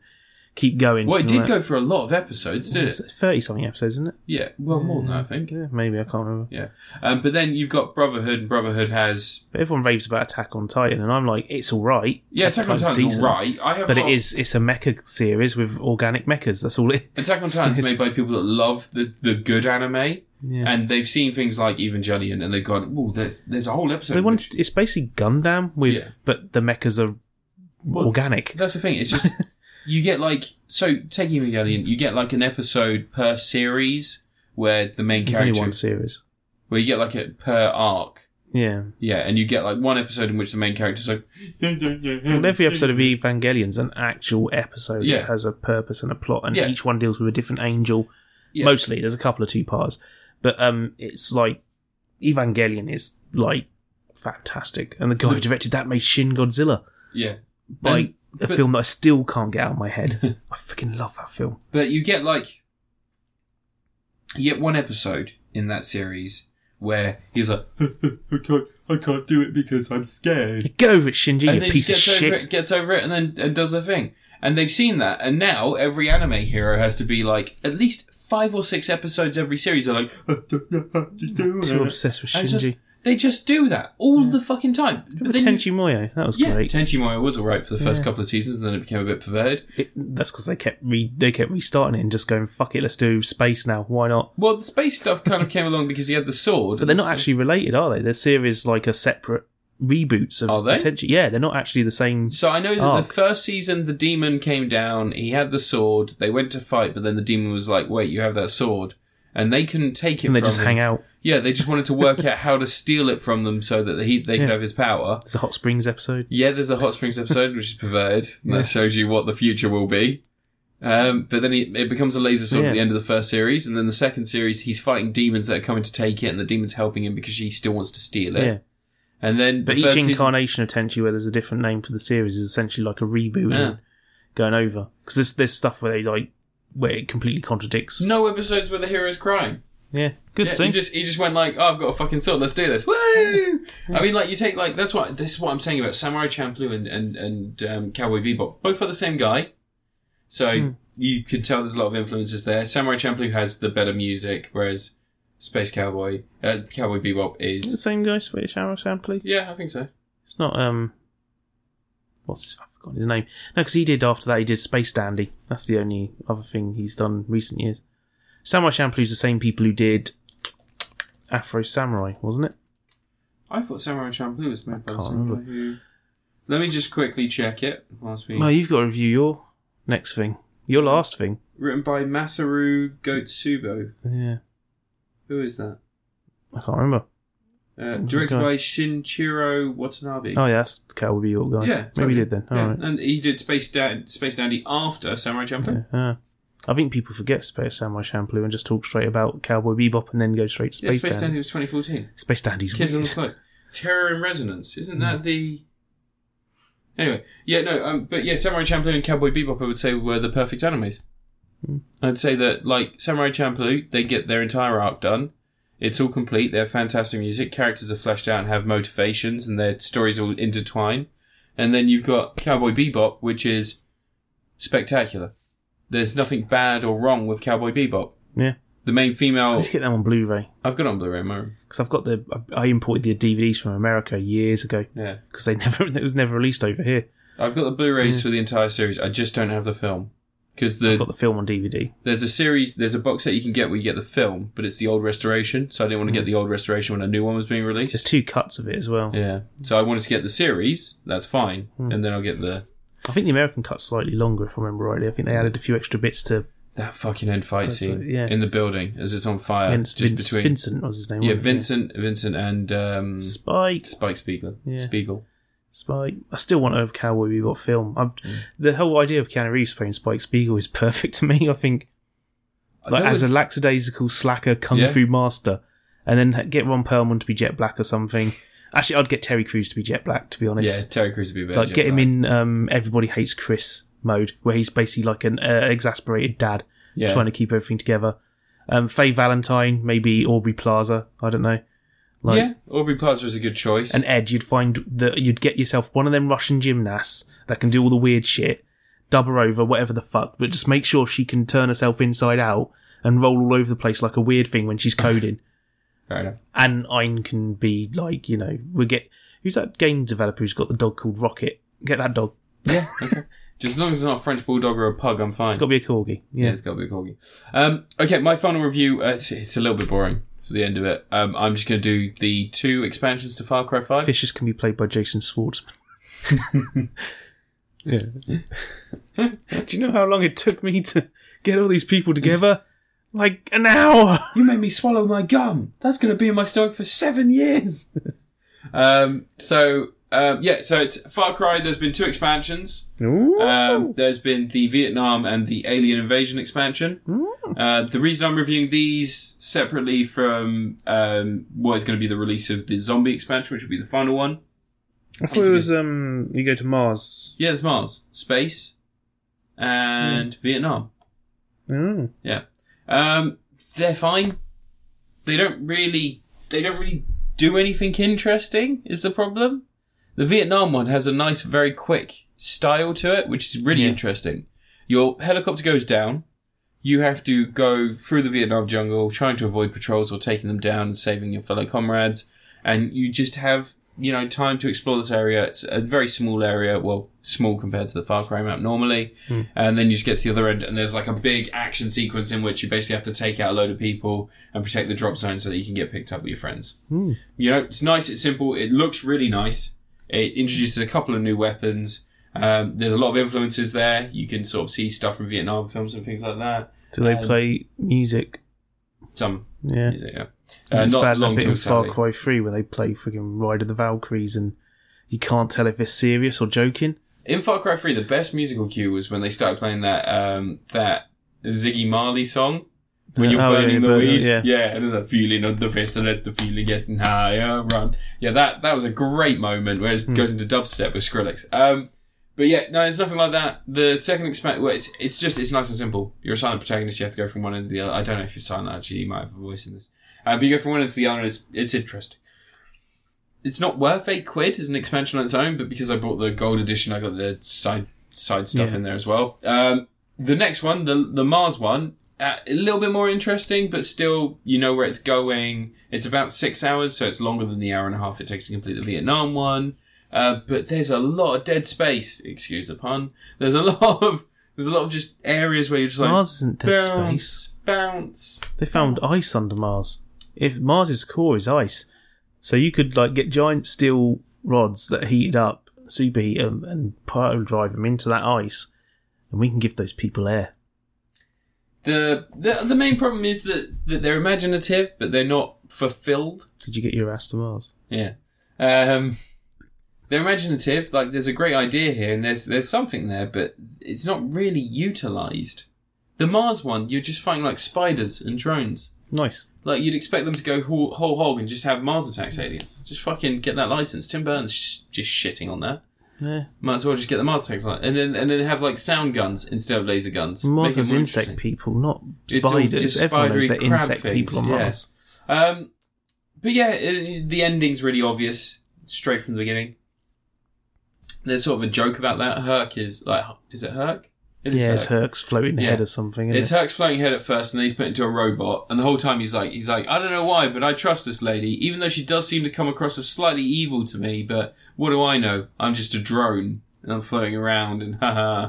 S2: keep going.
S1: well, it
S2: and
S1: did
S2: all that.
S1: go for a lot of episodes, did it?
S2: Thirty something episodes, isn't it?
S1: Yeah, well more than that, I think.
S2: Yeah, maybe I can't remember.
S1: Yeah, um, but then you've got Brotherhood, and Brotherhood has
S2: But everyone raves about Attack on Titan, and I'm like, it's all right.
S1: yeah Attack on Titan's all
S2: decent,
S1: right. I have
S2: but it
S1: not-
S2: is it's a mecha series with organic mechas. That's all it.
S1: Attack on Titan's made by people that love the, the good anime,
S2: Yeah.
S1: and they've seen things like Evangelion, and they've gone, "Oh, there's there's a whole episode."
S2: they
S1: which-
S2: want it's basically Gundam with,
S1: Yeah.
S2: but the mechas are
S1: Well,
S2: organic.
S1: That's the thing. It's just you get like so taking Evangelion, you get like an episode per series where the main
S2: It's only
S1: character
S2: one series.
S1: where you get like a per arc.
S2: Yeah.
S1: Yeah, and you get like one episode in which the main character's like
S2: And every episode of Evangelion's an actual episode
S1: Yeah.
S2: that has a purpose and a plot, and
S1: Yeah.
S2: each one deals with a different angel.
S1: Yeah.
S2: Mostly, there's a couple of two parts, but um, it's like Evangelion is like fantastic, and the guy who directed that made Shin Godzilla,
S1: Yeah.
S2: like
S1: And-
S2: a
S1: but-
S2: film that I still can't get out of my head. I freaking love that film.
S1: But you get like you get one episode in that series where he's like I can't I can't do it because I'm scared.
S2: Get over it, Shinji,
S1: and
S2: you
S1: then
S2: piece
S1: just
S2: of
S1: gets over
S2: shit.
S1: it, gets over it, and then and does the thing. And they've seen that, and now every anime hero has to be like at least five or six episodes every series. They're like, I don't know how to do
S2: Too
S1: it.
S2: obsessed with
S1: And it's just-
S2: Shinji.
S1: they just do that all the fucking time. But then
S2: Tenchi Muyo, that was
S1: you, yeah,
S2: great.
S1: Tenchi Muyo was alright for the first
S2: Yeah.
S1: couple of seasons, and then it became a bit perverted.
S2: It- that's because they kept re- they kept restarting it and just going fuck it, let's do space now. Why not?
S1: Well, the space stuff kind of came along because he had the sword.
S2: But they're not actually related, are they? They're series like a separate reboots of
S1: Are they?
S2: potential. Yeah, they're not actually the same.
S1: So I know that
S2: Arc.
S1: the first season, the demon came down. He had the sword. They went to fight, but then the demon was like, "Wait, you have that sword," and they couldn't take it.
S2: And they
S1: from
S2: just
S1: him.
S2: hang out.
S1: Yeah, they just wanted to work out how to steal it from them so that he they could
S2: Yeah.
S1: have his power.
S2: There's a Hot Springs episode.
S1: Yeah, there's a hot springs episode which is perverted, and
S2: Yeah.
S1: that shows you what the future will be. Um, but then he, it becomes a laser sword
S2: Yeah.
S1: at the end of the first series, and then the second series, he's fighting demons that are coming to take it, and the demons helping him because she still wants to steal it.
S2: Yeah,
S1: And then,
S2: but
S1: the
S2: each
S1: third season-
S2: incarnation of Tenchi, where there's a different name for the series, is essentially like a reboot
S1: Yeah.
S2: and going over. Because there's there's stuff where they like where it completely contradicts.
S1: no episodes where the hero's crying.
S2: Yeah, good
S1: Yeah, he
S2: thing.
S1: just he just went like, "Oh, I've got a fucking sword. Let's do this." Woo! I mean, like you take like that's what this is what I'm saying about Samurai Champloo and and and um, Cowboy Bebop, both by the same guy. So
S2: Hmm.
S1: you could tell there's a lot of influences there. Samurai Champloo has the better music, whereas Space Cowboy, uh, Cowboy Bebop
S2: Is it the
S1: is.
S2: same guy, Swedish Arrow Sampley?
S1: Yeah, I think so.
S2: It's not um. What's his? I've forgotten his name. No, because he did after that. He did Space Dandy. That's the only other thing he's done recent years. Samurai Champloo's the same people who did Afro Samurai, wasn't it?
S1: I thought Samurai Champloo was made by the
S2: can't
S1: same guy
S2: remember.
S1: who. Let me just quickly check it whilst we.
S2: Well, you've got to review your next thing, your last thing.
S1: Written by Masaru Gotsubo.
S2: Yeah,
S1: Who is that?
S2: I can't remember.
S1: Uh,
S2: Who's
S1: directed
S2: the guy?
S1: by Shinichiro Watanabe.
S2: Oh yeah, that's Cowboy Bebop guy.
S1: Yeah,
S2: maybe
S1: totally.
S2: he did then.
S1: Yeah,
S2: All right.
S1: And he did Space Dan- Space Dandy after Samurai Champloo.
S2: Yeah, uh, I think people forget Space Samurai Champloo and just talk straight about Cowboy Bebop and then go straight to
S1: Yeah,
S2: Space,
S1: Space
S2: Dandy.
S1: Dandy was 2014.
S2: Space Dandy's
S1: Kids on
S2: weird. Hmm.
S1: the Slope. Terror in Resonance. Isn't that the? Anyway, yeah, no, um, but yeah, Samurai Champloo and Cowboy Bebop, I would say, were the perfect animes.
S2: Hmm.
S1: I'd say that like Samurai Champloo, they get their entire arc done. It's all complete. They have fantastic music. Characters are fleshed out and have motivations, and their stories all intertwine. And then you've got Cowboy Bebop, which is spectacular. There's nothing bad or wrong with Cowboy Bebop.
S2: Yeah,
S1: The main
S2: I
S1: female,
S2: just get that on Blu-ray.
S1: I've got it on Blu-ray in my room.
S2: because I've got the I I imported the DVDs from America years ago
S1: Yeah,
S2: because they never it was never released over here.
S1: I've got the Blu-rays for the entire series. I just don't have the film because
S2: I've
S1: the
S2: got the film on DVD.
S1: there's a series, there's a box set you can get where you get the film, but it's the old restoration. So I didn't want to get
S2: Mm.
S1: the old restoration when a new one was being released.
S2: There's two cuts of it as well.
S1: yeah, so I wanted to get the series. That's fine,
S2: Mm.
S1: and then I'll get the
S2: I think the American cut's slightly longer if I remember rightly. I think they added a few extra bits to
S1: that fucking end fight
S2: That's
S1: scene
S2: it, yeah.
S1: in the building as it's on fire,
S2: Vince,
S1: Uh, just
S2: Vince-
S1: between
S2: Vincent was his name.
S1: yeah
S2: wasn't it?
S1: Vincent, Vincent and um,
S2: Spike.
S1: Spike Spiegel,
S2: Yeah.
S1: Spiegel.
S2: Spike. I still want a Cowboy Bebop film. I'm,
S1: Mm.
S2: The whole idea of Keanu Reeves playing Spike Spiegel is perfect to me. I think like
S1: That
S2: as
S1: was-
S2: a lackadaisical slacker kung
S1: Yeah.
S2: fu master, and then get Ron Perlman to be Jet Black or something. Actually, I'd get Terry Crews to be Jet Black. To be honest,
S1: yeah, Terry Crews would be better.
S2: like get
S1: Jack
S2: him
S1: Black.
S2: in um, everybody hates chris mode where he's basically like an uh, exasperated dad
S1: yeah.
S2: trying to keep everything together um, faye valentine maybe aubrey plaza i don't know like
S1: yeah, Aubrey Plaza is a good choice.
S2: an edge you'd find that you'd get yourself one of them russian gymnasts that can do all the weird shit dub her over whatever the fuck but just make sure she can turn herself inside out and roll all over the place like a weird thing when she's coding
S1: Fair enough.
S2: and Ein can be like you know we get who's that game developer who's got the dog called rocket get that dog
S1: Yeah. Okay. Just as long as it's not a French bulldog or a pug, I'm fine.
S2: it's got to be a corgi
S1: yeah, it's got to be a corgi. Um, okay, my final review. Uh, it's, it's a little bit boring for the end of it. Um, I'm just going to do the two expansions to Far Cry Five.
S2: Vicious can be played by Jason Schwartzman. Yeah. Do you know how long it took me to get all these people together? Like an hour.
S1: You made me swallow my gum. That's going to be in my stomach for seven years. um, so um, yeah, so it's Far Cry. There's been two expansions. Um, there's been the Vietnam and the Alien Invasion expansion. Uh, the reason I'm reviewing these separately from um, what is going to be the release of the Zombie expansion, which will be the final one.
S2: I thought it was um you go to Mars.
S1: Yeah, there's Mars, space, and Vietnam.
S2: Mm.
S1: Yeah, um, they're fine. They don't really, they don't really do anything interesting. Is the problem? The Vietnam one has a nice, very quick style to it, which is really
S2: Yeah.
S1: interesting. Your helicopter goes down. You have to go through the Vietnam jungle, trying to avoid patrols or taking them down and saving your fellow comrades. And you just have, you know, time to explore this area. It's a very small area, well, small compared to the Far Cry map normally.
S2: Hmm.
S1: And then you just get to the other end, and there's like a big action sequence in which you basically have to take out a load of people and protect the drop zone so that you can get picked up with your friends.
S2: Hmm.
S1: You know, it's nice, it's simple, it looks really nice. It introduces a couple of new weapons. Um, there's a lot of influences there. You can sort of see stuff from Vietnam films and things like that.
S2: Do they
S1: Um,
S2: play music?
S1: Some
S2: Yeah.
S1: music, yeah.
S2: It's
S1: Uh,
S2: as bad
S1: not
S2: as that
S1: long
S2: bit
S1: till
S2: in Far
S1: sadly.
S2: Cry 3 where they play freaking Ride of the Valkyries and you can't tell if they're serious or joking.
S1: In Far Cry 3, the best musical cue was when they started playing that um, that Ziggy Marley song. When you're
S2: Oh, yeah,
S1: burning the
S2: burn-
S1: weed.
S2: yeah.
S1: and there's a feeling of the fist and let the feeling getting higher run. Yeah, that that was a great moment where it
S2: Hmm.
S1: goes into dubstep with Skrillex. Um, but yeah, no, it's nothing like that. The second expand, well, it's, it's just, it's nice and simple. You're a silent protagonist, you have to go from one end to the other. I don't know if you're silent, actually, you might have a voice in this. Uh, but you go from one end to the other, and it's, it's interesting it's not worth eight quid as an expansion on its own, but because I bought the gold edition, I got the side side stuff
S2: Yeah.
S1: in there as well. Um, the next one, the the Mars one, uh, a little bit more interesting, but still you know where it's going. It's about six hours, so it's longer than the hour and a half it takes to complete the Vietnam one. Uh, but there's a lot of dead space. Excuse the pun. There's a lot of there's a lot of just areas where you're just like
S2: Mars isn't dead
S1: bounce,
S2: space.
S1: bounce.
S2: They found
S1: Bounce.
S2: ice under Mars. If Mars's core is ice, so you could like get giant steel rods that heated up, superheat 'em and pyro drive them into that ice, and we can give those people air.
S1: The, the the main problem is that, that they're imaginative, but they're not fulfilled.
S2: Did you get your ass to Mars?
S1: Yeah. Um, they're imaginative. Like, there's a great idea here, and there's there's something there, but it's not really utilized. The Mars one, you're just fighting like spiders and drones.
S2: Nice.
S1: Like, you'd expect them to go whole, whole hog and just have Mars attacks aliens. Just fucking get that license. Tim Burns sh- just shitting on that.
S2: Yeah.
S1: Might as well just get the Mars attacks li- and then and then have like sound guns instead of laser guns. Make
S2: Mars
S1: it
S2: has
S1: more
S2: insect
S1: interesting.
S2: people, not
S1: It's all
S2: spiders.
S1: just
S2: Everyone knows
S1: spidery
S2: they're
S1: crab
S2: insect
S1: things,
S2: people on
S1: yeah.
S2: Mars.
S1: Um, but yeah, it, the ending's really obvious straight from the beginning. There's sort of a joke about that. Herc is like, is it Herc? It
S2: yeah, it's Herc's floating
S1: Yeah.
S2: head or something.
S1: It's
S2: Isn't
S1: Herc's floating head at first, and then he's put into a robot. And the whole time he's like, he's like, I don't know why, but I trust this lady, even though she does seem to come across as slightly evil to me. But what do I know? I'm just a drone, and I'm floating around, and ha ha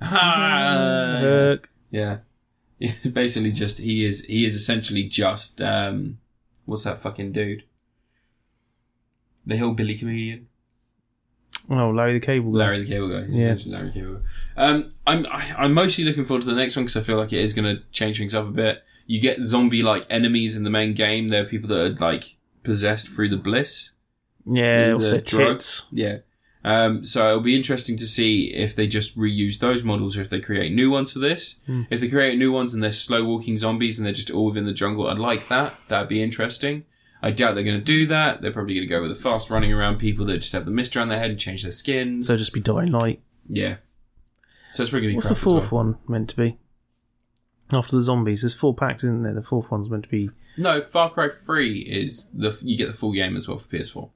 S2: Mm-hmm. it?
S1: ha.
S2: Herc.
S1: Yeah. Basically just he is he is essentially just um what's that fucking dude? The hillbilly comedian.
S2: Oh, Larry the Cable. Guy.
S1: Larry the Cable Guy. He's
S2: Yeah.
S1: essentially Larry the Cable Guy. Um I'm I, I'm mostly looking forward to the next one because I feel like it is gonna change things up a bit. You get zombie like enemies in the main game. They're people that are like possessed through the bliss.
S2: Yeah, off
S1: the
S2: their
S1: drugs.
S2: tits.
S1: Yeah. Um, so it'll be interesting to see if they just reuse those models or if they create new ones for this.
S2: Hmm.
S1: If they create new ones and they're slow walking zombies and they're just all within the jungle, I'd like that. That'd be interesting. I doubt they're going to do that. They're probably going to go with the fast running around people that just have the mist around their head and change their skins.
S2: So just be dying light.
S1: yeah. So it's probably going to be
S2: What's the
S1: crap
S2: fourth
S1: as well.
S2: one meant to be? After the zombies, there's four packs, isn't there? The fourth one's meant to be.
S1: No, Far Cry 3 is the you get the full game as well for PS4.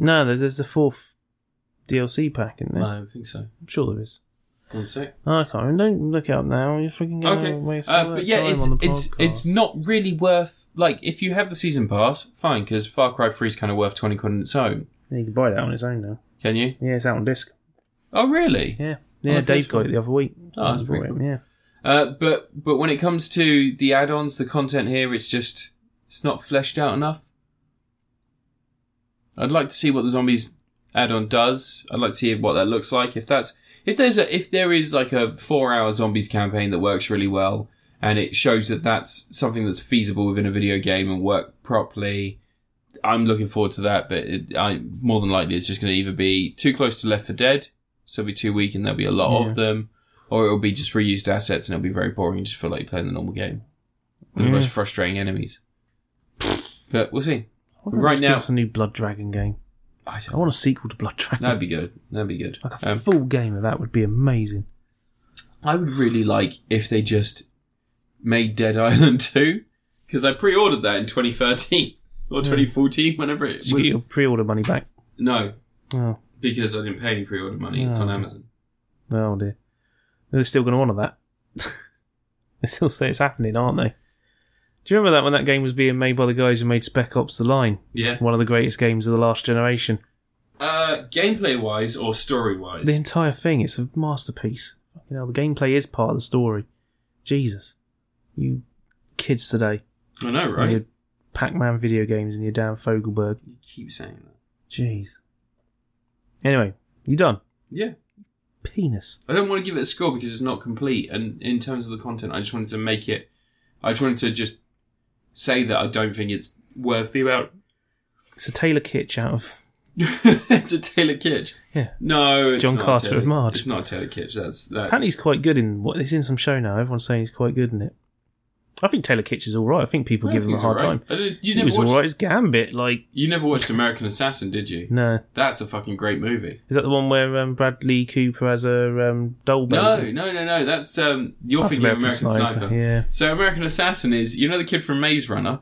S2: No, there's there's the fourth DLC pack, isn't there?
S1: No, I don't think so.
S2: I'm sure there is.
S1: One sec.
S2: Oh, I can't. remember. Don't look it up now. You're freaking gonna
S1: Okay.
S2: waste
S1: Uh,
S2: all
S1: but
S2: that
S1: yeah,
S2: time
S1: it's
S2: on the
S1: it's
S2: podcast.
S1: it's not really worth like if you have the season pass, fine, because Far Cry Three is kind of worth twenty quid on its own.
S2: Yeah, you can buy that on its own now.
S1: Can you?
S2: Yeah, it's out on disc.
S1: Oh, really?
S2: Yeah,
S1: Oh,
S2: yeah.
S1: it is
S2: Dave got it the other week.
S1: Oh, that's
S2: He bought
S1: pretty
S2: it, Yeah,
S1: Uh, but but when it comes to the add-ons, the content here, it's just it's not fleshed out enough. I'd like to see what the zombies add-on does. I'd like to see what that looks like. If that's if there's a if there is like a four hour zombies campaign that works really well and it shows that that's something that's feasible within a video game and work properly. I'm looking forward to that, but it, I more than likely it's just going to either be too close to Left for Dead, so it'll be too weak and there'll be a lot
S2: Yeah.
S1: of them, or it'll be just reused assets and it'll be very boring. You just feel like you're playing the normal game with the most frustrating enemies. But we'll see. Right now-
S2: it's a new Blood Dragon game.
S1: I
S2: I
S1: don't,
S2: want a sequel to Blood Dragon.
S1: that'd be good. That'd be good.
S2: like a
S1: Um,
S2: full game of that would be amazing.
S1: I would really like if they just made Dead Island 2 because I pre-ordered that in 2013 or 2014, whenever it
S2: Did you
S1: was.
S2: get your pre-order money back?
S1: No,
S2: Oh,
S1: because I didn't pay any pre-order money. It's
S2: Oh,
S1: on
S2: okay.
S1: Amazon.
S2: oh dear. They're still going to honour that. they still say it's happening, aren't they? Do you remember that when that game was being made by the guys who made Spec Ops: The Line,
S1: Yeah.
S2: one of the greatest games of the last generation?
S1: Uh, gameplay-wise or story-wise,
S2: The entire thing, it's a masterpiece. You know, the gameplay is part of the story. Jesus. You kids today.
S1: I know,
S2: And
S1: right?
S2: your Pac Man video games and your damn Fogelberg.
S1: You keep saying that.
S2: Jeez. Anyway, you done.
S1: Yeah.
S2: Penis.
S1: I don't want to give it a score because it's not complete. And in terms of the content, I just wanted to make it. I just wanted to just say that I don't think it's worth the amount.
S2: It's a Taylor Kitsch out of.
S1: it's a Taylor Kitsch.
S2: Yeah.
S1: No, it's
S2: John
S1: not
S2: Carter
S1: Taylor,
S2: of Marge.
S1: It's not Taylor Kitsch. That's that's.
S2: Apparently, he's quite good in what. He's in some show now. Everyone's saying he's quite good in it. I think Taylor Kitsch is alright. I think people
S1: I
S2: give
S1: think
S2: him a
S1: he's
S2: hard
S1: alright.
S2: time.
S1: I didn't- You
S2: He
S1: never
S2: was
S1: watched.
S2: alright as Gambit. Like,
S1: You never watched American Assassin, did you?
S2: no.
S1: That's a fucking great movie.
S2: Is that the one where um, Bradley Cooper has a um, doll
S1: No,
S2: baby?
S1: no, no, no. That's um, you're
S2: That's
S1: thinking of American Sniper.
S2: Yeah.
S1: So American Assassin is you know the kid from Maze Runner.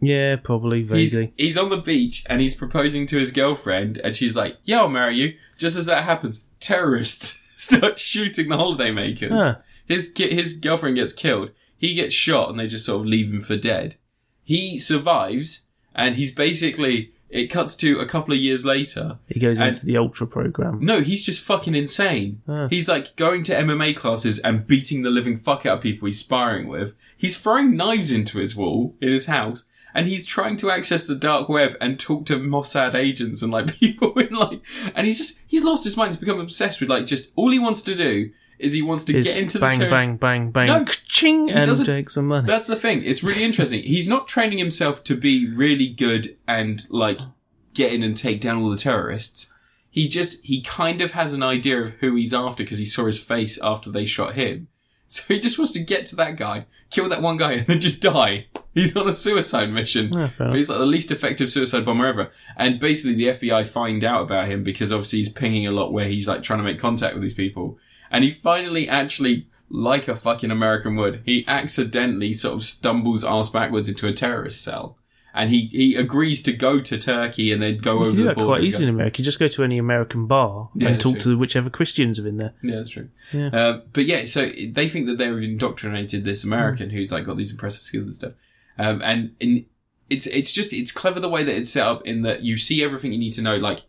S2: Yeah, probably,
S1: He's
S2: vaguely.
S1: he's on the beach and he's proposing to his girlfriend, and she's like, "Yeah, I'll marry you." Just as that happens, terrorists start shooting the holidaymakers.
S2: Huh.
S1: His ki- his girlfriend gets killed. He gets shot, and they just sort of leave him for dead. He survives, and he's basically. It cuts to a couple of years later.
S2: He goes
S1: And-
S2: into the ultra program.
S1: No, he's just fucking insane.
S2: Huh.
S1: He's like going to MMA classes and beating the living fuck out of people he's sparring with. He's throwing knives into his wall in his house. And he's trying to access the dark web and talk to Mossad agents and like people in like, and he's just, he's lost his mind. He's become obsessed with like just, all he wants to do is he wants to
S2: Is
S1: get into
S2: bang,
S1: the terrorist.
S2: bang, bang, bang,
S1: No,
S2: ka-ching,
S1: he
S2: and
S1: doesn't-
S2: take some money.
S1: That's the thing. It's really interesting. He's not training himself to be really good and like get in and take down all the terrorists. He just he kind of has an idea of who he's after because he saw his face after they shot him. So he just wants to get to that guy, kill that one guy, and then just die. He's on a suicide mission.
S2: Yeah, fair
S1: But he's like the least effective suicide bomber ever. And basically, the FBI find out about him because obviously he's pinging a lot where he's like trying to make contact with these people. And he finally actually, like a fucking American would, he accidentally sort of stumbles ass backwards into a terrorist cell. And he, he agrees to go to Turkey and then go
S2: You
S1: over
S2: can do
S1: the
S2: that
S1: border.
S2: quite
S1: and
S2: easily
S1: go-
S2: in America. You just go to any American bar
S1: Yeah,
S2: and
S1: that's
S2: talk
S1: true.
S2: to whichever Christians are in there.
S1: Yeah, that's true.
S2: Yeah.
S1: Uh, but yeah, so they think that they've indoctrinated this American who's like got these impressive skills and stuff. Um, and in, it's it's just it's clever the way that it's set up in that you see everything you need to know. Like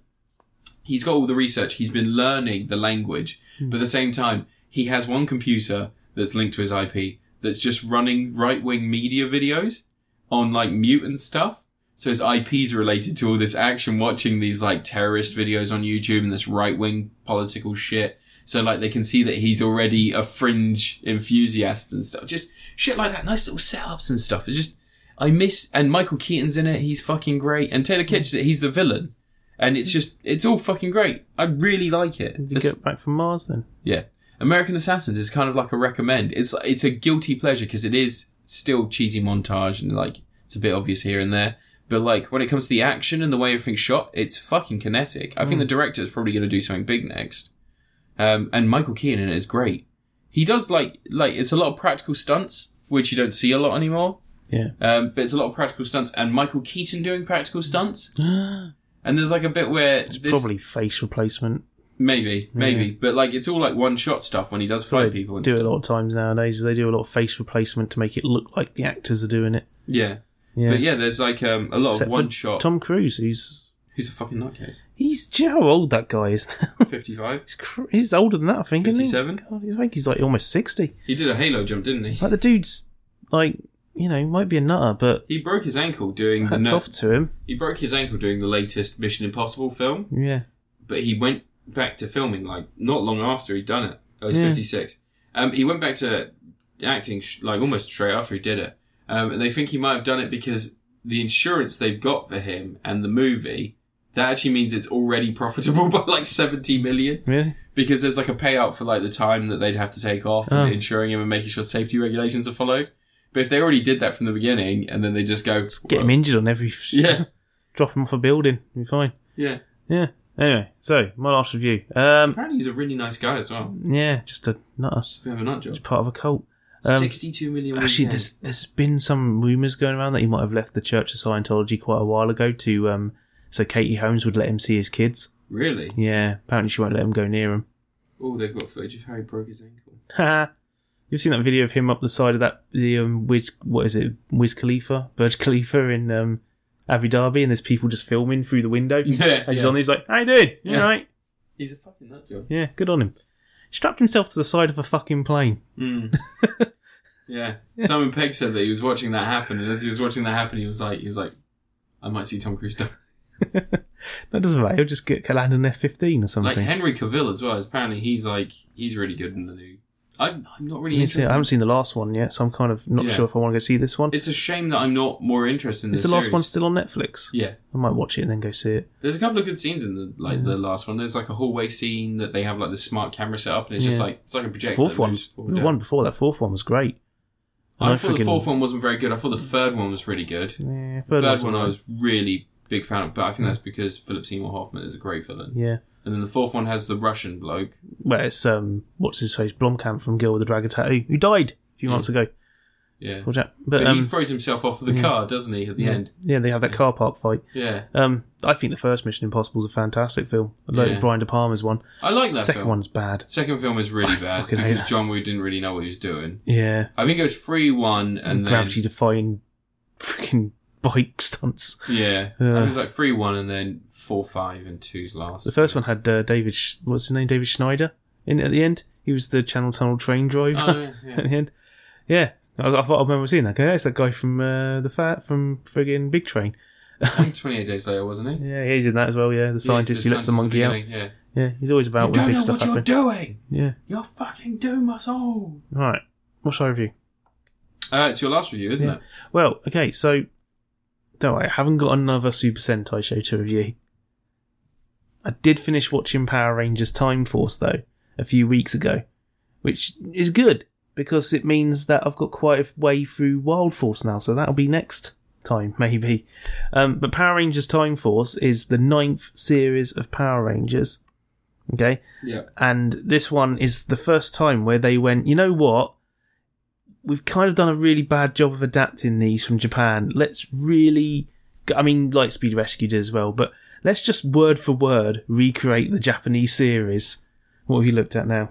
S1: he's got all the research, he's been learning the language, but at the same time he has one computer that's linked to his IP that's just running right wing media videos on like mute and stuff. So his IP's related to all this action, watching these like terrorist videos on YouTube and this right wing political shit. So like they can see that he's already a fringe enthusiast and stuff. Just shit like that. Nice little setups and stuff. It's just I miss and Michael Keaton's in it. He's fucking great. And Taylor Kitsch, he's the villain. And it's just it's all fucking great. I really like it.
S2: Did you
S1: It's-
S2: get back from Mars then?
S1: yeah. American Assassins is kind of like a recommend. It's it's a guilty pleasure because it is still cheesy montage and like it's a bit obvious here and there. But like when it comes to the action and the way everything's shot, it's fucking kinetic. I
S2: Hmm.
S1: think the director is probably going to do something big next. Um, and Michael Keaton in it is great. He does like like it's a lot of practical stunts which you don't see a lot anymore.
S2: Yeah.
S1: Um, but it's a lot of practical stunts and Michael Keaton doing practical stunts. And there's like a bit where this-
S2: Probably face replacement.
S1: Maybe, maybe, but like it's all like one shot stuff when he does
S2: They
S1: fight people and
S2: do
S1: stuff.
S2: it a lot of times nowadays. They do a lot of face replacement to make it look like the actors are doing it.
S1: Yeah.
S2: Yeah.
S1: but yeah, there's like um, a lot
S2: Except
S1: of
S2: for
S1: one shot.
S2: Tom Cruise, who's
S1: Who's a fucking nutcase?
S2: he's do you know how old that guy is now?
S1: Fifty-five.
S2: he's, cr- he's older than that, I think. Isn't
S1: 57?
S2: he? God, I think he's like almost sixty.
S1: He did a Halo jump, didn't he?
S2: Like the dude's like you know might be a nutter, but
S1: He broke his ankle doing the
S2: hats
S1: no-
S2: off to him.
S1: he broke his ankle doing the latest Mission Impossible film,
S2: Yeah.
S1: but he went back to filming, like not long after he'd done it. I was
S2: Yeah.
S1: 56. Um, he went back to acting sh- like almost straight after he did it. Um, and they think he might have done it because the insurance they've got for him and the movie that actually means it's already profitable by like 70 million
S2: Really?
S1: because there's like a payout for like the time that they'd have to take off
S2: Oh.
S1: and insuring him and making sure safety regulations are followed. But if they already did that from the beginning and then they just go
S2: Get him injured on every.
S1: yeah,
S2: Drop him off a building. You're fine.
S1: yeah.
S2: Yeah. Anyway, so my last review. Um,
S1: Apparently he's a really nice guy as well.
S2: yeah, just a nutter.
S1: Just a bit of a nut job.
S2: Just part of a cult. Um,
S1: 62 million.
S2: Actually,
S1: weekend.
S2: there's there's been some rumours going around that he might have left the Church of Scientology quite a while ago to um, so Katie Holmes would let him see his kids.
S1: really.
S2: Yeah, apparently she won't let him go near him.
S1: Oh, they've got footage of how he broke his ankle.
S2: Ha! You've seen that video of him up the side of that the um, Wiz what is it Wiz Khalifa Burj Khalifa in um, Abu Dhabi, and there's people just filming through the window.
S1: Yeah,
S2: As he's on, he's like, "How you doing? You
S1: Yeah.
S2: alright?
S1: he's a fucking nut job.
S2: Yeah, good on him." Strapped himself to the side of a fucking plane.
S1: Hmm. yeah. Simon Pegg said that he was watching that happen, and as he was watching that happen, he was like, he was like, I might see Tom Cruise die.
S2: That doesn't matter. He'll just get land an F-15 or
S1: Like
S2: something.
S1: Henry Cavill as well. is Apparently, he's like he's really good in the new. I'm, I'm not really
S2: I haven't seen-
S1: interested.
S2: I haven't seen the last one yet, so I'm kind of not
S1: Yeah.
S2: sure if I want to go see this one.
S1: It's a shame that I'm not more interested in
S2: Is
S1: this
S2: the last
S1: series.
S2: one still on Netflix?
S1: Yeah,
S2: I might watch it and then go see it.
S1: there's a couple of good scenes in the like the last one. There's like a hallway scene that they have like the smart camera set up, and it's just
S2: Yeah.
S1: like it's like a projector.
S2: fourth
S1: that
S2: one,
S1: moves forward
S2: the
S1: down.
S2: one before that fourth one was great.
S1: I,
S2: And
S1: thought the
S2: freaking-
S1: fourth one wasn't very good. I thought the third one was really good.
S2: yeah,
S1: The
S2: third,
S1: third one
S2: alright.
S1: I was really big fan of, but I think that's because Philip Seymour Hoffman is a great villain.
S2: yeah.
S1: And then the fourth one has the Russian bloke.
S2: Well, it's um, what's his face, Blomkamp from Girl with the Dragon Tattoo, who died a few months ago.
S1: Yeah.
S2: Poor chap. But,
S1: But he
S2: um,
S1: throws himself off of the car, doesn't he, at the end?
S2: yeah, they have that car park fight.
S1: Yeah.
S2: Um, I think the first Mission Impossible is a fantastic film. I like
S1: Yeah.
S2: Brian De Palma's one.
S1: I like that
S2: Second
S1: film.
S2: one's bad.
S1: Second film is really
S2: I
S1: bad
S2: fucking hate
S1: because
S2: that.
S1: John Woo didn't really know what he was doing.
S2: Yeah,
S1: I think it was three one and then
S2: gravity defying freaking bike stunts.
S1: yeah, I think it was like three one and then four five and two's last.
S2: The first one had uh, David, Sch- what's his name, David Schneider in at the end. He was the Channel Tunnel train driver.
S1: Oh, yeah.
S2: at the end. Yeah, I, I thought I remember seeing that. Go, that's that guy from uh, the fat from friggin' Big Train.
S1: I think Twenty eight days later, wasn't it?
S2: Yeah, he's in that as well. Yeah, the scientist who lets the monkey out.
S1: Yeah.
S2: Yeah, he's always about
S1: You
S2: when
S1: don't
S2: big
S1: know
S2: stuff
S1: what you're
S2: happens.
S1: doing.
S2: Yeah.
S1: You're fucking doom us all.
S2: All right. What's our review?
S1: Uh, it's your last review, isn't
S2: Yeah.
S1: it?
S2: Well, okay, so don't worry, I haven't got another Super Sentai show to review. I did finish watching Power Rangers Time Force though a few weeks ago, which is good because it means that I've got quite a way through Wild Force now, so that'll be next time maybe. Um, but Power Rangers Time Force is the ninth series of Power Rangers. Okay,
S1: Yeah.
S2: and this one is the first time where they went, you know what? We've kind of done a really bad job of adapting these from Japan. Let's really, I mean, Lightspeed Rescue did as well, but let's just word for word recreate the Japanese series. What have you looked at now?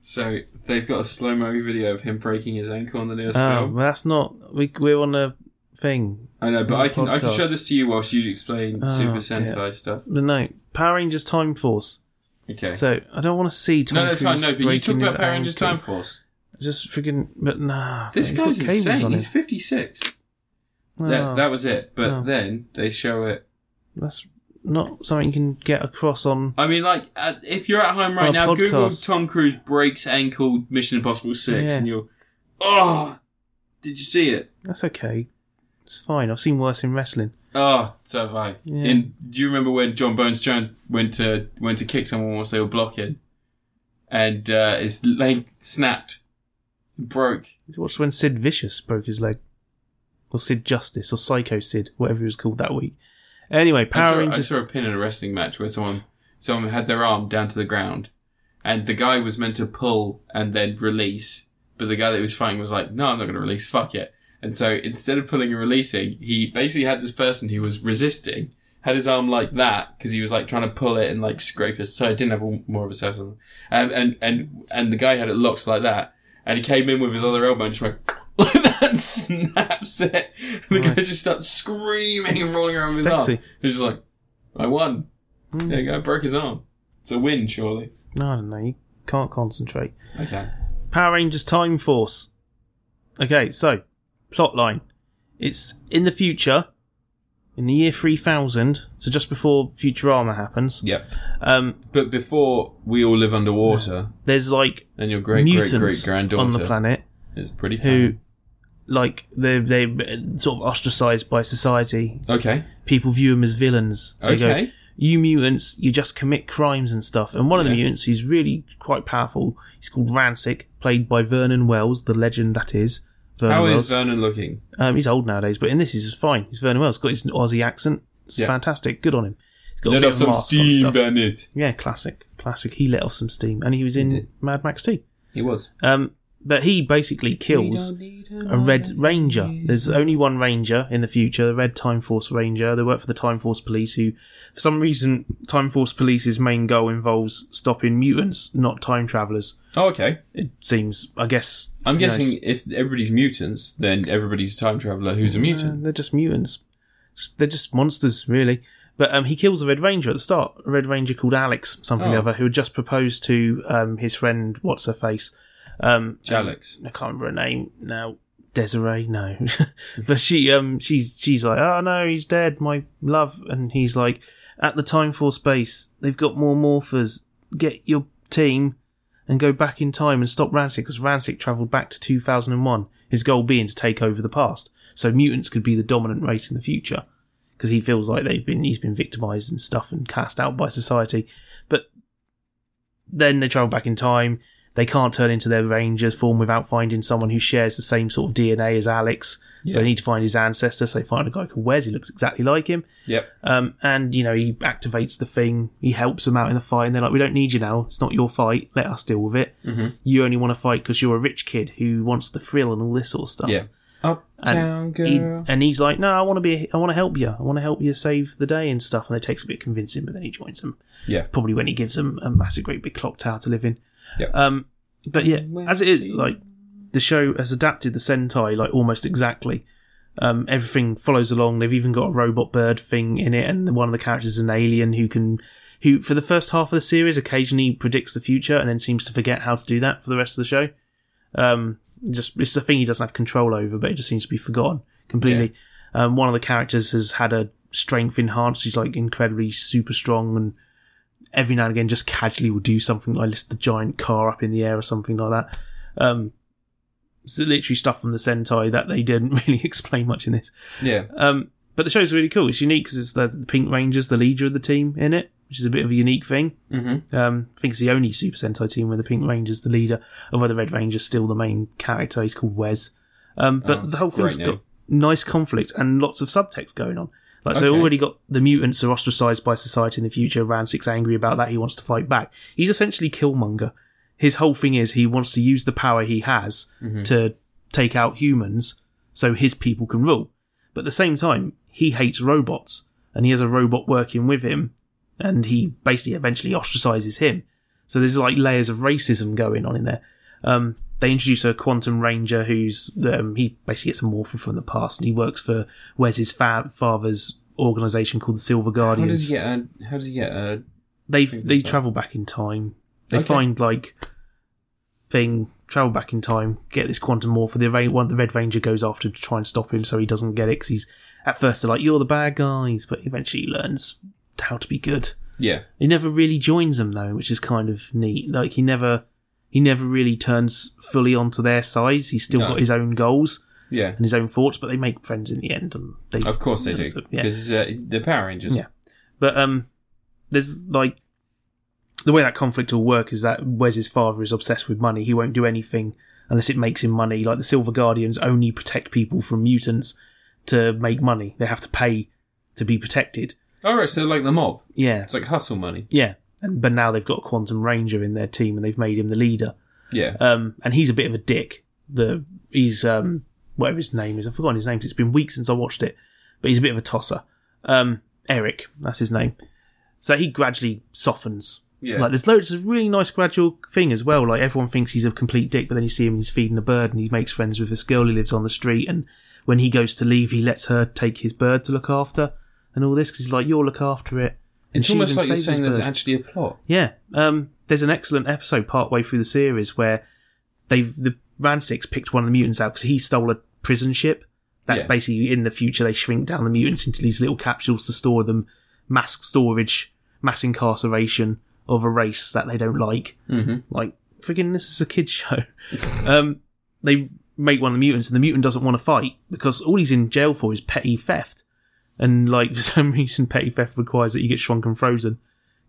S1: So they've got a slow mo video of him breaking his ankle on the newest
S2: Oh,
S1: film.
S2: well, that's not. We, we're on a thing.
S1: I know, but I can I can
S2: podcast.
S1: show this to you whilst you explain
S2: Oh,
S1: Super
S2: dear.
S1: Sentai stuff.
S2: But no, Power Rangers Time Force.
S1: Okay.
S2: So I don't want to see Tom
S1: no, no, it's fine.
S2: Cruise
S1: No, but you
S2: breaking
S1: talk
S2: his
S1: about Power Rangers
S2: ankle.
S1: Time Force.
S2: Just freaking. But nah.
S1: This
S2: he's got
S1: guy's
S2: cables
S1: insane.
S2: on
S1: He's
S2: him.
S1: 56.
S2: Oh.
S1: That, that was it. But
S2: Oh.
S1: then they show it.
S2: That's not something you can get across on.
S1: I mean, like, uh, if you're at home right
S2: On a
S1: now, Google
S2: Oh, podcast.
S1: Tom Cruise breaks ankle Mission Impossible 6,
S2: Yeah.
S1: and you'll. Oh! Did you see it?
S2: That's okay. It's fine. I've seen worse in wrestling.
S1: Oh, so have I.
S2: Yeah.
S1: And do you remember when John Bones Jones went to went to kick someone whilst they were blocking, and uh, his leg snapped, broke.
S2: Watch when Sid Vicious broke his leg, or Sid Justice, or Psycho Sid, whatever he was called that week. Anyway,
S1: I saw,
S2: Power
S1: I
S2: Rangers.
S1: saw a pin in a wrestling match where someone someone had their arm down to the ground, and the guy was meant to pull and then release, but the guy that he was fighting was like, "No, I'm not going to release. Fuck it." And so instead of pulling and releasing, he basically had this person who was resisting, had his arm like that because he was like trying to pull it and like scrape his. So it didn't have all, more of a surface. on it. Um, and and and the guy had it locked like that, and he came in with his other elbow and just went. Like that and snaps it. The guy
S2: Nice.
S1: just starts screaming and rolling around with his
S2: Sexy.
S1: arm. He's just like, I won. Yeah, the guy broke his arm. It's a win, surely.
S2: Hmm, No, I don't know. You can't concentrate.
S1: Okay.
S2: Power Rangers Time Force. Okay, so plot line. It's in the future. in the year 3000, so just before Futurama happens,
S1: Yep.
S2: um,
S1: But before we all live underwater,
S2: there's like
S1: then your great great great
S2: mutants
S1: granddaughter
S2: on the planet
S1: is pretty fun.
S2: who, like, they they sort of ostracized by society.
S1: Okay.
S2: People view them as villains. They go,
S1: Okay.
S2: you mutants, you just commit crimes and stuff. And one of the
S1: Yeah.
S2: mutants who's really quite powerful, he's called Rancic, played by Vernon Wells, the legend that is. Vernon
S1: How
S2: Wells.
S1: is uh, Vernon looking?
S2: Um, he's old nowadays, but in this he's fine. He's Vernon Wells. Got his Aussie accent. It's
S1: Yeah.
S2: fantastic. Good on him. He's got a
S1: Let
S2: bit
S1: off
S2: of
S1: some
S2: mask on
S1: steam,
S2: stuff.
S1: Bennett.
S2: Yeah, classic, classic. He let off some steam, and he was in
S1: did.
S2: Mad Max 2.
S1: He was.
S2: Um, but he basically kills a Red Ranger. There's only one Ranger in the future, the Red Time Force Ranger. They work for the Time Force Police, who, for some reason, Time Force Police's main goal involves stopping mutants, not time travelers.
S1: Oh, okay.
S2: It seems, I guess.
S1: I'm
S2: you know,
S1: guessing if everybody's mutants, then everybody's a time traveler who's a
S2: it's- uh,
S1: mutant.
S2: they're just mutants. Just- They're just monsters, really. But um, he kills a Red Ranger at the start. A Red Ranger called Alex, something
S1: Oh.
S2: or other, who had just proposed to um, his friend, what's her face. Um,
S1: Jalix.
S2: I can't remember her name now. Desiree, no, but she um she's she's like, oh no, he's dead, my love, and he's like, at the Time Force base, they've got more morphers. Get your team and go back in time and stop Rancic because Rancic travelled back to 2001. His goal being to take over the past, so mutants could be the dominant race in the future. Because he feels like they've been he's been victimized and stuff and cast out by society, but then they travel back in time. They can't turn into their Rangers form without finding someone who shares the same sort of DNA as Alex. So
S1: Yeah.
S2: they need to find his ancestor. So they find a guy called Wes who looks exactly like him.
S1: Yep.
S2: Um, and you know he activates the thing. He helps them out in the fight, and they're like, "We don't need you now. It's not your fight. Let us deal with it.
S1: Mhm.
S2: You only want to fight because you're a rich kid who wants the thrill and all this sort of stuff."
S1: Yeah. Uptown
S2: He-
S1: girl.
S2: and he's like, "No, I want to be. I want to help you. I want to help you save the day and stuff." And it takes a bit of convincing, but then he joins them.
S1: Yeah.
S2: Probably when he gives them a massive, great big clock tower to live in.
S1: Yep.
S2: Um, but yeah, as it is, like the show has adapted the Sentai like almost exactly. Um, everything follows along. They've even got a robot bird thing in it, and one of the characters is an alien who can, who for the first half of the series occasionally predicts the future and then seems to forget how to do that for the rest of the show. Um, just it's a thing he doesn't have control over, but it just seems to be forgotten completely. Um, one of the characters has had a strength enhanced. He's like incredibly super strong and every now and again just casually will do something like lift the giant car up in the air or something like that. Um, it's literally stuff from the Sentai that they didn't really explain much in this.
S1: Yeah.
S2: Um, but the show's really cool. It's unique because it's the, the Pink Ranger's the leader of the team in it, which is a bit of a unique thing.
S1: hmm
S2: Um, I think it's the only Super Sentai team where the Pink Ranger's the leader, although the Red Ranger's still the main character. He's called Wes. Um, but
S1: Oh,
S2: the
S1: that's
S2: whole
S1: a great
S2: thing's
S1: name.
S2: got nice conflict and lots of subtext going on. Like, so
S1: Okay.
S2: already got the mutants are ostracized by society in the future. Rancic's angry about that. He wants to fight back. He's essentially Killmonger. His whole thing is he wants to use the power he has
S1: Mm-hmm.
S2: to take out humans so his people can rule. But at the same time, he hates robots and he has a robot working with him and he basically eventually ostracizes him. So there's like layers of racism going on in there. Um, they introduce a quantum ranger who's um, he basically gets a morpher from the past and he works for Wes's fa- father's organization called the Silver
S1: How
S2: Guardians.
S1: does he get a? How does he get a?
S2: they
S1: Think
S2: they
S1: about-
S2: travel back in time. They
S1: Okay.
S2: find like thing travel back in time, get this quantum morph. The ra- one the Red Ranger goes after to try and stop him, so he doesn't get it. 'cause he's at first they're like you're the bad guys, but eventually he learns how to be good.
S1: Yeah.
S2: He never really joins them though, which is kind of neat. Like he never he never really turns fully onto their side. He's still
S1: No.
S2: got his own goals
S1: Yeah.
S2: and his own thoughts, but they make friends in the end. And they
S1: Of course they do
S2: So, yeah.
S1: because uh, they're Power Rangers.
S2: Yeah. But um, there's like the way that conflict will work is that Wes's father is obsessed with money. He won't do anything unless it makes him money. Like the Silver Guardians only protect people from mutants to make money. They have to pay to be protected.
S1: All Oh, right, so they're like the mob.
S2: Yeah,
S1: It's like hustle money.
S2: yeah. And but now they've got a Quantum Ranger in their team, and they've made him the leader.
S1: Yeah.
S2: Um, and he's a bit of a dick. The he's um whatever his name is, I've forgotten his name. 'cause It's been weeks since I watched it, but he's a bit of a tosser. Um, Eric, that's his name. So he gradually softens.
S1: Yeah.
S2: Like there's loads of really nice gradual thing as well. Like everyone thinks he's a complete dick, but then you see him, he's feeding a bird, and he makes friends with this girl who lives on the street. And when he goes to leave, he lets her take his bird to look after, and all this because he's like, "You'll look after it." And
S1: it's
S2: she
S1: almost
S2: even
S1: like you're
S2: saves
S1: saying
S2: his
S1: there's
S2: bird.
S1: actually a plot.
S2: Yeah. Um, there's an excellent episode partway through the series where they've the Rancic's picked one of the mutants out because he stole a prison ship That
S1: Yeah.
S2: basically in the future they shrink down the mutants into these little capsules to store them, mass storage, mass incarceration of a race that they don't like.
S1: Mm-hmm.
S2: Like, friggin' this is a kid's show. um, they make one of the mutants, and the mutant doesn't want to fight because all he's in jail for is petty theft. And, like, for some reason, petty theft requires that you get shrunk and frozen.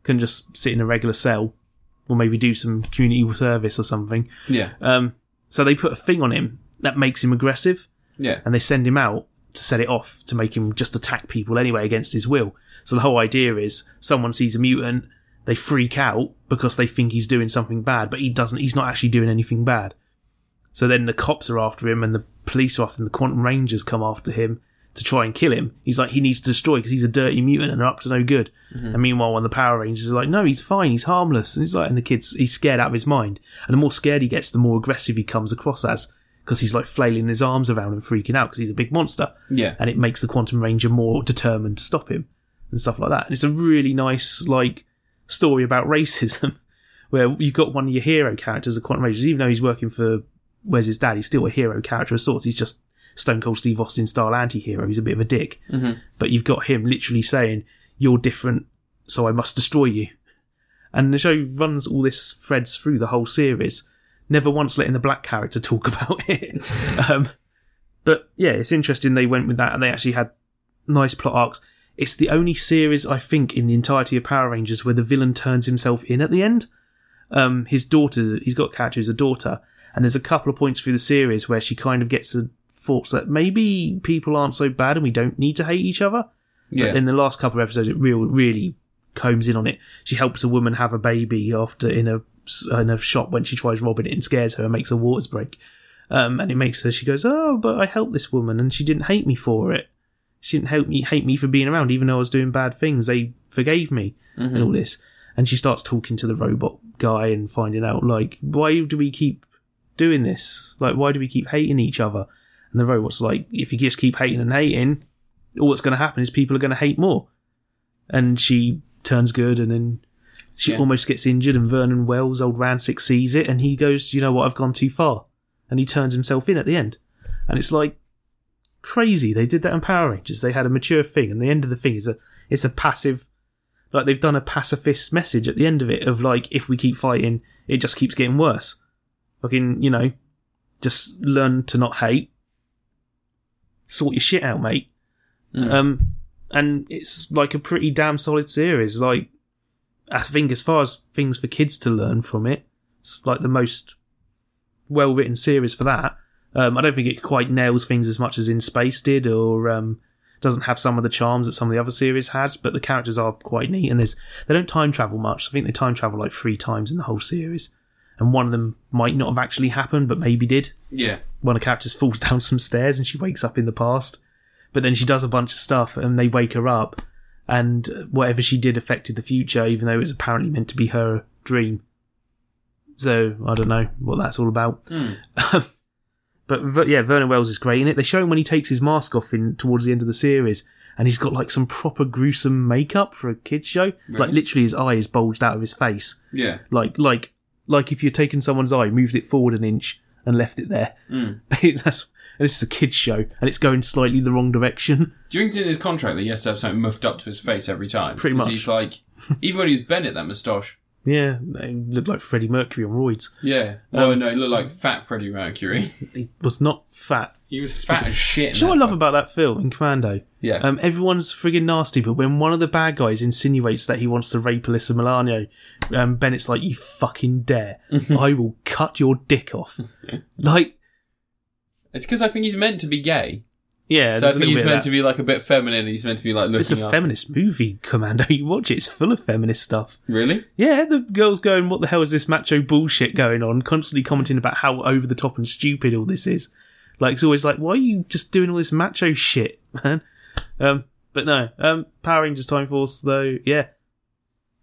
S2: Can just sit in a regular cell or maybe do some community service or something.
S1: Yeah.
S2: Um, so they put a thing on him that makes him aggressive
S1: Yeah.
S2: and they send him out to set it off to make him just attack people anyway against his will. So the whole idea is someone sees a mutant, they freak out because they think he's doing something bad, but he doesn't. He's not actually doing anything bad. So then the cops are after him, and the police are after him. The Quantum Rangers come after him to try and kill him. He's like he needs to destroy because he's a dirty mutant and they're up to no good. And meanwhile, when the Power Rangers are like, no, he's fine, he's harmless, and he's like, and the kids, he's scared out of his mind. And the more scared he gets, the more aggressive he comes across as because he's like flailing his arms around and freaking out because he's a big monster
S1: Yeah.
S2: and it makes the Quantum Ranger more determined to stop him and stuff like that. And it's a really nice like story about racism, where you've got one of your hero characters, the Quantum Ranger, even though he's working for where's his dad, he's still a hero character of sorts. He's just Stone Cold Steve Austin style anti-hero. He's a bit of a dick,
S1: Mhm.
S2: but you've got him literally saying, "You're different, so I must destroy you." And the show runs all this threads through the whole series, never once letting the black character talk about it. um, but yeah, it's interesting they went with that and they actually had nice plot arcs. It's the only series I think in the entirety of Power Rangers where the villain turns himself in at the end. Um, his daughter, he's got a character who's a daughter, and there's a couple of points through the series where she kind of gets the thoughts that maybe people aren't so bad and we don't need to hate each other.
S1: Yeah.
S2: In the last couple of episodes, it real really combs in on it. She helps a woman have a baby after in a in a shop when she tries robbing it and scares her and makes her waters break. Um, and it makes her she goes, oh, but I helped this woman and she didn't hate me for it. She didn't help me hate me for being around, even though I was doing bad things. They forgave me and all this. And she starts talking to the robot guy and finding out like, why do we keep doing this? Like, why do we keep hating each other? And the robot's like, if you just keep hating and hating, all that's going to happen is people are going to hate more. And she turns good, and then she
S1: Yeah.
S2: almost gets injured. And Vernon Wells, old Rancic, sees it, and he goes, "You know what? I've gone too far," and he turns himself in at the end. And it's like crazy. They did that in Power Rangers. They had a mature thing, and the end of the thing is a it's a passive, like they've done a pacifist message at the end of it of like, if we keep fighting, it just keeps getting worse. Fucking, you know, just learn to not hate. Sort your shit out, mate.
S1: Mm.
S2: Um, and it's like a pretty damn solid series. Like, I think as far as things for kids to learn from it, it's like the most well written series for that. Um, I don't think it quite nails things as much as In Space did, or um, doesn't have some of the charms that some of the other series had. But the characters are quite neat, and there's they don't time travel much. I think they time travel like three times in the whole series, and one of them might not have actually happened, but maybe did
S1: yeah.
S2: one of the characters falls down some stairs and she wakes up in the past. But then she does a bunch of stuff and they wake her up, and whatever she did affected the future, even though it was apparently meant to be her dream. So I don't know what that's all about.
S1: Hmm.
S2: But Ver- yeah, Vernon Wells is great in it. They show him when he takes his mask off in towards the end of the series, and he's got like some proper gruesome makeup for a kids show. Like
S1: Really?
S2: literally, his eye is bulged out of his face
S1: Yeah.
S2: like like like if you'd taken someone's eye, moved it forward an inch, and left it there.
S1: Mm.
S2: That's this is a kids show, and it's going slightly the wrong direction.
S1: Do you think it's in his contract that he has to have something muffed up to his face every time?
S2: Pretty
S1: 'Cause
S2: much.
S1: He's like, even when he was Bennett, that moustache.
S2: Yeah, they looked like Freddie Mercury on roids.
S1: Yeah.
S2: Um,
S1: Oh no, he looked like fat Freddie Mercury.
S2: He was not fat.
S1: he was fat as shit. in
S2: Do you know
S1: that.
S2: what I love about that film in Commando?
S1: yeah.
S2: Um, everyone's friggin' nasty, but when one of the bad guys insinuates that he wants to rape Alyssa Milano, um, Bennett's like, "You fucking dare! I will cut your dick off." like,
S1: it's because I think he's meant to be gay.
S2: yeah,
S1: so I
S2: there's a
S1: think
S2: little bit
S1: he's
S2: of
S1: meant to
S2: that.
S1: be like a bit feminine. and He's meant to be like looking
S2: It's a
S1: up.
S2: feminist movie, Commando. You watch it; it's full of feminist stuff.
S1: really?
S2: Yeah, the girl's going, what the hell is this macho bullshit going on? Constantly commenting about how over the top and stupid all this is. Like, it's always like, why are you just doing all this macho shit, man? Um, but no, um, Power Rangers Time Force, though, yeah,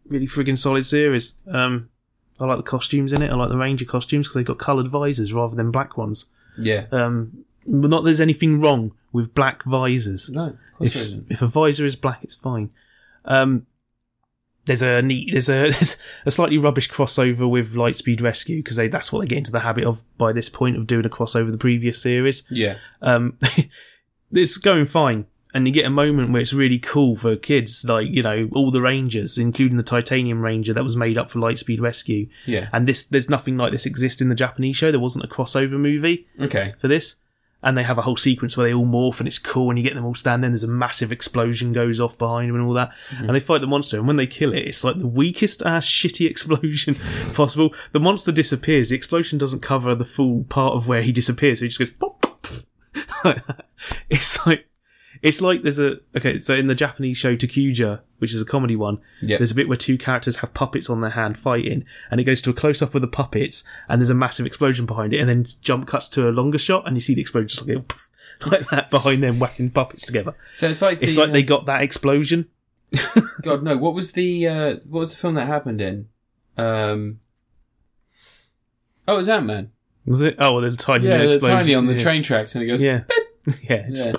S2: really friggin' solid series. Um, I like the costumes in it. I like the Ranger costumes because they've got coloured visors rather than black ones.
S1: Yeah.
S2: Um, but not that there's anything wrong with black visors
S1: No. Of course there
S2: if
S1: isn't.
S2: if a visor is black, it's fine. Um, there's a neat, there's a there's a slightly rubbish crossover with Lightspeed Rescue because they that's what they get into the habit of by this point of doing a crossover the previous series.
S1: Yeah.
S2: Um, it's going fine. And you get a moment where it's really cool for kids, like, you know, all the Rangers, including the Titanium Ranger that was made up for Lightspeed Rescue.
S1: Yeah.
S2: And this, there's nothing like this exists in the Japanese show. There wasn't a crossover movie
S1: Okay.
S2: for this. And they have a whole sequence where they all morph and it's cool and you get them all standing. There's a massive explosion goes off behind them and all that. And they fight the monster. And when they kill it, it's like the weakest ass shitty explosion possible. The monster disappears. The explosion doesn't cover the full part of where he disappears. So he just goes pop, pop, pop. like that. It's like, it's like there's a, okay, so in the Japanese show Takuja, which is a comedy one,
S1: Yeah.
S2: there's a bit where two characters have puppets on their hand fighting, and it goes to a close up of the puppets, and there's a massive explosion behind it, and then jump cuts to a longer shot, and you see the explosion just like, like that behind them whacking puppets together.
S1: So it's like
S2: It's
S1: the,
S2: like they
S1: uh,
S2: got that explosion.
S1: God no. What was the uh, what was the film that happened in? Um. Oh, it was Ant Man.
S2: Was it? Oh, the tiny
S1: Yeah, the
S2: explosion.
S1: tiny on the
S2: yeah.
S1: train tracks, and it goes.
S2: Yeah, yeah. it's-
S1: Yeah.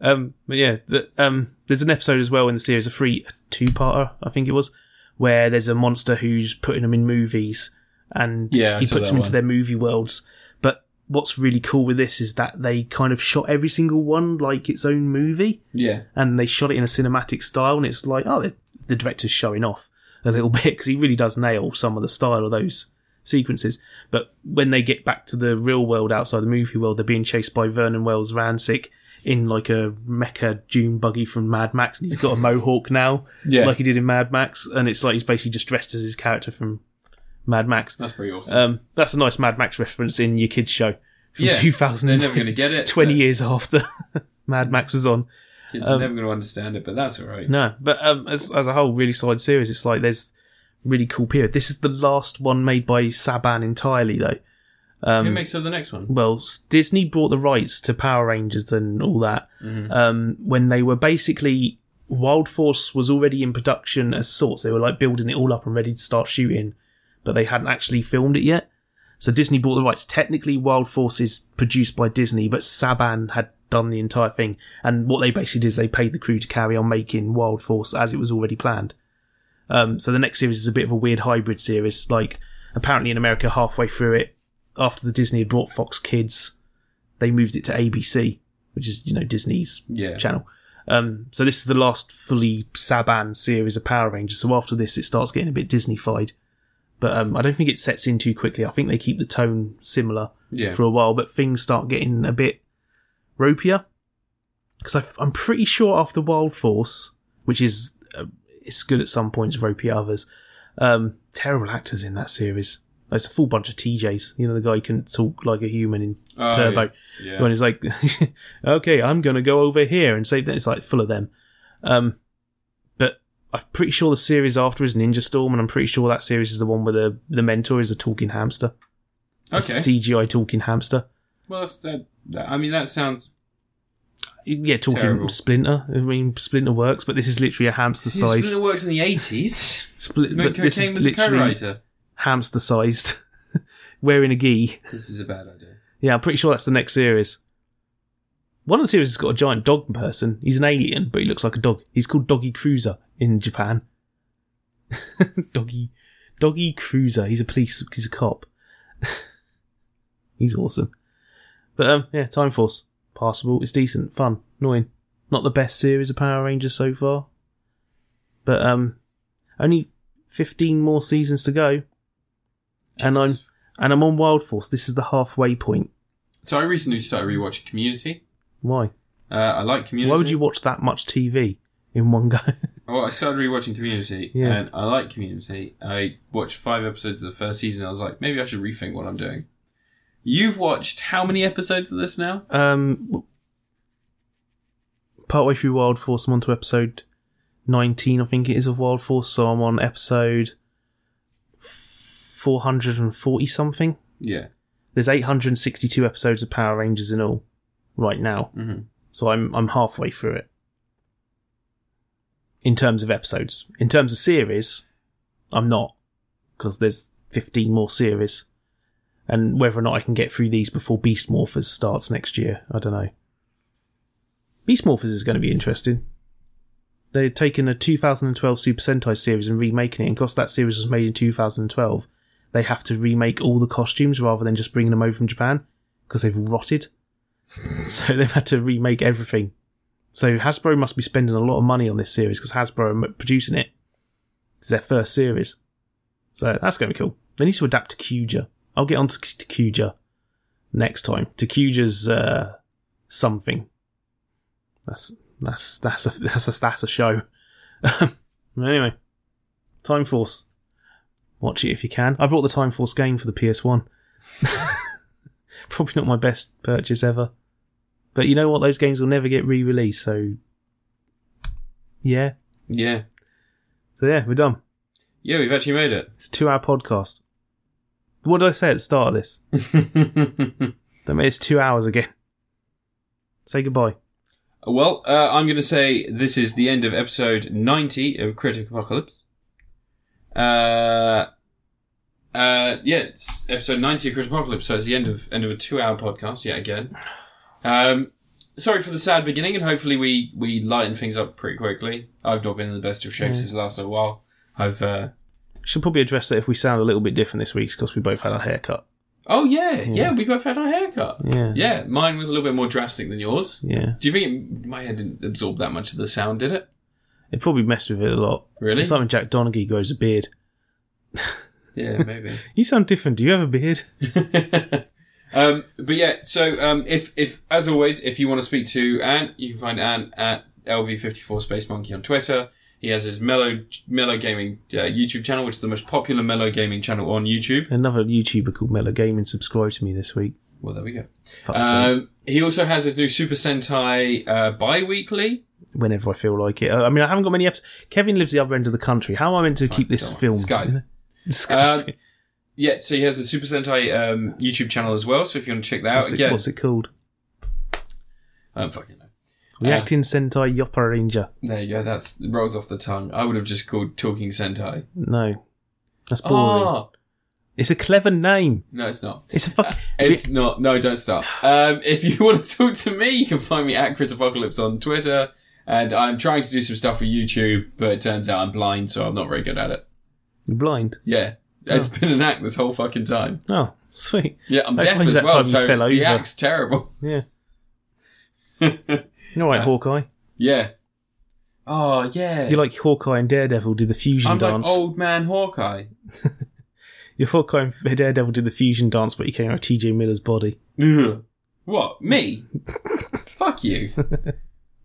S2: Um, but yeah, the, um, there's an episode as well in the series, a free two-parter, I think it was, where there's a monster who's putting them in movies, and
S1: Yeah, I
S2: he
S1: saw
S2: puts
S1: that
S2: them into
S1: one.
S2: their movie worlds. But what's really cool with this is that they kind of shot every single one like its own movie,
S1: Yeah.
S2: and they shot it in a cinematic style, and it's like, oh, the, the director's showing off a little bit because he really does nail some of the style of those sequences. But when they get back to the real world outside the movie world, they're being chased by Vernon Wells Rancic in like a mecha June buggy from Mad Max, and he's got a mohawk now,
S1: Yeah.
S2: like he did in Mad Max, and it's like he's basically just dressed as his character from Mad Max.
S1: That's pretty awesome.
S2: Um, that's a nice Mad Max reference in your kids' show from
S1: yeah.
S2: 2000.
S1: They're never going to get it.
S2: 20
S1: but
S2: years after Mad Max was on.
S1: Kids
S2: um,
S1: are never going to understand it, but that's all right.
S2: No, but um, as as a whole, really solid series. It's like there's really cool period. This is the last one made by Saban entirely, though. um,
S1: Who makes up the next one?
S2: Well, s- Disney brought the rights to Power Rangers and all that um, when they were basically Wild Force was already in production as sorts. They were like building it all up and ready to start shooting, but they hadn't actually filmed it yet. So Disney bought the rights. Technically, Wild Force is produced by Disney, but Saban had done the entire thing. And what they basically did is they paid the crew to carry on making Wild Force as it was already planned. Um, so the next series is a bit of a weird hybrid series. Like, apparently in America, halfway through it, after the Disney had brought Fox Kids, they moved it to ABC, which is, you know, Disney's
S1: Yeah.
S2: channel. Um, so this is the last fully Saban series of Power Rangers. So after this, it starts getting a bit Disney-fied. But um, I don't think it sets in too quickly. I think they keep the tone similar
S1: Yeah.
S2: for a while, but things start getting a bit ropier. Because I'm pretty sure after Wild Force, which is uh, it's good at some points, ropey at others. Um, terrible actors in that series. It's a full bunch of TJs. You know, the guy who couldn't talk like a human in
S1: Oh,
S2: Turbo.
S1: Yeah.
S2: When he's like, okay, I'm going to go over here and save them. It's like full of them. Um, but I'm pretty sure the series after is Ninja Storm, and I'm pretty sure that series is the one where the, the mentor is a talking hamster. A
S1: Okay.
S2: CGI talking hamster.
S1: Well, that's that, that. I mean, that sounds.
S2: Yeah, talking
S1: Terrible.
S2: Splinter. I mean, Splinter works, but this is literally a hamster sized.
S1: Splinter works in the eighties.
S2: Split, but
S1: Cocaine
S2: this is
S1: was a
S2: literally
S1: co-writer.
S2: hamster sized. Wearing a gi.
S1: This is a bad idea.
S2: Yeah, I'm pretty sure that's the next series. One of the series has got a giant dog person. He's an alien, but he looks like a dog. He's called Doggy Cruiser in Japan. Doggy, Doggy Cruiser. He's a police. He's a cop. he's awesome. But um, yeah, Time Force passable. It's decent, fun, annoying. Not the best series of Power Rangers so far, but um, only fifteen more seasons to go. And I'm
S1: Jesus.
S2: and I'm on Wild Force. This is the halfway point.
S1: So I recently started rewatching Community.
S2: Why?
S1: Uh, I like Community.
S2: Why would you watch that much TV in one go?
S1: Well, Oh, I started rewatching Community,
S2: Yeah.
S1: and I like Community. I watched five episodes of the first season. I was like, maybe I should rethink what I'm doing. You've watched how many episodes of this now?
S2: um, w- partway through Wild Force, I'm on to episode 19, I think it is, of Wild Force. So I'm on episode 440 something.
S1: Yeah.
S2: There's 862 episodes of Power Rangers in all right now.
S1: hmm
S2: So I'm I'm halfway through it. In terms of episodes, in terms of series, I'm not because there's 15 more series, and whether or not I can get through these before Beast Morphers starts next year, I don't know. Beast Morphers is going to be interesting. They've taken a 2012 Super Sentai series and remaking it, and because that series was made in 2012, they have to remake all the costumes rather than just bringing them over from Japan because they've rotted. so they've had to remake everything. So Hasbro must be spending a lot of money on this series because Hasbro are producing it. It's their first series, so that's going to be cool. They need to adapt to Cuja. I'll get on to Q- to Cuja next time. To Cuja's uh, something. That's that's that's a that's a that's a show. anyway, Time Force. Watch it if you can. I bought the Time Force game for the PS1. Probably not my best purchase ever. But you know what? Those games will never get re released, so. Yeah.
S1: Yeah.
S2: So, yeah, we're done.
S1: Yeah, we've actually made it.
S2: It's a two hour podcast. What did I say at the start of this? That means it's two hours again. Say goodbye.
S1: well, uh, I'm going to say this is the end of episode 90 of Critic Apocalypse. Uh, uh, yeah, it's episode 90 of Critic Apocalypse, so it's the end of end of a two hour podcast yet again. Um, sorry for the sad beginning, and hopefully we we lighten things up pretty quickly. I've not been in the best of shape since the last little while. I've uh,
S2: Should probably address that if we sound a little bit different this week because we both had our haircut.
S1: oh yeah, yeah, we both had our haircut.
S2: Yeah.
S1: Yeah, mine was a little bit more drastic than yours.
S2: Yeah.
S1: Do you think it, my hair didn't absorb that much of the sound? Did it?
S2: It probably messed with it a lot.
S1: Really?
S2: It's like when Jack Donaghy grows a beard.
S1: Yeah, maybe.
S2: You sound different. Do you have a beard?
S1: um, but yeah, so um, if if as always, if you want to speak to Ant, you can find Ant at LV54 Space Monkey on Twitter. He has his Mellow Mellow Gaming uh, YouTube channel, which is the most popular Mellow Gaming channel on YouTube.
S2: Another YouTuber called Mellow Gaming subscribed to me this week.
S1: Well, there we go.
S2: Fuck's sake.
S1: Um, he also has his new Super Sentai uh, bi-weekly.
S2: Whenever I feel like it. Uh, I mean, I haven't got many episodes. Kevin lives the other end of the country. How am I meant to keep this
S1: Go on,
S2: filmed?
S1: Skype. Um,
S2: Skype.
S1: yeah, so he has a Super Sentai um, YouTube channel as well. So if you want to check that
S2: what's,
S1: out,
S2: it,
S1: again,
S2: what's it called?
S1: I don't fucking know. Uh,
S2: Reacting Sentai Yoppa Ranger.
S1: There you go. That's rolls off the tongue. I would have just called Talking Sentai.
S2: No. That's boring.
S1: Oh
S2: It's a clever name.
S1: no, it's not. Uh,
S2: It's a fucking.
S1: It's not. No, don't stop. Um, if you want to talk to me, you can find me at Crit Apocalypse on Twitter. And I'm trying to do some stuff for YouTube, but it turns out I'm blind, so I'm not very good at it.
S2: You're blind.
S1: Yeah. It's been an act this whole fucking time.
S2: Oh, sweet.
S1: Yeah, I'm
S2: That
S1: deaf
S2: explains
S1: as
S2: that
S1: well,
S2: time you
S1: so
S2: fell
S1: the
S2: over.
S1: act's terrible.
S2: Yeah. You're all right, Hawkeye.
S1: Yeah. Oh, yeah.
S2: You're like Hawkeye and Daredevil did the fusion
S1: I'm
S2: dance.
S1: like oh. old man Hawkeye.
S2: Your Hawkeye and Daredevil did the fusion dance, but you came out of TJ Miller's body.
S1: Ugh. What? Me? Fuck you.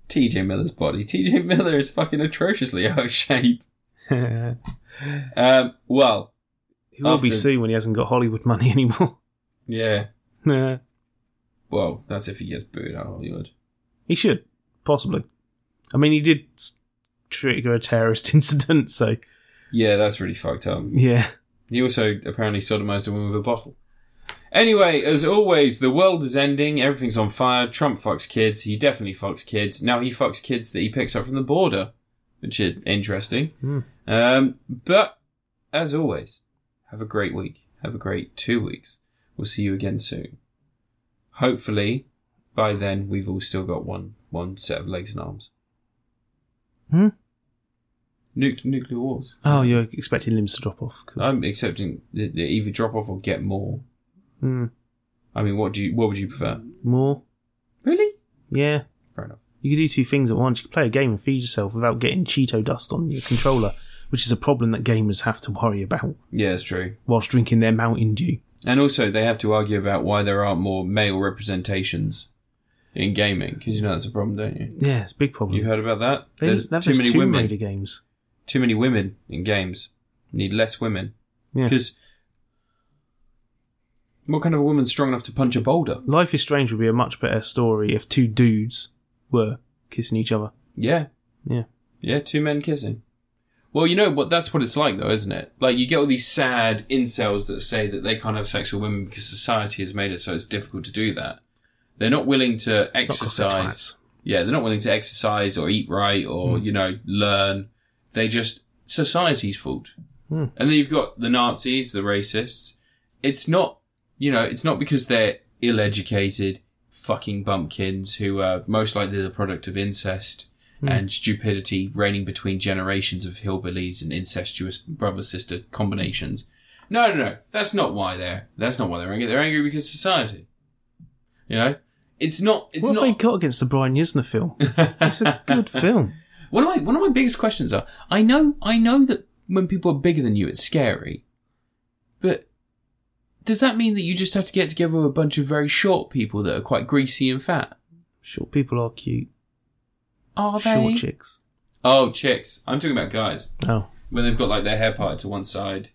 S1: TJ Miller's body. TJ Miller is fucking atrociously out of shape.
S2: he will
S1: Um, well,
S2: be
S1: After-
S2: soon when he hasn't got Hollywood money anymore.
S1: yeah.
S2: Nah.
S1: Well, that's if he gets booed out of Hollywood.
S2: he should, possibly. I mean, he did s- trigger a terrorist incident, so
S1: Yeah, that's really fucked up.
S2: yeah.
S1: He also apparently sodomized a woman with a bottle. Anyway, as always, the world is ending. Everything's on fire. Trump fucks kids. He definitely fucks kids. Now he fucks kids that he picks up from the border, which is interesting.
S2: Hmm.
S1: Um, but as always, have a great week. Have a great two weeks. We'll see you again soon. Hopefully, by then we've all still got one one set of legs and arms.
S2: Hmm?
S1: Nu- nuclear wars.
S2: Oh, you're expecting limbs to drop off. Cool.
S1: I'm accepting that they either drop off or get more.
S2: Hmm.
S1: I mean, what do you? What would you prefer?
S2: More?
S1: Really?
S2: Yeah.
S1: Fair enough.
S2: You could do two things at once. You could play a game and feed yourself without getting Cheeto dust on your controller, which is a problem that gamers have to worry about
S1: Yeah, it's true.
S2: whilst drinking their Mountain Dew.
S1: And also, they have to argue about why there aren't more male representations in gaming because you know that's a problem, don't you?
S2: Yeah, it's a big problem.
S1: You've heard about that?
S2: They
S1: There's
S2: didn't- that
S1: too
S2: was
S1: many
S2: Tomb
S1: women.
S2: Raider games.
S1: Too many women in games. Need less women.
S2: Yeah.
S1: Because what kind of a woman's strong enough to punch a boulder?
S2: Life is Strange would be a much better story if two dudes were kissing each other.
S1: Yeah,
S2: Yeah.
S1: yeah, two men kissing. Well, you know what? That's what it's like, though, isn't it? Like you get all these sad incels that say that they can't have sex with women because society has made it so it's difficult to do that. They're not willing to
S2: Not 'cause
S1: exercise.
S2: they're twats.
S1: yeah, they're not willing to exercise or eat right or,
S2: Hmm.
S1: you know, learn. They just, society's fault.
S2: Hmm.
S1: And then you've got the Nazis, the racists. It's not, you know, it's not because they're ill educated fucking bumpkins who are most likely the product of incest
S2: Hmm.
S1: and stupidity reigning between generations of hillbillies and incestuous brother sister combinations. No, no, no. That's not why they're, that's not why they're angry. They're angry because society. You know, It's not. It's
S2: what
S1: not.
S2: have they got against the Brian Yuzna film? It's a good film.
S1: One of my one of my biggest questions are: I know I know that when people are bigger than you, it's scary, but does that mean that you just have to get together with a bunch of very short people that are quite greasy and fat?
S2: Short people are cute.
S1: Are they?
S2: Short chicks.
S1: Oh, chicks. I'm talking about guys
S2: Oh.
S1: when they've got like their hair parted to one side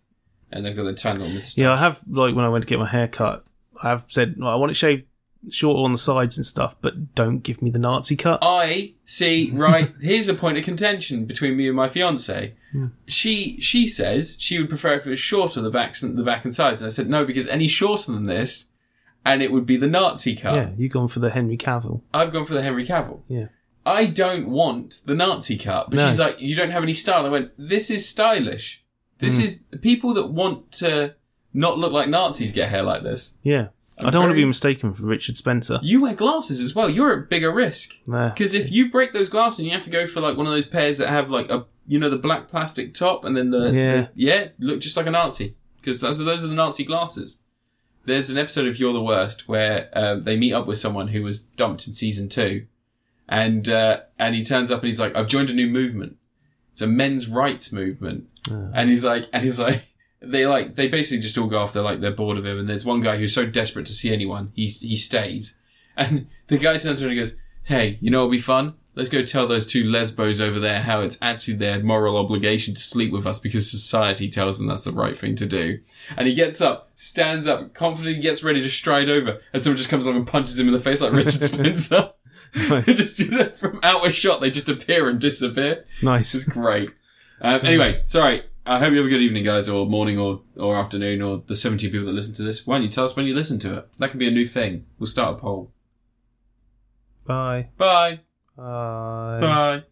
S1: and they've got their tongue on the. St-
S2: Yeah, I have like when I went to get my hair cut, I have said "Well, I want it shaved shorter on the sides and stuff, but don't give me the Nazi cut.
S1: I see. Right, here's a point of contention between me and my fiance.
S2: Hmm.
S1: She she says she would prefer if it was shorter the backs and the back and sides, and I said no because any shorter than this, and it would be the Nazi cut.
S2: Yeah, you gone for the Henry Cavill.
S1: I've gone for the Henry Cavill.
S2: Yeah.
S1: I don't want the Nazi cut. But
S2: No.
S1: she's like, you don't have any style. I went, this is stylish.
S2: Hmm.
S1: This is people that want to not look like Nazis get hair like this.
S2: Yeah. I'm I do not want to
S1: very-
S2: be mistaken for Richard Spencer.
S1: You wear glasses as well. You're at bigger risk.
S2: Nah.
S1: Because if you break those glasses, you have to go for like one of those pairs that have like a you know the black plastic top and then the
S2: Yeah.
S1: the- yeah look just like a Nazi because those are those are the Nazi glasses. There's an episode of You're the Worst where um, they meet up with someone who was dumped in season two, and uh, and he turns up and he's like, I've joined a new movement. It's a men's rights movement, and he's like, and he's like. They like they basically just all go off. They're like they're bored of him, and there's one guy who's so desperate to see anyone, he he stays, and the guy turns around and goes, Hey, you know what'll be fun? Let's go tell those two lesbos over there how it's actually their moral obligation to sleep with us because society tells them that's the right thing to do. And he gets up, stands up, confidently gets ready to stride over, and someone just comes along and punches him in the face like Richard Spencer. They just do that from out of shot, they just appear and disappear. This
S2: Nice.
S1: is great. Um, anyway, sorry. I hope you have a good evening, guys, or morning, or, or afternoon, or the 17 people that listen to this. Why don't you tell us when you listen to it? That can be a new thing. We'll start a poll.
S2: Bye.
S1: Bye.
S2: Bye.
S1: Bye.